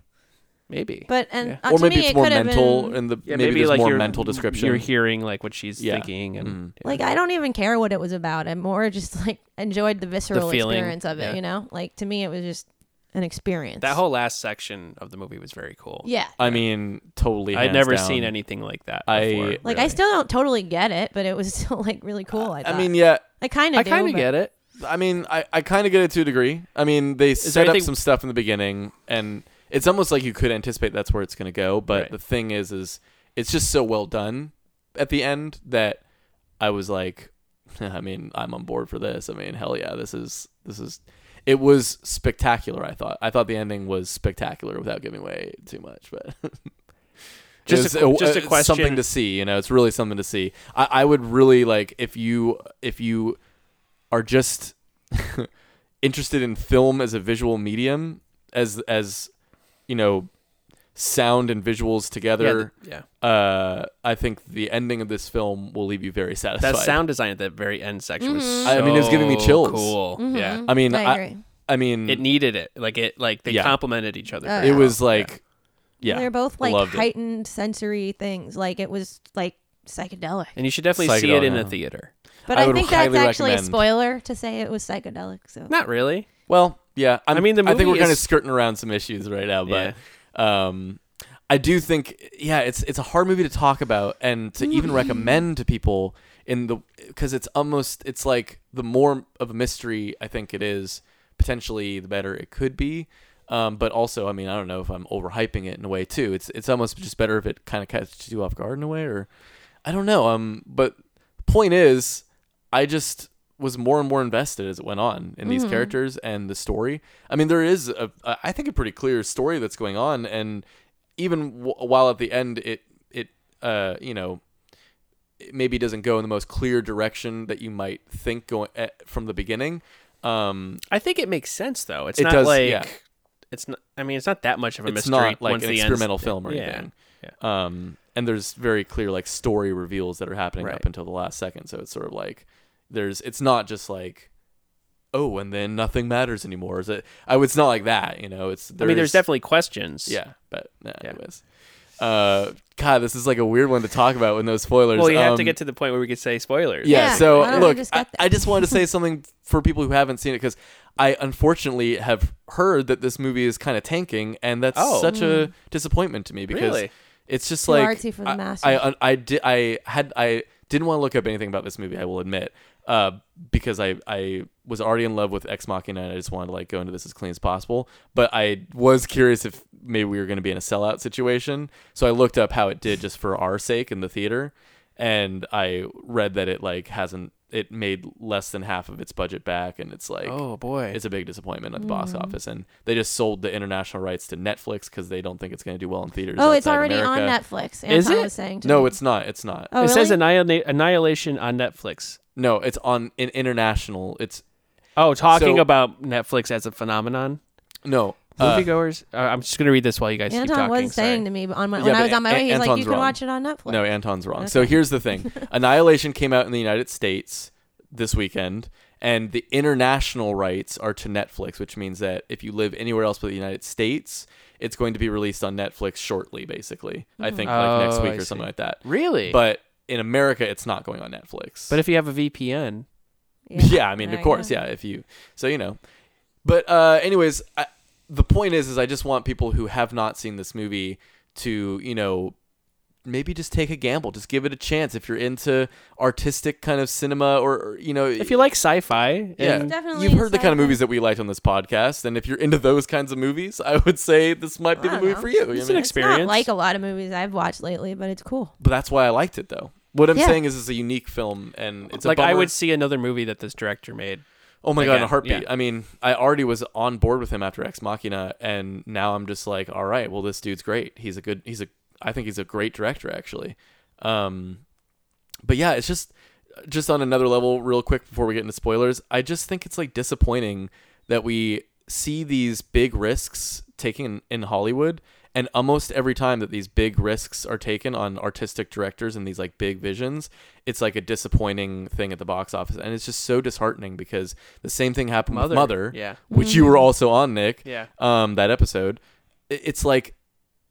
Speaker 3: maybe.
Speaker 2: but and
Speaker 3: Yeah.
Speaker 2: uh,
Speaker 1: Or
Speaker 2: to
Speaker 1: maybe
Speaker 2: me,
Speaker 1: it's
Speaker 2: it
Speaker 1: more
Speaker 2: could have
Speaker 1: mental
Speaker 2: been-
Speaker 1: and the
Speaker 3: Yeah,
Speaker 1: maybe, there's more
Speaker 3: you're-
Speaker 1: mental description.
Speaker 3: You're hearing like what she's
Speaker 1: Yeah.
Speaker 3: thinking and yeah.
Speaker 2: Like I don't even care what it was about. I more just like enjoyed the visceral
Speaker 3: feeling,
Speaker 2: experience of it.
Speaker 3: yeah.
Speaker 2: You know, like to me, it was just an experience.
Speaker 3: that whole last section of the movie was very cool.
Speaker 2: yeah.
Speaker 1: I mean, totally. hands
Speaker 3: I'd never
Speaker 1: down.
Speaker 3: seen anything like that.
Speaker 1: I-
Speaker 3: before,
Speaker 2: Like I
Speaker 3: really.
Speaker 2: still don't totally get it, but it was (laughs) still like really cool. Oh, I,
Speaker 1: I
Speaker 2: thought.
Speaker 1: mean, yeah.
Speaker 2: I kind of.
Speaker 3: I kind of get it.
Speaker 1: I mean, I, I kind of get it to a degree. I mean, they
Speaker 3: there
Speaker 1: set up
Speaker 3: anything-
Speaker 1: some stuff in the beginning, and it's almost like you could anticipate that's where it's going to go. But
Speaker 3: Right.
Speaker 1: the thing is, is it's just so well done at the end that I was like, (laughs) I mean, I'm on board for this. I mean, hell yeah, this is this is. It was spectacular. I thought. I thought the ending was spectacular without giving away too much, but. (laughs)
Speaker 3: Just a
Speaker 1: It's
Speaker 3: qu- just a
Speaker 1: it's uh, Something
Speaker 3: question.
Speaker 1: to see, you know. It's really something to see. I, I would really like if you if you are just (laughs) interested in film as a visual medium as as you know sound and visuals
Speaker 3: Yeah,
Speaker 1: together
Speaker 3: th- yeah.
Speaker 1: uh i think the ending of this film will leave you very satisfied
Speaker 3: That sound design at the very end section was
Speaker 2: Mm-hmm.
Speaker 3: so
Speaker 1: I mean, it was giving me chills.
Speaker 3: Cool. Yeah.
Speaker 1: i mean
Speaker 2: I
Speaker 1: i,
Speaker 2: agree.
Speaker 1: I mean
Speaker 3: It
Speaker 1: it,
Speaker 3: needed it. Like it like they
Speaker 1: Yeah.
Speaker 3: complemented each other.
Speaker 2: Oh,
Speaker 3: very
Speaker 2: yeah.
Speaker 3: well.
Speaker 1: was like yeah,
Speaker 2: They're both like
Speaker 1: loved it.
Speaker 2: heightened sensory things. Like it was like psychedelic.
Speaker 3: And you should definitely see it in a
Speaker 1: Psychedelic.
Speaker 3: theater.
Speaker 2: But
Speaker 1: I
Speaker 2: I,
Speaker 1: would
Speaker 2: think that's
Speaker 1: highly
Speaker 2: actually
Speaker 1: recommend-
Speaker 2: a spoiler to say it was psychedelic. So
Speaker 3: Not really.
Speaker 1: well yeah i
Speaker 3: mean, the
Speaker 1: i think
Speaker 3: movie
Speaker 1: we're kind of
Speaker 3: is-
Speaker 1: skirting around some issues right now but um i do think yeah it's it's a hard movie to talk about and to even recommend to people in the because it's almost it's like the more of a mystery i think it is potentially the better it could be um, but also i mean i don't know if i'm overhyping it in a way too it's it's almost just better if it kind of catches you off guard in a way or i don't know um but point is i just was more and more invested as it went on in these characters and the story i mean there is a a- i think a pretty clear story that's going on and even w- while at the end it it uh you know it maybe doesn't go in the most clear direction that you might think going eh, from the beginning um
Speaker 3: I think it makes sense though. It's
Speaker 1: It
Speaker 3: not
Speaker 1: does,
Speaker 3: like
Speaker 1: yeah.
Speaker 3: it's not I mean it's not that much of a
Speaker 1: it's
Speaker 3: mystery
Speaker 1: not like
Speaker 3: once
Speaker 1: an
Speaker 3: the end's-
Speaker 1: experimental film or
Speaker 3: yeah.
Speaker 1: anything
Speaker 3: Yeah.
Speaker 1: um and there's very clear like story reveals that are happening
Speaker 3: Right.
Speaker 1: up until the last second so it's sort of like there's it's not just like oh and then nothing matters anymore is it i it's not like that you know it's
Speaker 3: I mean there's
Speaker 1: definitely.
Speaker 3: definitely questions.
Speaker 1: Yeah, but nah,
Speaker 3: Yeah.
Speaker 1: anyways. Uh, God, this is like a weird one to talk about with no spoilers.
Speaker 3: Well, you have to
Speaker 1: Um,
Speaker 3: get to the point where we could say spoilers.
Speaker 1: yeah,
Speaker 2: Yeah,
Speaker 1: so
Speaker 2: why don't we
Speaker 1: look,
Speaker 2: just
Speaker 1: I,
Speaker 2: get that?
Speaker 1: I just wanted
Speaker 2: (laughs)
Speaker 1: to say something for people who haven't seen it because I unfortunately have heard that this movie is kind of tanking, and that's
Speaker 3: Oh.
Speaker 1: such a disappointment to me because
Speaker 3: Really?
Speaker 1: it's just
Speaker 2: Too
Speaker 1: like
Speaker 2: artsy for the
Speaker 1: I-
Speaker 2: masses.
Speaker 1: I, I, I did I had I didn't want to look up anything about this movie. I will admit, uh, because I I was already in love with Ex Machina, and I just wanted to like go into this as clean as possible. But I was curious if maybe we were going to be in a sellout situation, so I looked up how it did just for our sake in the theater, and I read that it like hasn't it made less than half of its budget back, and it's like
Speaker 3: Oh boy.
Speaker 1: it's a big disappointment at the box
Speaker 2: Mm.
Speaker 1: office, and they just sold the international rights to Netflix because they don't think it's going to do well in theaters.
Speaker 2: oh, it's
Speaker 1: outside
Speaker 2: already
Speaker 1: America.
Speaker 2: on Netflix. Anton
Speaker 3: Is it?
Speaker 2: Was saying to
Speaker 1: No,
Speaker 2: me.
Speaker 1: it's not. It's not.
Speaker 2: Oh,
Speaker 3: it says
Speaker 2: really?
Speaker 3: Annihila- Annihilation on Netflix.
Speaker 1: No, it's on in international. It's
Speaker 3: Oh, talking
Speaker 1: So-
Speaker 3: about Netflix as a phenomenon.
Speaker 1: no. uh,
Speaker 3: Moviegoers, uh, I'm just gonna read this while you guys keep
Speaker 2: Anton
Speaker 3: talking.
Speaker 2: was
Speaker 3: sorry.
Speaker 2: saying to me on my,
Speaker 1: Yeah,
Speaker 2: when I
Speaker 1: but
Speaker 2: was on my
Speaker 1: An-
Speaker 2: way, he's like,
Speaker 1: Anton's
Speaker 2: "You can
Speaker 1: wrong.
Speaker 2: watch it on Netflix."
Speaker 1: No, Anton's wrong. So here's the
Speaker 2: (laughs)
Speaker 1: thing Annihilation came out in the United States this weekend, and the international rights are to Netflix, which means that if you live anywhere else but the United States, it's going to be released on Netflix shortly, basically.
Speaker 2: Mm-hmm.
Speaker 1: I think like next
Speaker 3: Oh,
Speaker 1: week
Speaker 3: I
Speaker 1: or something
Speaker 3: see.
Speaker 1: like that.
Speaker 3: Really?
Speaker 1: But in America, it's not going on Netflix.
Speaker 3: But if you have a VPN,
Speaker 1: (laughs) yeah i mean
Speaker 2: There
Speaker 1: of
Speaker 2: you
Speaker 1: course
Speaker 2: go.
Speaker 1: yeah if you so you know but uh anyways I, the point is is i just want people who have not seen this movie to you know maybe just take a gamble. Just give it a chance if you're into artistic kind of cinema or, or, you know
Speaker 3: If you like sci-fi,
Speaker 1: yeah,
Speaker 3: and-
Speaker 2: Definitely
Speaker 1: you've heard the kind of
Speaker 2: sci-fi.
Speaker 1: movies that we liked on this podcast, and if you're into those kinds of movies, I would say this might be
Speaker 2: I
Speaker 1: the
Speaker 2: don't
Speaker 1: movie
Speaker 2: know.
Speaker 1: for you. you
Speaker 3: It's
Speaker 1: know?
Speaker 3: an
Speaker 2: It's not
Speaker 3: experience.
Speaker 2: like a lot of movies I've watched lately, but
Speaker 1: (laughs)
Speaker 2: it's cool.
Speaker 1: but that's why I liked it though. What I'm
Speaker 2: Yeah.
Speaker 1: saying is, it's a unique film, and it's a
Speaker 3: like I
Speaker 1: bummer-
Speaker 3: would see another movie that this director made.
Speaker 1: Oh my god, in a
Speaker 3: Again,
Speaker 1: heartbeat.
Speaker 3: yeah.
Speaker 1: I mean, I already was on board with him after Ex Machina, and now I'm just like, all right, well, this dude's great. He's a good. He's a. I think he's a great director, actually. Um, but yeah, it's just, just on another level, real quick before we get into spoilers. I just think it's like disappointing that we see these big risks taken in, in Hollywood, and almost every time that these big risks are taken on artistic directors and these like big visions, it's like a disappointing thing at the box office, and it's just so disheartening because the same thing happened
Speaker 3: Mother,
Speaker 1: with Mother,
Speaker 3: yeah.
Speaker 1: which you were also on, Nick,
Speaker 3: Yeah.
Speaker 1: um, that episode. I- It's like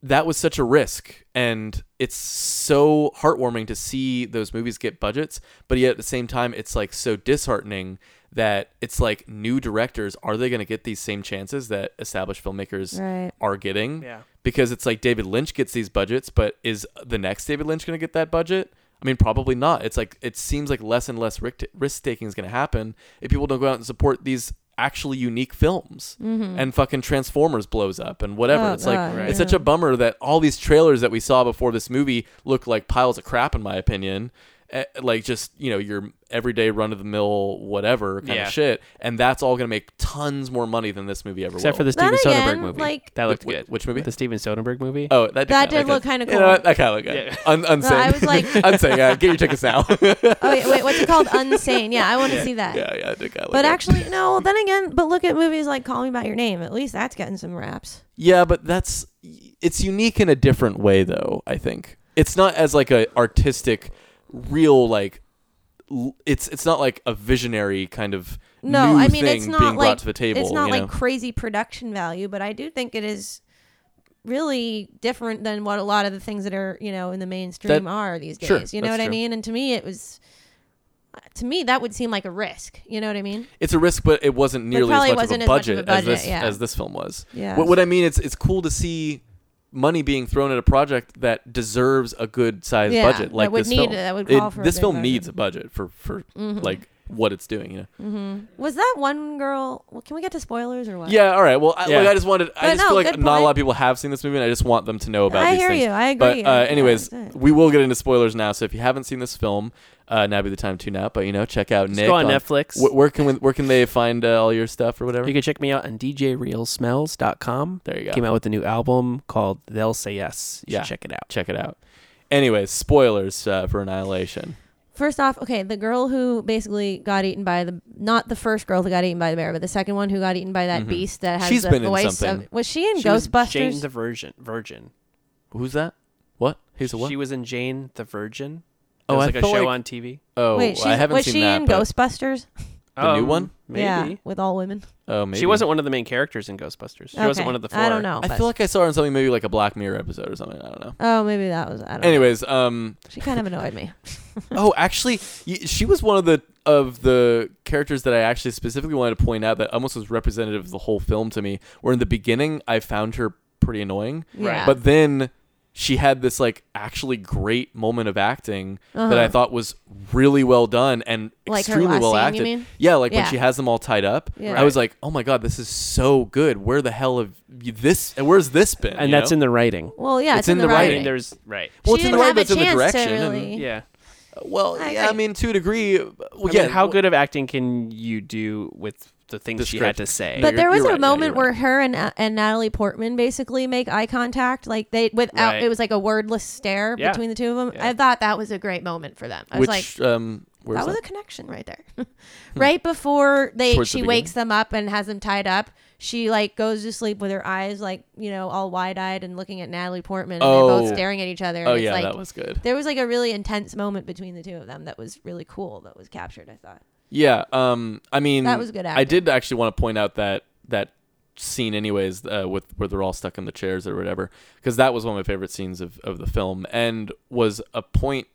Speaker 1: that was such a risk and it's so heartwarming to see those movies get budgets but yet at the same time it's like so disheartening that it's like new directors are they going to get these same chances that established filmmakers
Speaker 2: Right.
Speaker 1: are getting
Speaker 3: Yeah.
Speaker 1: because it's like david lynch gets these budgets but is the next david lynch going to get that budget i mean probably not it's like it seems like less and less risk taking is going to happen if people don't go out and support these actually unique films and fucking transformers blows up and whatever
Speaker 2: Mm-hmm. Oh,
Speaker 1: it's like
Speaker 2: God,
Speaker 1: it's such a bummer that all these trailers that we saw before this movie look like piles of crap in my opinion Eh, like just you know your everyday run of the mill whatever kind
Speaker 3: Yeah.
Speaker 1: of shit and that's all going to make tons more money than this movie ever
Speaker 3: Except
Speaker 1: will.
Speaker 3: for the
Speaker 2: Then
Speaker 3: Steven
Speaker 2: again,
Speaker 3: Soderbergh movie.
Speaker 2: like-
Speaker 3: that looked
Speaker 1: Wh-
Speaker 3: good.
Speaker 1: which movie?
Speaker 3: The Steven Soderbergh movie.
Speaker 1: Oh, that did,
Speaker 2: That did
Speaker 1: kinda
Speaker 2: look kinda
Speaker 1: You know
Speaker 2: cool.
Speaker 1: what? That kind of looked good.
Speaker 3: Yeah.
Speaker 1: Un- unsane.
Speaker 2: I was
Speaker 1: (laughs)
Speaker 2: like-
Speaker 1: unsane. Yeah, get your tickets now. (laughs)
Speaker 2: Oh wait, wait, what's it called? Unsane. Yeah, I want to see that.
Speaker 1: yeah, yeah, it did kinda look
Speaker 2: But
Speaker 1: good.
Speaker 2: actually, no. Then again, but look at movies like Call Me by Your Name. At least that's getting some raps.
Speaker 1: yeah, but that's it's unique in a different way, though. I think it's not as like a artistic, real like. l- It's it's not like a visionary kind of
Speaker 2: No,
Speaker 1: new
Speaker 2: I mean
Speaker 1: thing
Speaker 2: it's
Speaker 1: being
Speaker 2: not
Speaker 1: brought
Speaker 2: like
Speaker 1: to the table.
Speaker 2: it's not
Speaker 1: you
Speaker 2: like
Speaker 1: know?
Speaker 2: crazy production value, but I do think it is really different than what a lot of the things that are you know in the mainstream
Speaker 1: That-
Speaker 2: are these days.
Speaker 1: sure,
Speaker 2: you know
Speaker 1: that's
Speaker 2: what I
Speaker 1: true.
Speaker 2: mean? And to me, it was to me that would seem like a risk. You know what I mean?
Speaker 1: it's a risk, but it wasn't nearly as
Speaker 2: probably
Speaker 1: much,
Speaker 2: wasn't
Speaker 1: of a
Speaker 2: as much
Speaker 1: budget
Speaker 2: of a
Speaker 1: as
Speaker 2: budget,
Speaker 1: this
Speaker 2: yeah.
Speaker 1: as this film was.
Speaker 2: Yeah.
Speaker 1: What, what I mean, it's it's cool to see money being thrown at a project that deserves a good sized
Speaker 2: Yeah,
Speaker 1: budget
Speaker 2: that
Speaker 1: like
Speaker 2: would
Speaker 1: this
Speaker 2: need-
Speaker 1: film.
Speaker 2: that would
Speaker 1: It-
Speaker 2: call for a
Speaker 1: this
Speaker 2: big
Speaker 1: film
Speaker 2: budget. Mm-hmm.
Speaker 1: needs a budget for for like what it's doing. You know.
Speaker 2: Was that one girl? Well, can we get to spoilers or what?
Speaker 1: Yeah. All right. Well, I,
Speaker 3: Yeah.
Speaker 1: like I just wanted. I
Speaker 2: But
Speaker 1: just
Speaker 2: no,
Speaker 1: feel like
Speaker 2: good
Speaker 1: not a
Speaker 2: point.
Speaker 1: lot of people have seen this movie, and I just want them to know about.
Speaker 2: I
Speaker 1: these
Speaker 2: hear
Speaker 1: things.
Speaker 2: you. I
Speaker 1: But
Speaker 2: agree.
Speaker 1: uh,
Speaker 2: Yeah,
Speaker 1: anyways,
Speaker 2: that's it.
Speaker 1: we will get into spoilers now. So if you haven't seen this film, uh, now be the time to tune out. But you know, check out Nick
Speaker 3: go on Netflix.
Speaker 1: Wh- where can we, where can they find uh, all your stuff or whatever?
Speaker 3: You can check me out on DJRealSmells.com.
Speaker 1: There you go.
Speaker 3: Came out with a new album called They'll Say Yes. You
Speaker 1: Yeah.
Speaker 3: should check it out.
Speaker 1: check it out. Anyways, spoilers uh, for Annihilation.
Speaker 2: First off, okay, the girl who basically got eaten by the not the first girl that got eaten by the bear, but the second one who got eaten by that beast that has
Speaker 1: Mm-hmm. She's
Speaker 2: the
Speaker 1: been in
Speaker 2: voice
Speaker 1: something.
Speaker 2: of was she in
Speaker 3: She was Jane
Speaker 2: Ghostbusters?
Speaker 3: the Virgin. Virgin.
Speaker 1: Who's that? What? Who's the what?
Speaker 3: She was in Jane the Virgin. It
Speaker 1: Oh,
Speaker 3: was
Speaker 1: I
Speaker 3: like a
Speaker 1: felt
Speaker 3: show
Speaker 1: like-
Speaker 3: on TV.
Speaker 1: oh,
Speaker 2: Wait, she
Speaker 1: I haven't
Speaker 2: was
Speaker 1: seen
Speaker 2: she
Speaker 1: that.
Speaker 2: in
Speaker 1: but-
Speaker 2: Ghostbusters?
Speaker 1: The new one?
Speaker 3: Um, Maybe.
Speaker 2: Yeah, with all women.
Speaker 1: Oh, maybe.
Speaker 3: She wasn't one of the main characters in Ghostbusters. She
Speaker 2: Okay,
Speaker 3: wasn't one of the four.
Speaker 2: I don't know.
Speaker 1: I
Speaker 2: but-
Speaker 1: feel like I saw her in something maybe like a Black Mirror episode or something. I don't know.
Speaker 2: oh, maybe that was I don't know.
Speaker 1: Anyways, um,
Speaker 2: She kind
Speaker 1: (laughs)
Speaker 2: of annoyed me.
Speaker 1: oh, actually, y- she was one of the of the characters that I actually specifically wanted to point out that almost was representative of the whole film to me. Where in the beginning, I found her pretty annoying,
Speaker 2: Yeah.
Speaker 1: but then she had this like actually great moment of acting that I thought was really well done and
Speaker 2: Uh-huh. Like her
Speaker 1: extremely
Speaker 2: last
Speaker 1: well
Speaker 2: scene, you
Speaker 1: acted.
Speaker 2: mean?
Speaker 1: Yeah, like when
Speaker 2: Yeah.
Speaker 1: she has them all tied up,
Speaker 2: Yeah.
Speaker 1: I was like, oh my god, this is so good. Where the hell have you this? And where's this been?
Speaker 3: And
Speaker 1: you
Speaker 3: that's
Speaker 1: know?
Speaker 3: in the writing.
Speaker 2: Well, yeah, it's, in, the
Speaker 3: I
Speaker 2: writing.
Speaker 3: mean, there's right.
Speaker 1: Well,
Speaker 2: she
Speaker 1: it's in
Speaker 2: didn't
Speaker 1: the right,
Speaker 2: have
Speaker 1: but
Speaker 2: a
Speaker 1: it's in the
Speaker 2: chance to
Speaker 1: direction, and-
Speaker 2: really-
Speaker 3: Yeah.
Speaker 1: Well,
Speaker 2: I
Speaker 1: yeah, I
Speaker 2: agree.
Speaker 1: mean, to a degree. Well,
Speaker 3: I
Speaker 1: yeah,
Speaker 3: mean, how
Speaker 1: well-
Speaker 3: good of acting can you do with the things
Speaker 1: The
Speaker 3: she
Speaker 1: script.
Speaker 3: had to say?
Speaker 1: No,
Speaker 2: But
Speaker 1: you're-
Speaker 2: there was
Speaker 1: you're
Speaker 2: a
Speaker 1: right. Yeah, you're
Speaker 2: moment where her and uh, and Natalie Portman basically make eye contact, like they without
Speaker 3: Right.
Speaker 2: it was like a wordless stare
Speaker 3: Yeah.
Speaker 2: between the two of them.
Speaker 3: Yeah.
Speaker 2: I thought that was a great moment for them. I was
Speaker 1: Which
Speaker 2: like,
Speaker 1: um, where's
Speaker 2: that
Speaker 1: that? Hmm.
Speaker 2: was a connection right there. (laughs) right before they
Speaker 1: Towards the
Speaker 2: she wakes them up and has them tied up, she like goes to sleep with her eyes like, you know, all wide eyed and looking at Natalie Portman and they're
Speaker 1: Oh.
Speaker 2: both staring at each other. and
Speaker 1: oh
Speaker 2: it's
Speaker 1: yeah,
Speaker 2: like,
Speaker 1: that was good.
Speaker 2: there was like a really intense moment between the two of them that was really cool that was captured, I thought.
Speaker 1: Yeah, um, I mean,
Speaker 2: That was good
Speaker 1: I
Speaker 2: acting.
Speaker 1: did actually want to point out that that scene, anyways, uh, with where they're all stuck in the chairs or whatever, because that was one of my favorite scenes of of the film, and was a point.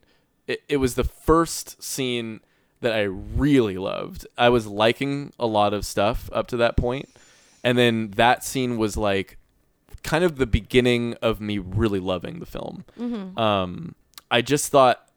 Speaker 1: It, it was the first scene that I really loved. I was liking a lot of stuff up to that point, and then that scene was like kind of the beginning of me really loving the film. Um, I just thought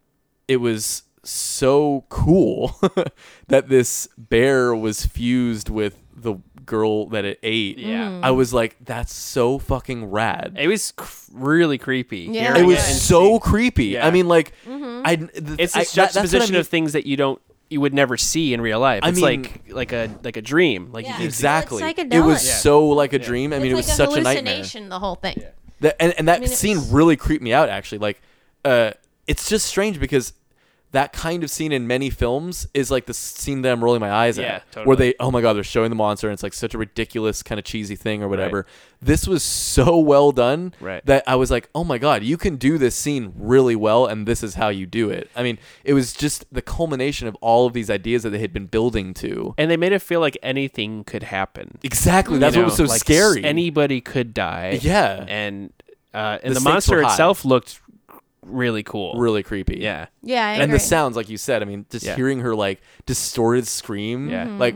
Speaker 1: it was so cool (laughs) that this bear was fused with the girl that it ate.
Speaker 3: Yeah.
Speaker 2: Mm.
Speaker 3: Mhm.
Speaker 1: I was like, that's so fucking rad.
Speaker 3: It was cr- really creepy.
Speaker 2: Yeah.
Speaker 3: hearing
Speaker 1: It was
Speaker 3: and
Speaker 1: so creepy.
Speaker 3: Yeah.
Speaker 1: I mean, like,
Speaker 2: Mm-hmm.
Speaker 1: I th-
Speaker 3: it's
Speaker 1: I-
Speaker 3: this
Speaker 1: that- that's what I
Speaker 3: juxtaposition
Speaker 1: mean.
Speaker 3: of things that you don't you would never see in real life.
Speaker 1: I
Speaker 3: it's
Speaker 1: mean-
Speaker 3: like like a like a dream. Like
Speaker 2: Yeah.
Speaker 3: you just,
Speaker 1: Exactly.
Speaker 2: Well, it's
Speaker 1: it was
Speaker 2: psychedelic. Yeah.
Speaker 1: so like a dream. I mean, it was
Speaker 2: It's like
Speaker 1: such a nightmare.
Speaker 2: hallucination. The whole thing.
Speaker 1: That, and, and that
Speaker 2: mean, it
Speaker 1: scene
Speaker 2: was-
Speaker 1: really creeped me out actually. Like, uh, it's just strange because that kind of scene in many films is like the scene that I'm rolling my eyes
Speaker 3: Yeah,
Speaker 1: at,
Speaker 3: totally.
Speaker 1: where they, oh my god, they're showing the monster, and it's like such a ridiculous kind of cheesy thing or whatever. This was so well done
Speaker 3: Right.
Speaker 1: that I was like, oh my god, you can do this scene really well, and this is how you do it. I mean, it was just the culmination of all of these ideas that they had been building to.
Speaker 3: and they made it feel like anything could happen.
Speaker 1: Exactly. That's
Speaker 3: you
Speaker 1: what was so
Speaker 3: know, like,
Speaker 1: scary.
Speaker 3: Anybody could die.
Speaker 1: Yeah.
Speaker 3: and uh, and
Speaker 1: The
Speaker 3: the,
Speaker 1: stakes
Speaker 3: monster
Speaker 1: were high.
Speaker 3: itself looked really cool.
Speaker 1: really creepy.
Speaker 3: yeah.
Speaker 2: Yeah, I
Speaker 1: and
Speaker 2: agree.
Speaker 1: the sounds, like you said, I mean, just
Speaker 3: Yeah.
Speaker 1: hearing her like distorted scream,
Speaker 3: Yeah. Mhm.
Speaker 1: like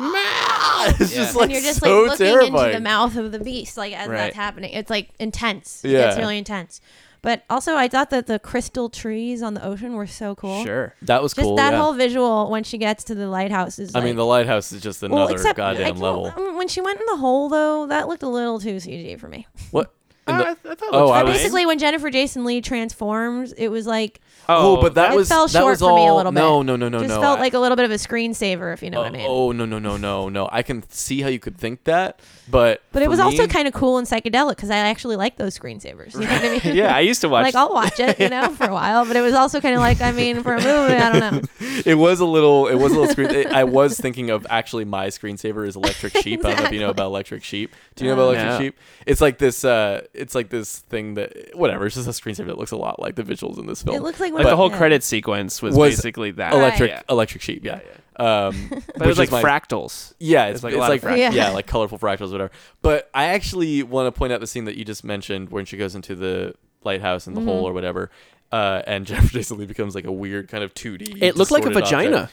Speaker 1: (laughs) it's
Speaker 3: Yeah.
Speaker 1: just like
Speaker 2: Mm-hmm. and you're just
Speaker 1: so
Speaker 2: like looking
Speaker 1: terrifying.
Speaker 2: into the mouth of the beast, like as
Speaker 3: Right.
Speaker 2: that's happening. It's like intense.
Speaker 1: Yeah.
Speaker 2: it's really intense. But also, I thought that the crystal trees on the ocean were so cool.
Speaker 3: Sure.
Speaker 1: That was
Speaker 2: Just
Speaker 1: cool.
Speaker 2: that
Speaker 1: yeah.
Speaker 2: whole visual when she gets to the lighthouse is.
Speaker 1: I
Speaker 2: like,
Speaker 1: mean, the lighthouse is just
Speaker 2: well,
Speaker 1: another
Speaker 2: except I
Speaker 1: goddamn
Speaker 2: can't-
Speaker 1: level.
Speaker 2: um, When she went in the hole, though, that looked a little too CG for me.
Speaker 1: What? in the-
Speaker 3: oh,
Speaker 1: I was-
Speaker 2: Basically, when Jennifer Jason Lee transforms, it was like
Speaker 1: oh, but that
Speaker 2: it
Speaker 1: was
Speaker 2: fell
Speaker 1: that
Speaker 2: short
Speaker 1: was
Speaker 2: for me a
Speaker 1: all-
Speaker 2: little bit.
Speaker 1: No, no, no, no,
Speaker 2: Just
Speaker 1: no.
Speaker 2: felt
Speaker 1: I-
Speaker 2: like a little bit of a screensaver, if you know
Speaker 1: oh,
Speaker 2: what I mean.
Speaker 1: oh, no, no, no, no, no. I can see how you could think that, but
Speaker 2: But it
Speaker 1: for
Speaker 2: was also
Speaker 1: me-
Speaker 2: kind of cool and psychedelic because I actually like those screensavers. You know what
Speaker 1: (laughs)
Speaker 2: I mean?
Speaker 3: (laughs) yeah,
Speaker 2: (laughs)
Speaker 3: I used to watch.
Speaker 2: like I'll watch it, you know, for a while. But it was also kind of like, I mean, for a movie, I don't
Speaker 1: (laughs)
Speaker 2: know.
Speaker 1: It was a little. It was a little screen. I was thinking of actually my screensaver is
Speaker 3: (laughs)
Speaker 1: Electric Sheep. I don't know if you know about Electric Sheep. Do you know about Electric
Speaker 3: Uh, No.
Speaker 1: Sheep? It's like this. Uh, it's like this thing that whatever. It's just a screensaver that looks a lot like the visuals in this film.
Speaker 2: It looks like one
Speaker 3: like
Speaker 2: of
Speaker 3: the whole
Speaker 2: yeah.
Speaker 3: credit sequence was,
Speaker 1: Was
Speaker 3: basically that
Speaker 1: Electric
Speaker 3: Yeah.
Speaker 1: Electric Sheep. Yeah. Um,
Speaker 3: (laughs) But it was
Speaker 1: which
Speaker 3: like
Speaker 1: is my-
Speaker 3: fractals.
Speaker 1: Yeah, it's,
Speaker 3: It's
Speaker 1: like
Speaker 3: like a
Speaker 1: it's
Speaker 3: lot
Speaker 1: like
Speaker 3: of
Speaker 1: fra- yeah.
Speaker 2: fractals. Yeah.
Speaker 1: like colorful fractals, whatever. But I actually want to point out the scene that you just mentioned when she goes into the lighthouse and the
Speaker 3: Mm-hmm.
Speaker 1: hole or whatever, uh, and (laughs) Jennifer Jason Lee becomes like a weird kind of two D. Um,
Speaker 3: It looked like a vagina.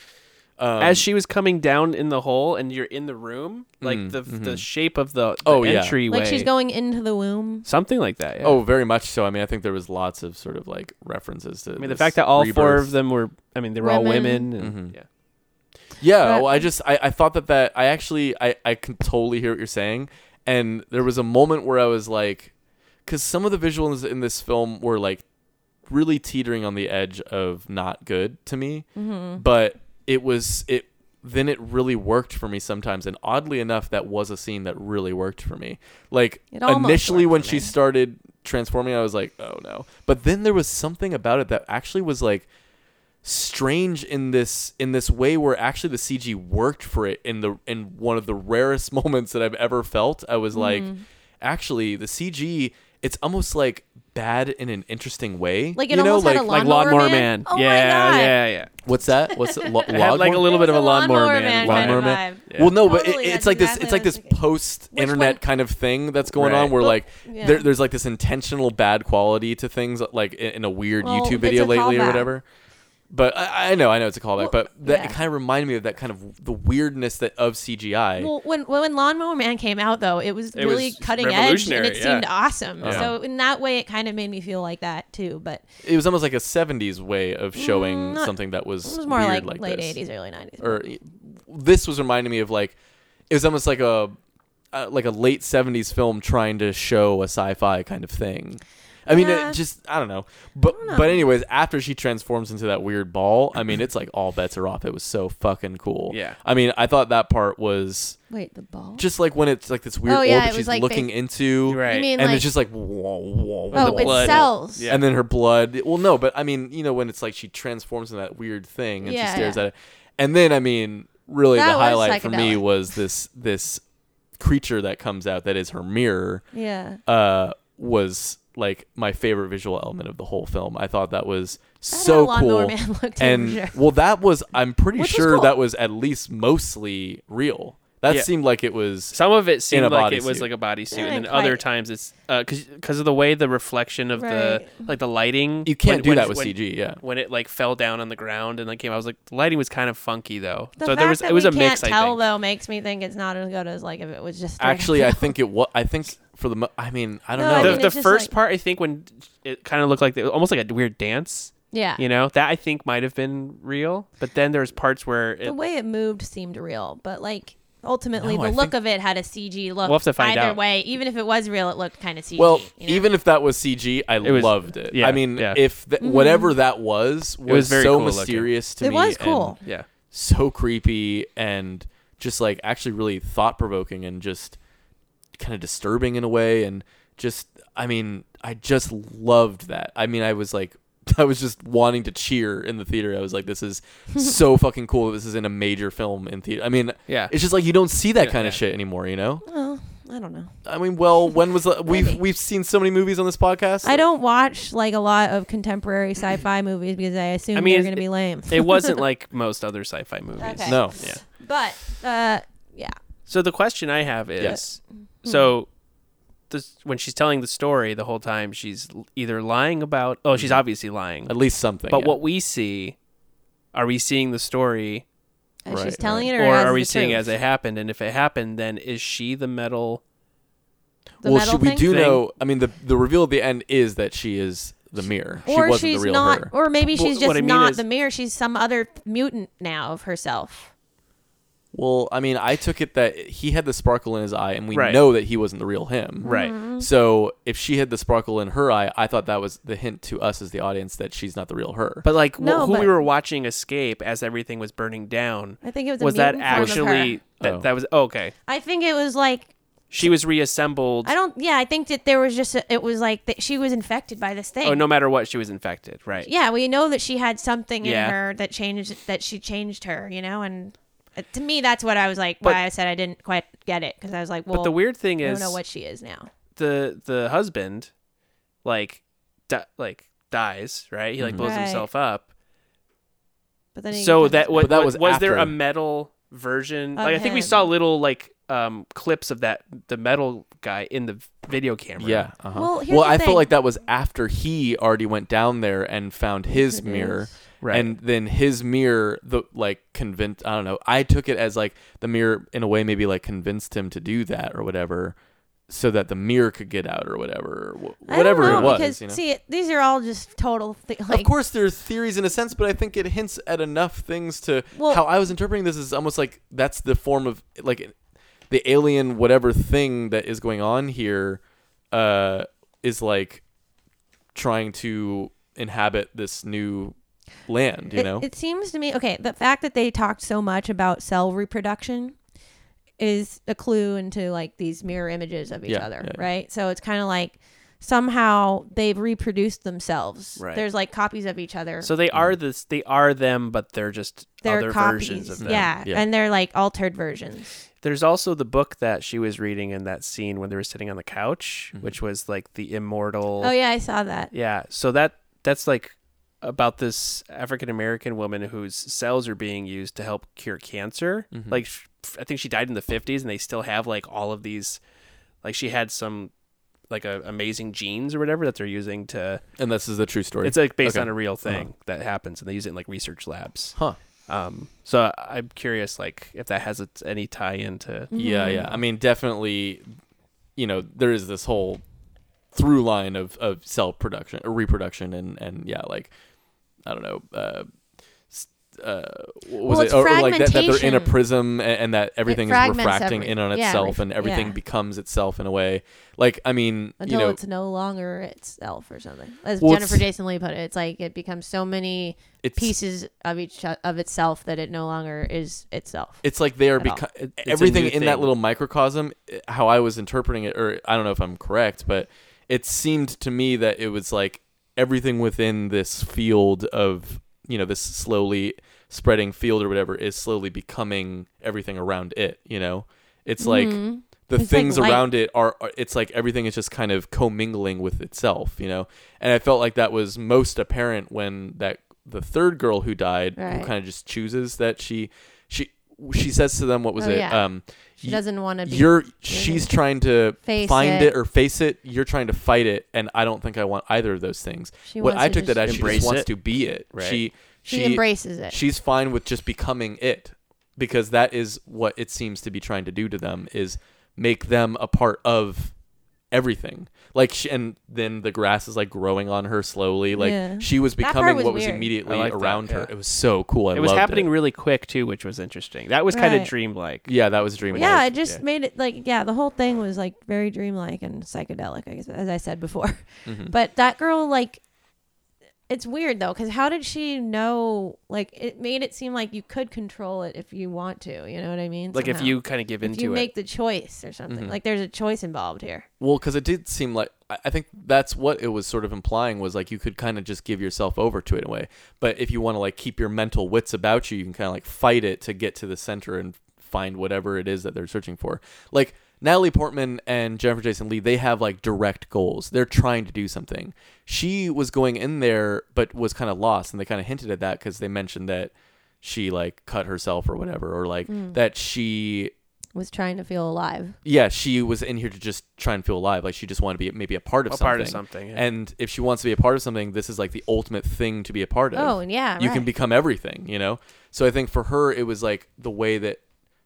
Speaker 3: As she was coming down in the hole, and you're in the room, like the the shape of the, the
Speaker 1: Mm, mm-hmm. Oh, yeah.
Speaker 3: entryway,
Speaker 2: Like she's going into the womb.
Speaker 3: something like that. Yeah.
Speaker 1: Oh, very much so. I mean, I think there was lots of sort of like references to.
Speaker 3: I mean the fact that all four of them were, I mean, they were all
Speaker 2: Women.
Speaker 3: women. And,
Speaker 1: Mm-hmm.
Speaker 3: Yeah.
Speaker 1: Yeah,
Speaker 2: But-
Speaker 1: well, I just I, I thought that that I actually I I can totally hear what you're saying, and there was a moment where I was like, because some of the visuals in this film were like really teetering on the edge of not good to me,
Speaker 2: Mm-hmm.
Speaker 1: but it was it then it really worked for me sometimes and oddly enough that was a scene that really worked for me like
Speaker 2: It almost
Speaker 1: initially
Speaker 2: worked
Speaker 1: when
Speaker 2: for
Speaker 1: she
Speaker 2: me.
Speaker 1: started transforming i was like oh no but then there was something about it that actually was like strange in this in this way where actually the CG worked for it in the in one of the rarest (laughs) moments that I've ever felt. I was like,
Speaker 2: Mm-hmm.
Speaker 1: actually, the CG it's almost like bad in an interesting way.
Speaker 2: Like it
Speaker 1: you know,
Speaker 2: almost
Speaker 1: like
Speaker 2: had a
Speaker 1: like
Speaker 2: lawnmower,
Speaker 3: Lawnmower
Speaker 2: man.
Speaker 3: Man.
Speaker 2: Oh
Speaker 3: yeah,
Speaker 2: my god.
Speaker 3: yeah, yeah.
Speaker 1: what's that?
Speaker 2: (laughs)
Speaker 1: What's it? Lo-
Speaker 3: It had like a
Speaker 1: lawnmower?
Speaker 3: little
Speaker 2: It
Speaker 3: bit of a
Speaker 2: was a
Speaker 3: lawnmower,
Speaker 2: lawnmower man kind
Speaker 3: man.
Speaker 1: Lawnmower
Speaker 2: of
Speaker 1: man.
Speaker 2: vibe.
Speaker 3: Yeah.
Speaker 1: Well, no, but
Speaker 2: Totally,
Speaker 1: it, it's
Speaker 2: that's
Speaker 1: like this.
Speaker 2: exactly
Speaker 1: It's like
Speaker 2: what I was
Speaker 1: this
Speaker 2: thinking.
Speaker 1: post internet
Speaker 2: one?
Speaker 1: kind of thing that's going
Speaker 3: Right.
Speaker 1: on, where
Speaker 2: Well,
Speaker 1: like
Speaker 2: yeah.
Speaker 1: there, there's like this intentional bad quality to things, like in, in a weird
Speaker 2: Well,
Speaker 1: YouTube
Speaker 2: it's
Speaker 1: video
Speaker 2: a
Speaker 1: lately or
Speaker 2: callback.
Speaker 1: whatever. But I, I know, I know it's a callback,
Speaker 2: Well,
Speaker 1: but that
Speaker 2: yeah.
Speaker 1: it kind of reminded me of that kind of the weirdness that of CGI.
Speaker 2: Well, when when Lawnmower Man came out though, it was really
Speaker 3: was
Speaker 2: cutting edge and
Speaker 3: revolutionary,
Speaker 2: it
Speaker 3: yeah.
Speaker 2: seemed awesome.
Speaker 3: Yeah.
Speaker 2: So in that way, it kind of made me feel like that too. But
Speaker 1: it was almost like a '70s way of showing
Speaker 2: Mm, not-
Speaker 1: something that was,
Speaker 2: it was more
Speaker 1: weird like,
Speaker 2: like, late
Speaker 1: this.
Speaker 2: '80s, early '90s.
Speaker 1: Or this was reminding me of like it was almost like a uh, like a late '70s film trying to show a sci-fi kind of thing. I mean,
Speaker 2: Yeah.
Speaker 1: it just I don't know, but but anyways, after she transforms into that weird ball, I mean, it's like all bets are off. It was so fucking cool.
Speaker 3: Yeah.
Speaker 1: I mean, I thought that part was
Speaker 2: Wait, the ball.
Speaker 1: just like when it's like this weird
Speaker 2: Oh, yeah,
Speaker 1: orbit
Speaker 2: it was,
Speaker 1: she's
Speaker 2: like,
Speaker 1: looking
Speaker 2: big-
Speaker 1: into,
Speaker 3: Right.
Speaker 2: You mean
Speaker 1: and
Speaker 2: like
Speaker 1: it's just like whoa, whoa,
Speaker 2: oh,
Speaker 1: the
Speaker 2: it
Speaker 1: blood.
Speaker 2: sells.
Speaker 3: Yeah.
Speaker 1: And then her blood. Well, no, but I mean, you know, when it's like she transforms into that weird thing and she
Speaker 2: Yeah,
Speaker 1: stares
Speaker 2: yeah.
Speaker 1: at it. And then, I mean, really,
Speaker 2: That
Speaker 1: the
Speaker 2: was
Speaker 1: highlight for me
Speaker 2: psychedelic.
Speaker 1: was this this creature that comes out that is her mirror.
Speaker 2: Yeah.
Speaker 1: Uh, was like my favorite visual element of the whole film. I thought that was
Speaker 2: had
Speaker 1: so
Speaker 2: a Lawnmower
Speaker 1: cool.
Speaker 2: Man (laughs) look to it, for
Speaker 1: and
Speaker 2: sure.
Speaker 1: well, that was. I'm pretty
Speaker 2: Which was
Speaker 1: sure
Speaker 2: cool.
Speaker 1: that was at least mostly real. That
Speaker 3: Yeah.
Speaker 1: seemed like it was.
Speaker 3: Some of it seemed
Speaker 1: a
Speaker 3: like it was
Speaker 1: bodysuit.
Speaker 3: like a bodysuit,
Speaker 2: Yeah,
Speaker 3: and then
Speaker 2: quite.
Speaker 3: other times it's because because of the way the reflection of the
Speaker 2: Right.
Speaker 3: like the lighting.
Speaker 1: You can't
Speaker 3: when-
Speaker 1: do
Speaker 3: when-
Speaker 1: that with
Speaker 3: when-
Speaker 1: CG. Yeah.
Speaker 3: When it like fell down on the ground and like came, I was like, the lighting was kind of funky though.
Speaker 2: The
Speaker 3: so
Speaker 2: fact
Speaker 3: there was
Speaker 2: that
Speaker 3: it was
Speaker 2: we
Speaker 3: a mix.
Speaker 2: can't
Speaker 3: I
Speaker 2: tell
Speaker 3: think.
Speaker 2: though makes me think it's not as good as like if it was just straight up
Speaker 1: Actually, I
Speaker 2: film.
Speaker 1: think it was. I think for the. Mo- I mean, I don't
Speaker 2: No, I
Speaker 1: know.
Speaker 2: mean,
Speaker 3: the
Speaker 2: it's
Speaker 3: the
Speaker 2: just
Speaker 3: first
Speaker 2: like-
Speaker 3: part, I think, when it kind of looked like the, almost like a weird dance.
Speaker 2: (laughs) yeah.
Speaker 3: You know that I think might have been real, but then there's parts where it,
Speaker 2: the way it moved seemed real, but like ultimately
Speaker 1: No,
Speaker 2: the
Speaker 1: I
Speaker 2: look
Speaker 1: think-
Speaker 2: of it had a CG look.
Speaker 3: We'll have to find
Speaker 2: Either
Speaker 3: out.
Speaker 2: way, even if it was real, it looked kind of CG.
Speaker 1: well,
Speaker 2: you know?
Speaker 1: even if that was CG, I
Speaker 3: was-
Speaker 1: loved it.
Speaker 3: yeah,
Speaker 1: I mean,
Speaker 3: yeah.
Speaker 1: if th- whatever that was was,
Speaker 3: very
Speaker 1: so
Speaker 3: cool looking.
Speaker 1: mysterious to
Speaker 2: Mm-hmm. It
Speaker 1: me.
Speaker 2: was
Speaker 1: and
Speaker 2: cool.
Speaker 3: yeah.
Speaker 1: so creepy and just like actually really thought provoking and just kind of disturbing in a way and just I mean I just loved that. I mean I was like (laughs) I was just wanting to cheer in the theater. I was like this (laughs) is so fucking cool. This is in a major film in theater. I mean
Speaker 3: Yeah.
Speaker 1: It's just like you don't see that kind
Speaker 3: yeah.
Speaker 1: of shit anymore, you know?
Speaker 2: Well, I don't know.
Speaker 1: I mean well, when was
Speaker 2: (laughs)
Speaker 1: the, we've
Speaker 2: Maybe.
Speaker 1: we've seen so many movies on this podcast.
Speaker 2: I don't watch like a lot of contemporary sci-fi movies because I assume
Speaker 3: I mean,
Speaker 2: they're
Speaker 3: it-
Speaker 2: going to be lame.
Speaker 3: It wasn't like most other sci-fi movies.
Speaker 2: Okay.
Speaker 1: No.
Speaker 3: Yeah.
Speaker 2: (laughs) but uh, yeah,
Speaker 3: So the question I have is,
Speaker 1: Yes.
Speaker 2: Mm-hmm.
Speaker 3: so this, when she's telling the story the whole time, she's l- either lying about. Oh, she's obviously lying.
Speaker 1: At least something.
Speaker 3: But
Speaker 1: yeah.
Speaker 3: what we see, are we seeing the story,
Speaker 2: Uh, she's
Speaker 1: Right,
Speaker 2: telling it,
Speaker 3: or
Speaker 2: as
Speaker 3: are we
Speaker 2: the
Speaker 3: seeing it
Speaker 2: truth.
Speaker 3: as it happened? And if it happened, then is she the metal?
Speaker 2: The
Speaker 1: well,
Speaker 2: metal
Speaker 1: should we
Speaker 2: thing?
Speaker 1: do
Speaker 3: Thing.
Speaker 1: know? I mean, the the reveal at the end is that she is the mirror. she
Speaker 2: or
Speaker 1: wasn't
Speaker 2: she's
Speaker 1: the real
Speaker 2: not,
Speaker 1: her.
Speaker 2: or maybe
Speaker 3: Well,
Speaker 2: she's
Speaker 3: what
Speaker 2: just
Speaker 3: I mean
Speaker 2: not
Speaker 3: is-
Speaker 2: the mirror. She's some other mutant now of herself.
Speaker 1: Well, I mean, I took it that he had the sparkle in his eye, and we
Speaker 3: Right.
Speaker 1: know that he wasn't the real him.
Speaker 3: Right.
Speaker 2: Mm-hmm.
Speaker 1: So if she had the sparkle in her eye, I thought that was the hint to us as the audience that she's not the real her.
Speaker 3: But like wh-
Speaker 2: No,
Speaker 3: who
Speaker 2: but-
Speaker 3: we were watching escape as everything was burning down.
Speaker 2: I think it was a
Speaker 3: was that
Speaker 2: mutant form of
Speaker 3: actually
Speaker 2: her.
Speaker 3: that
Speaker 1: Oh.
Speaker 3: that was oh, okay?
Speaker 2: I think it was like
Speaker 3: She was reassembled.
Speaker 2: I don't. Yeah, I think that there was just a, it was like that she was infected by this thing.
Speaker 3: Oh, no matter what, she was infected. Right.
Speaker 2: Yeah, we know that she had something
Speaker 3: Yeah.
Speaker 2: in her that changed that she changed her. You know, and uh, to me, that's what I was like.
Speaker 3: But-
Speaker 2: why I said I didn't quite get it because I was like, well,
Speaker 3: But the weird thing
Speaker 2: I
Speaker 3: is,
Speaker 2: don't know what she is now.
Speaker 3: the the husband like di- like dies right he like blows
Speaker 2: Right.
Speaker 3: himself up
Speaker 2: But then he
Speaker 3: so
Speaker 2: becomes-
Speaker 3: that what,
Speaker 1: But that
Speaker 3: what- was
Speaker 1: was
Speaker 3: there a
Speaker 1: after.
Speaker 3: metal version
Speaker 2: Of
Speaker 3: like i think we
Speaker 2: him.
Speaker 3: saw little like um clips of that the metal guy in the video camera
Speaker 1: yeah. Uh-huh.
Speaker 2: Well, here's
Speaker 1: well
Speaker 2: the
Speaker 1: I
Speaker 2: thing.
Speaker 1: felt like that was after he already went down there and found his mirror.
Speaker 3: Right.
Speaker 1: And then his mirror, the like convinced. I don't know. I took it as like the mirror, in a way, maybe like convinced him to do that or whatever, so that the mirror could get out or whatever, or wh-
Speaker 2: I don't
Speaker 1: whatever
Speaker 2: know,
Speaker 1: it was.
Speaker 2: Because
Speaker 1: you know?
Speaker 2: see, it- these are all just total. Th- like,
Speaker 1: of course there are theories in a sense but i think it hints at enough things to
Speaker 2: Well-
Speaker 1: how i was interpreting this is almost like that's the form of like the alien whatever thing that is going on here uh is like trying to inhabit this new land you
Speaker 2: it,
Speaker 1: know
Speaker 2: it seems to me okay. The fact that they talked so much about cell reproduction is a clue into like these mirror images of each
Speaker 1: Yeah,
Speaker 2: other,
Speaker 1: yeah, yeah.
Speaker 2: right? So it's kind of like somehow they've reproduced themselves.
Speaker 3: Right.
Speaker 2: There's like copies of each other.
Speaker 3: so they are this they are them but they're just
Speaker 2: they're
Speaker 3: other
Speaker 2: copies,
Speaker 3: versions of them
Speaker 2: Yeah.
Speaker 1: Yeah.
Speaker 2: and they're like altered versions.
Speaker 3: there's also the book that she was reading in that scene when they were sitting on the couch which was like the immortal
Speaker 2: Mm-hmm. Oh yeah, I saw that.
Speaker 3: Yeah. So that that's like about this African American woman whose cells are being used to help cure cancer.
Speaker 2: Mm-hmm.
Speaker 3: Like sh- I think she died in the 50s and they still have like all of these like she had some like a, amazing genes or whatever that they're using to
Speaker 1: and this is the true story
Speaker 3: it's like based
Speaker 1: Okay. Uh-huh.
Speaker 3: on a real thing that happens and they use it in like research labs.
Speaker 1: huh
Speaker 3: Um so I- I'm curious like if that has a, any tie into
Speaker 2: Mm. Mm-hmm.
Speaker 1: Yeah, yeah. I mean, definitely, you know, there is this whole through line of, of cell production or reproduction and, and yeah, like, I don't know, uh, s- uh, what was
Speaker 2: Well, it's
Speaker 1: it? Or, or like that, that they're in a
Speaker 2: fragmentation.
Speaker 1: prism and, and that everything is
Speaker 2: fragments
Speaker 1: refracting
Speaker 2: every-
Speaker 1: in on
Speaker 2: yeah,
Speaker 1: itself
Speaker 2: ref-
Speaker 1: and everything
Speaker 2: yeah.
Speaker 1: becomes itself in a way. Like, I mean,
Speaker 2: Until
Speaker 1: you know,
Speaker 2: it's no longer itself or something, as
Speaker 1: Well,
Speaker 2: Jennifer
Speaker 1: it's-
Speaker 2: Jason Lee put it. It's like it becomes so many
Speaker 1: It's-
Speaker 2: pieces of each of itself that it no longer is itself.
Speaker 1: it's like they are
Speaker 2: at all.
Speaker 1: beco-
Speaker 3: a
Speaker 1: everything
Speaker 3: new
Speaker 1: in that
Speaker 3: thing.
Speaker 1: little microcosm i- how i was interpreting it or i don't know if i'm correct but it seemed to me that it was like everything within this field of you know this slowly spreading field or whatever is slowly becoming everything around it you know it's like the
Speaker 2: Mm-hmm. It's like
Speaker 1: things
Speaker 2: light.
Speaker 1: around it are, are it's like everything is just kind of commingling with itself you know and i felt like that was most apparent when that the third girl who died who
Speaker 2: Right.
Speaker 1: kind of just chooses that she she she says to them, "What was
Speaker 2: Oh,
Speaker 1: it?
Speaker 2: yeah.
Speaker 1: Um,
Speaker 2: She doesn't wanna be-
Speaker 1: You're. She's trying to
Speaker 2: Face
Speaker 1: find
Speaker 2: it.
Speaker 1: it. or face it. You're trying to fight it, and I don't think I want either of those things.
Speaker 2: She
Speaker 1: what
Speaker 2: wants
Speaker 1: I
Speaker 2: to
Speaker 1: took
Speaker 2: just-
Speaker 1: that as she
Speaker 3: Embrace
Speaker 1: just wants
Speaker 3: it.
Speaker 1: to be it.
Speaker 3: Right.
Speaker 1: She,
Speaker 2: She embraces it.
Speaker 1: She's fine with just becoming it because that is what it seems to be trying to do to them is make them a part of everything. Like she, and then the grass is like growing on her slowly. Like
Speaker 2: Yeah.
Speaker 1: she was
Speaker 2: part
Speaker 1: becoming
Speaker 2: was
Speaker 1: what was
Speaker 2: weird.
Speaker 1: immediately
Speaker 3: I liked that,
Speaker 1: around her.
Speaker 3: yeah.
Speaker 1: It was so cool. I
Speaker 3: it was
Speaker 1: loved
Speaker 3: happening
Speaker 1: it.
Speaker 3: really quick too, which was interesting. That was kind
Speaker 2: Right.
Speaker 3: of dreamlike.
Speaker 1: yeah, that was dreaming.
Speaker 2: yeah, it just made it like yeah, the whole thing was like very dreamlike and psychedelic, I guess, as I said before.
Speaker 3: Mm-hmm.
Speaker 2: But that girl, like, it's weird though, because how did she know? Like, it made it seem like you could control it if you want to. You know what I mean?
Speaker 3: Like if
Speaker 2: Somehow.
Speaker 3: you kind of give
Speaker 2: if
Speaker 3: into
Speaker 2: you
Speaker 3: it, Mm-hmm.
Speaker 2: make the choice or something, like there's a choice involved here.
Speaker 1: Well, because it did seem like I I think that's what it was sort of implying was like you could kind of just give yourself over to it in a way. But if you want to like keep your mental wits about you, you can kind of like fight it to get to the center and find whatever it is that they're searching for. Like Natalie Portman and Jennifer Jason Lee, they have like direct goals. They're trying to do something. She was going in there, but was kind of lost, and they kind of hinted at that because they mentioned that she like cut herself or whatever, or like that she
Speaker 2: Was trying to feel alive.
Speaker 1: yeah, she was in here to just try and feel alive. Like she just wanted to be maybe a part of
Speaker 3: A
Speaker 1: something.
Speaker 3: part of something, yeah.
Speaker 1: And if she wants to be a part of something, this is like the ultimate thing to be a part of.
Speaker 2: Oh, and yeah,
Speaker 1: you can
Speaker 2: right.
Speaker 1: become everything. You know. So I think for her, it was like the way that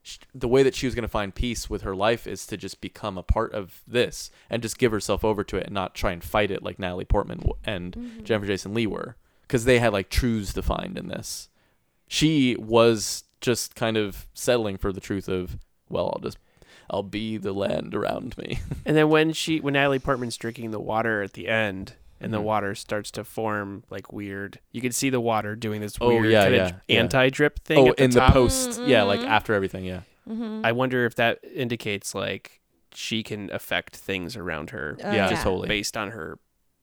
Speaker 1: sh the way that she was going to find peace with her life is to just become a part of this and just give herself over to it and not try and fight it like Natalie Portman w- and
Speaker 2: Mm-hmm.
Speaker 1: Jennifer Jason Lee were because they had like truths to find in this. She was just kind of settling for the truth of well, I'll just I'll be the land around me.
Speaker 3: and then when she, when Natalie Portman's drinking the water at the end, and
Speaker 1: Mm-hmm.
Speaker 3: the water starts to form like weird. You can see the water doing this
Speaker 1: Oh,
Speaker 3: weird
Speaker 1: yeah,
Speaker 3: kind
Speaker 1: yeah,
Speaker 3: of
Speaker 1: yeah.
Speaker 3: anti-drip thing.
Speaker 1: oh,
Speaker 3: at the
Speaker 1: in
Speaker 3: top.
Speaker 1: the post, yeah,
Speaker 2: Mm-hmm.
Speaker 1: like after everything, yeah.
Speaker 3: I wonder if that indicates like she can affect things around her
Speaker 2: Oh,
Speaker 1: yeah,
Speaker 2: yeah.
Speaker 1: just totally. Mm-hmm.
Speaker 3: based on her,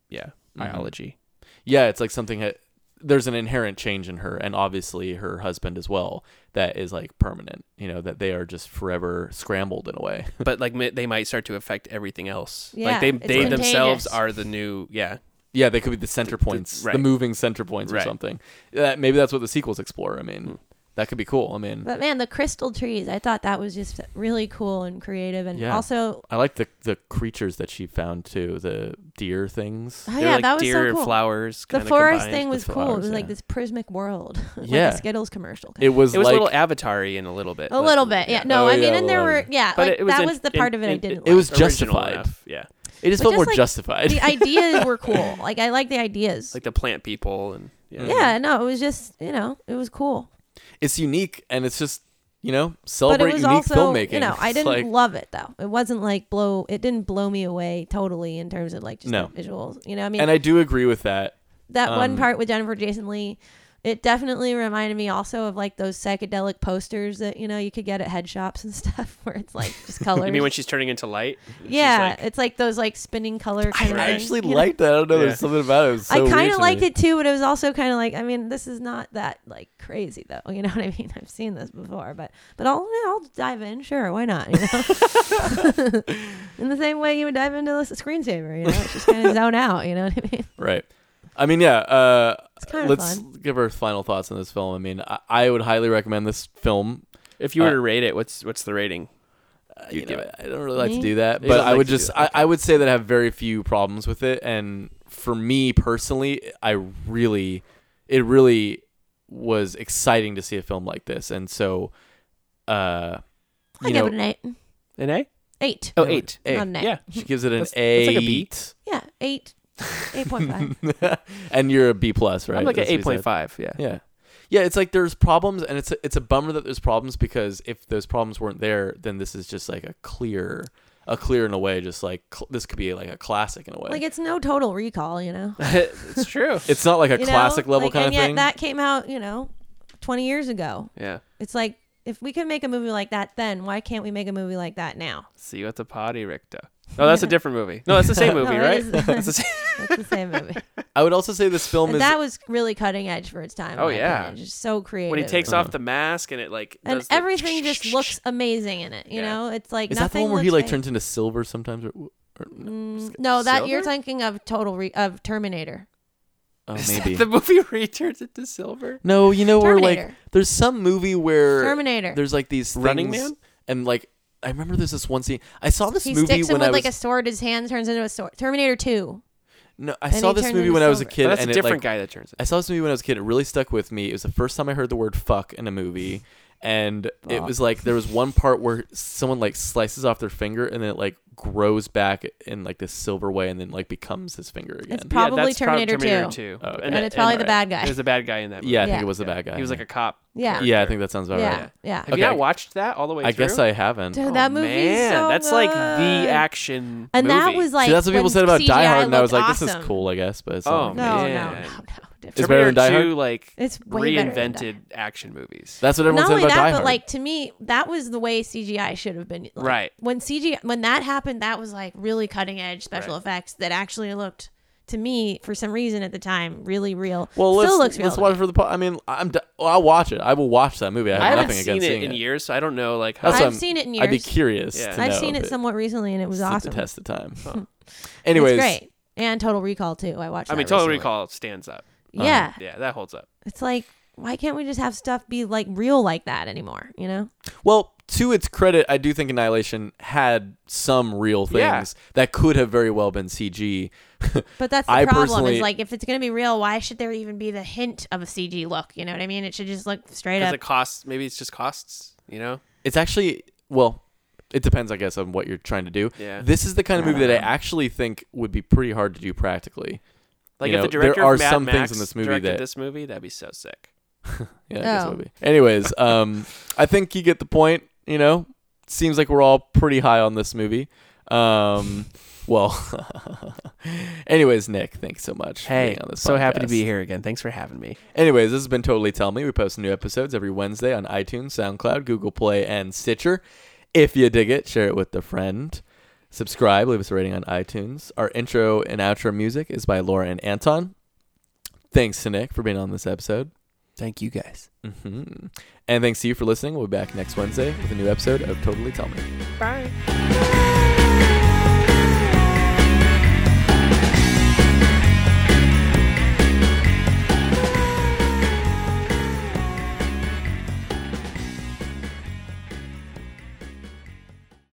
Speaker 3: yeah,
Speaker 1: (laughs)
Speaker 3: biology.
Speaker 1: Yeah, it's like something that there's an inherent change in her, and obviously her husband as well. That is like permanent. You know that they are just forever scrambled in a way.
Speaker 3: But like mi- they might start to affect everything else.
Speaker 2: Yeah,
Speaker 3: like they
Speaker 2: it's
Speaker 3: they themselves
Speaker 2: contagious.
Speaker 3: are the new yeah.
Speaker 1: yeah, they could be the center points, the,
Speaker 3: right.
Speaker 1: moving center points or
Speaker 3: Right. Hmm.
Speaker 1: something. That maybe that's what the sequels explore. I mean, that could be cool. I mean,
Speaker 2: But man, the crystal trees, I thought that was just really cool and creative, and
Speaker 1: Yeah.
Speaker 2: also. oh,
Speaker 1: I like the the creatures that she found too, the deer things.
Speaker 2: Oh
Speaker 3: They're
Speaker 2: yeah,
Speaker 3: like
Speaker 2: that was
Speaker 3: deer
Speaker 2: so
Speaker 3: and
Speaker 2: cool.
Speaker 3: flowers.
Speaker 2: the
Speaker 3: kinda
Speaker 2: forest
Speaker 3: combined.
Speaker 2: thing was
Speaker 1: with
Speaker 2: cool. it
Speaker 1: flowers,
Speaker 2: was like
Speaker 1: yeah.
Speaker 2: this prismic world, (laughs) like
Speaker 1: Yeah.
Speaker 2: a Skittles commercial.
Speaker 1: It was,
Speaker 3: It was
Speaker 1: like
Speaker 3: a little Avatar-y in a little bit.
Speaker 2: a little bit, yeah. No,
Speaker 1: Oh,
Speaker 2: I mean,
Speaker 1: yeah,
Speaker 2: and there
Speaker 1: well,
Speaker 2: were, yeah,
Speaker 3: But
Speaker 2: like
Speaker 3: it was
Speaker 2: that
Speaker 3: in-
Speaker 2: was the
Speaker 3: in-
Speaker 2: part of it I
Speaker 3: in-
Speaker 2: didn't.
Speaker 1: It was
Speaker 2: like.
Speaker 3: original
Speaker 1: justified.
Speaker 3: enough, Yeah,
Speaker 1: it just
Speaker 2: But
Speaker 1: felt
Speaker 2: just,
Speaker 1: more
Speaker 2: like,
Speaker 1: justified. (laughs)
Speaker 2: the ideas were cool. Like I like the ideas.
Speaker 3: like the plant people and yeah.
Speaker 2: yeah, no, it was just you know, it was cool.
Speaker 1: it's unique and it's just you know
Speaker 2: But
Speaker 1: celebrate
Speaker 2: it was
Speaker 1: unique
Speaker 2: also,
Speaker 1: filmmaking.
Speaker 2: you know, I
Speaker 1: It's
Speaker 2: didn't
Speaker 1: like-
Speaker 2: love it though. It wasn't like blow. It didn't blow me away totally in terms of like just
Speaker 1: No.
Speaker 2: the visuals. You know, I mean,
Speaker 1: and I do agree with that.
Speaker 2: that one
Speaker 1: um,
Speaker 2: part with Jennifer Jason Lee, it definitely reminded me also of like those psychedelic posters that you know you could get at head shops and (laughs) stuff, where it's like
Speaker 1: (laughs)
Speaker 2: just colors.
Speaker 3: I mean, when she's turning into light. she's
Speaker 2: yeah,
Speaker 3: like-
Speaker 2: it's like those like spinning color.
Speaker 1: I
Speaker 2: Kind of
Speaker 1: actually liked that. I don't know.
Speaker 3: Yeah.
Speaker 1: There's something about it. it was so
Speaker 2: I
Speaker 1: kind of
Speaker 2: liked it too, but it was also kind of like I mean, this is not that like crazy though. You (laughs) know what I mean? I've seen this before, but but I'll I'll dive in. Sure, why not? You
Speaker 1: (laughs)
Speaker 2: know, in the same way you would dive into this screensaver. You know, it's just kind of zone out. You know what I mean?
Speaker 1: Right. I mean, yeah. Uh,
Speaker 2: kinda
Speaker 1: let's
Speaker 2: fun.
Speaker 1: give our final thoughts on this film. I mean, I, I would highly recommend this film.
Speaker 3: If you were
Speaker 1: Uh,
Speaker 3: to rate it, what's what's the rating?
Speaker 1: You
Speaker 3: give
Speaker 1: know,
Speaker 3: it.
Speaker 1: I don't really like to
Speaker 2: Me?
Speaker 1: do that,
Speaker 3: You
Speaker 1: but
Speaker 3: don't
Speaker 1: I
Speaker 3: like
Speaker 1: would
Speaker 3: to do
Speaker 1: just
Speaker 3: that,
Speaker 1: I, I would say that I have very few problems with it, and for me personally, I really, it really was exciting to see a film like this, and so, uh,
Speaker 2: I
Speaker 1: you
Speaker 2: give
Speaker 1: know,
Speaker 2: it an eight.
Speaker 3: An A?
Speaker 2: Eight.
Speaker 3: Oh, eight.
Speaker 1: Hey,
Speaker 2: Not an A.
Speaker 3: Yeah.
Speaker 2: (laughs)
Speaker 1: she gives it an
Speaker 3: That's-
Speaker 1: A.
Speaker 3: that's like a B.
Speaker 2: Yeah, eight. Eight point
Speaker 1: (laughs)
Speaker 2: five.
Speaker 1: and you're a B plus, right?
Speaker 3: I'm like an
Speaker 1: That's what
Speaker 3: eight
Speaker 1: you said.
Speaker 3: point five. Yeah.
Speaker 1: Yeah. Yeah, it's like there's problems, and it's a, it's a bummer that there's problems because if those problems weren't there, then this is just like a clear, a clear in a way, just like cl- this could be like a classic in a way.
Speaker 2: Like it's no total recall. You know.
Speaker 3: (laughs) it's true.
Speaker 1: it's not like a
Speaker 2: You know?
Speaker 1: classic level
Speaker 2: Like,
Speaker 1: kind
Speaker 2: and
Speaker 1: of
Speaker 2: yet
Speaker 1: thing.
Speaker 2: That came out, you know, twenty years ago.
Speaker 3: Yeah.
Speaker 2: It's like if we could make a movie like that then, why can't we make a movie like that now?
Speaker 3: See you at the potty, Richter. No, that's a different movie. No, that's
Speaker 2: (laughs)
Speaker 3: the same
Speaker 2: that
Speaker 3: movie, right? (laughs)
Speaker 2: is-
Speaker 3: That's the same.
Speaker 2: That's the
Speaker 3: (laughs)
Speaker 2: same movie.
Speaker 1: I would also say this film
Speaker 2: And
Speaker 1: is
Speaker 2: that was really cutting edge for its time. in
Speaker 3: Oh,
Speaker 2: my
Speaker 3: yeah.
Speaker 2: opinion. just so creative.
Speaker 1: (laughs)
Speaker 3: When he takes
Speaker 1: Uh-huh.
Speaker 3: off the mask and it like
Speaker 2: and
Speaker 3: does the-
Speaker 2: everything just
Speaker 3: (laughs)
Speaker 2: looks amazing in it. You
Speaker 3: Yeah.
Speaker 2: know, it's like
Speaker 1: is that the
Speaker 2: nothing.
Speaker 1: one where he
Speaker 2: looks
Speaker 1: like turns into silver sometimes? Or, or,
Speaker 2: (laughs) fake. Mm, no, that you're
Speaker 3: Silver?
Speaker 2: thinking of Total Re- of Terminator.
Speaker 1: Oh,
Speaker 3: Is that
Speaker 1: maybe.
Speaker 3: the movie where he turns into silver?
Speaker 1: No, you know, or like
Speaker 2: Terminator.
Speaker 1: there's some movie where
Speaker 2: Terminator.
Speaker 1: There's like these things,
Speaker 3: Running Man?
Speaker 1: and like I remember there's this one scene. I saw this
Speaker 2: He
Speaker 1: movie
Speaker 2: sticks him
Speaker 1: when
Speaker 2: with
Speaker 1: I was
Speaker 2: like a sword. His hand turns into a sword. Terminator Two.
Speaker 1: no, I
Speaker 2: and
Speaker 1: saw
Speaker 2: he
Speaker 1: this
Speaker 2: turns
Speaker 1: movie
Speaker 2: into
Speaker 1: when I was a
Speaker 2: silver.
Speaker 1: kid.
Speaker 3: Oh, that's
Speaker 1: and
Speaker 3: a
Speaker 1: it,
Speaker 3: different
Speaker 1: like,
Speaker 3: guy that turns.
Speaker 1: I
Speaker 3: It.
Speaker 1: saw this movie when I was a kid. It really stuck with me. It was the first time I heard the word "fuck" in a movie, and it was like there was one part where someone like slices off their finger, and then it like grows back in like this silver way, and then like becomes his finger again.
Speaker 2: It's probably
Speaker 3: yeah, that's prob-
Speaker 2: Terminator,
Speaker 3: Terminator
Speaker 2: 2.
Speaker 3: Two.
Speaker 1: Oh, okay.
Speaker 2: And it's probably the bad guy.
Speaker 3: It was the bad guy in that. Movie.
Speaker 1: yeah, I think
Speaker 2: Yeah.
Speaker 1: it was the bad guy.
Speaker 3: He was like a cop.
Speaker 2: Yeah.
Speaker 1: yeah, I think that sounds about
Speaker 2: Yeah,
Speaker 1: right.
Speaker 2: yeah.
Speaker 3: Have you
Speaker 1: Okay.
Speaker 3: not watched that all the way
Speaker 1: I
Speaker 3: through?
Speaker 1: guess I haven't.
Speaker 2: Dude, that movie
Speaker 3: Oh, Man,
Speaker 2: so
Speaker 3: that's like
Speaker 2: good.
Speaker 3: the action.
Speaker 2: And that
Speaker 3: movie.
Speaker 2: was like
Speaker 1: See, that's what people
Speaker 2: when
Speaker 1: said about
Speaker 2: CGI
Speaker 1: Die Hard, and I
Speaker 2: looked
Speaker 1: was like, "This
Speaker 2: awesome.
Speaker 1: is cool, I guess." But it's
Speaker 3: Oh,
Speaker 1: not
Speaker 2: No,
Speaker 1: amazing.
Speaker 2: no, no,
Speaker 3: Man.
Speaker 2: no,
Speaker 1: It's better than
Speaker 2: different.
Speaker 3: Terminator
Speaker 1: Die Hard?
Speaker 3: 2, like
Speaker 2: It's way better than Die
Speaker 3: reinvented action movies.
Speaker 1: that's what everyone
Speaker 2: Not
Speaker 1: said
Speaker 2: only
Speaker 1: about
Speaker 2: that,
Speaker 1: Die
Speaker 2: but
Speaker 1: Hard.
Speaker 2: like to me, that was the way CGI should have been. like,
Speaker 3: Right.
Speaker 2: When CGI, when that happened, that was like really cutting edge special
Speaker 3: Right.
Speaker 2: effects that actually looked to me for some reason at the time really real.
Speaker 1: well, let's,
Speaker 2: still looks real.
Speaker 1: let's
Speaker 2: to
Speaker 1: watch it
Speaker 2: me.
Speaker 1: for the. Po- I mean, I'm. d well, I'll watch it. I will watch that movie. I have
Speaker 3: I haven't
Speaker 1: nothing
Speaker 3: seen
Speaker 1: against
Speaker 3: it
Speaker 1: seeing
Speaker 3: in
Speaker 1: it.
Speaker 3: years, so I don't know like how.
Speaker 1: That's what
Speaker 2: I've
Speaker 1: I'm-
Speaker 2: seen it in
Speaker 1: I'd be
Speaker 2: years.
Speaker 1: curious.
Speaker 3: Yeah.
Speaker 1: to
Speaker 2: I've
Speaker 1: know
Speaker 2: seen
Speaker 1: if
Speaker 2: it somewhat recently, and it was
Speaker 1: stood
Speaker 2: awesome.
Speaker 1: The test of time.
Speaker 2: (laughs) It's
Speaker 1: (laughs) Anyways,
Speaker 2: great. And Total Recall too. I watched.
Speaker 3: I mean,
Speaker 2: that
Speaker 3: Total
Speaker 2: recently.
Speaker 3: Recall stands up.
Speaker 1: uh,
Speaker 2: Yeah,
Speaker 3: Yeah, that holds up.
Speaker 2: it's like why can't we just have stuff be like real like that anymore? You know.
Speaker 1: Well, to its credit, I do think Annihilation had some real things
Speaker 3: Yeah.
Speaker 1: that could have very well been (laughs) CG.
Speaker 2: But that's the
Speaker 1: I
Speaker 2: problem.
Speaker 1: personally-
Speaker 2: Is like if it's gonna be real, why should there even be the hint of a CG look? You know what I mean? It should just look straight
Speaker 3: Because
Speaker 2: up.
Speaker 3: it costs. Maybe it's just costs. You know.
Speaker 1: it's actually well it depends i guess on what you're trying to do
Speaker 3: Yeah.
Speaker 1: this is the kind of movie
Speaker 2: Uh-huh.
Speaker 1: that i actually think would be pretty hard to do practically
Speaker 3: Like
Speaker 1: You
Speaker 3: if
Speaker 1: know,
Speaker 3: the director
Speaker 1: there are
Speaker 3: of Mad
Speaker 1: some
Speaker 3: Max
Speaker 1: things in this movie
Speaker 3: directed
Speaker 1: that
Speaker 3: this movie, that'd be so sick.
Speaker 1: yeah I guess
Speaker 2: Oh.
Speaker 1: it would be.
Speaker 2: (laughs)
Speaker 1: anyways um i think you get the point you know seems like we're all pretty high on this movie um well (laughs) anyways nick thanks so much for being on this podcast.
Speaker 3: here again. Thanks for having me.
Speaker 1: Anyways, this has been Totally Tell Me. We post new episodes every Wednesday on iTunes, SoundCloud, Google Play, and Stitcher. If you dig it, share it with a friend. Subscribe, leave us a rating on iTunes. Our intro and outro music is by Laura and Anton. Thanks to Nick for being on this episode.
Speaker 3: Thank you guys.
Speaker 1: hmm And thanks to you for listening. We'll be back next Wednesday with a new episode of Totally Tell Me.
Speaker 2: Bye.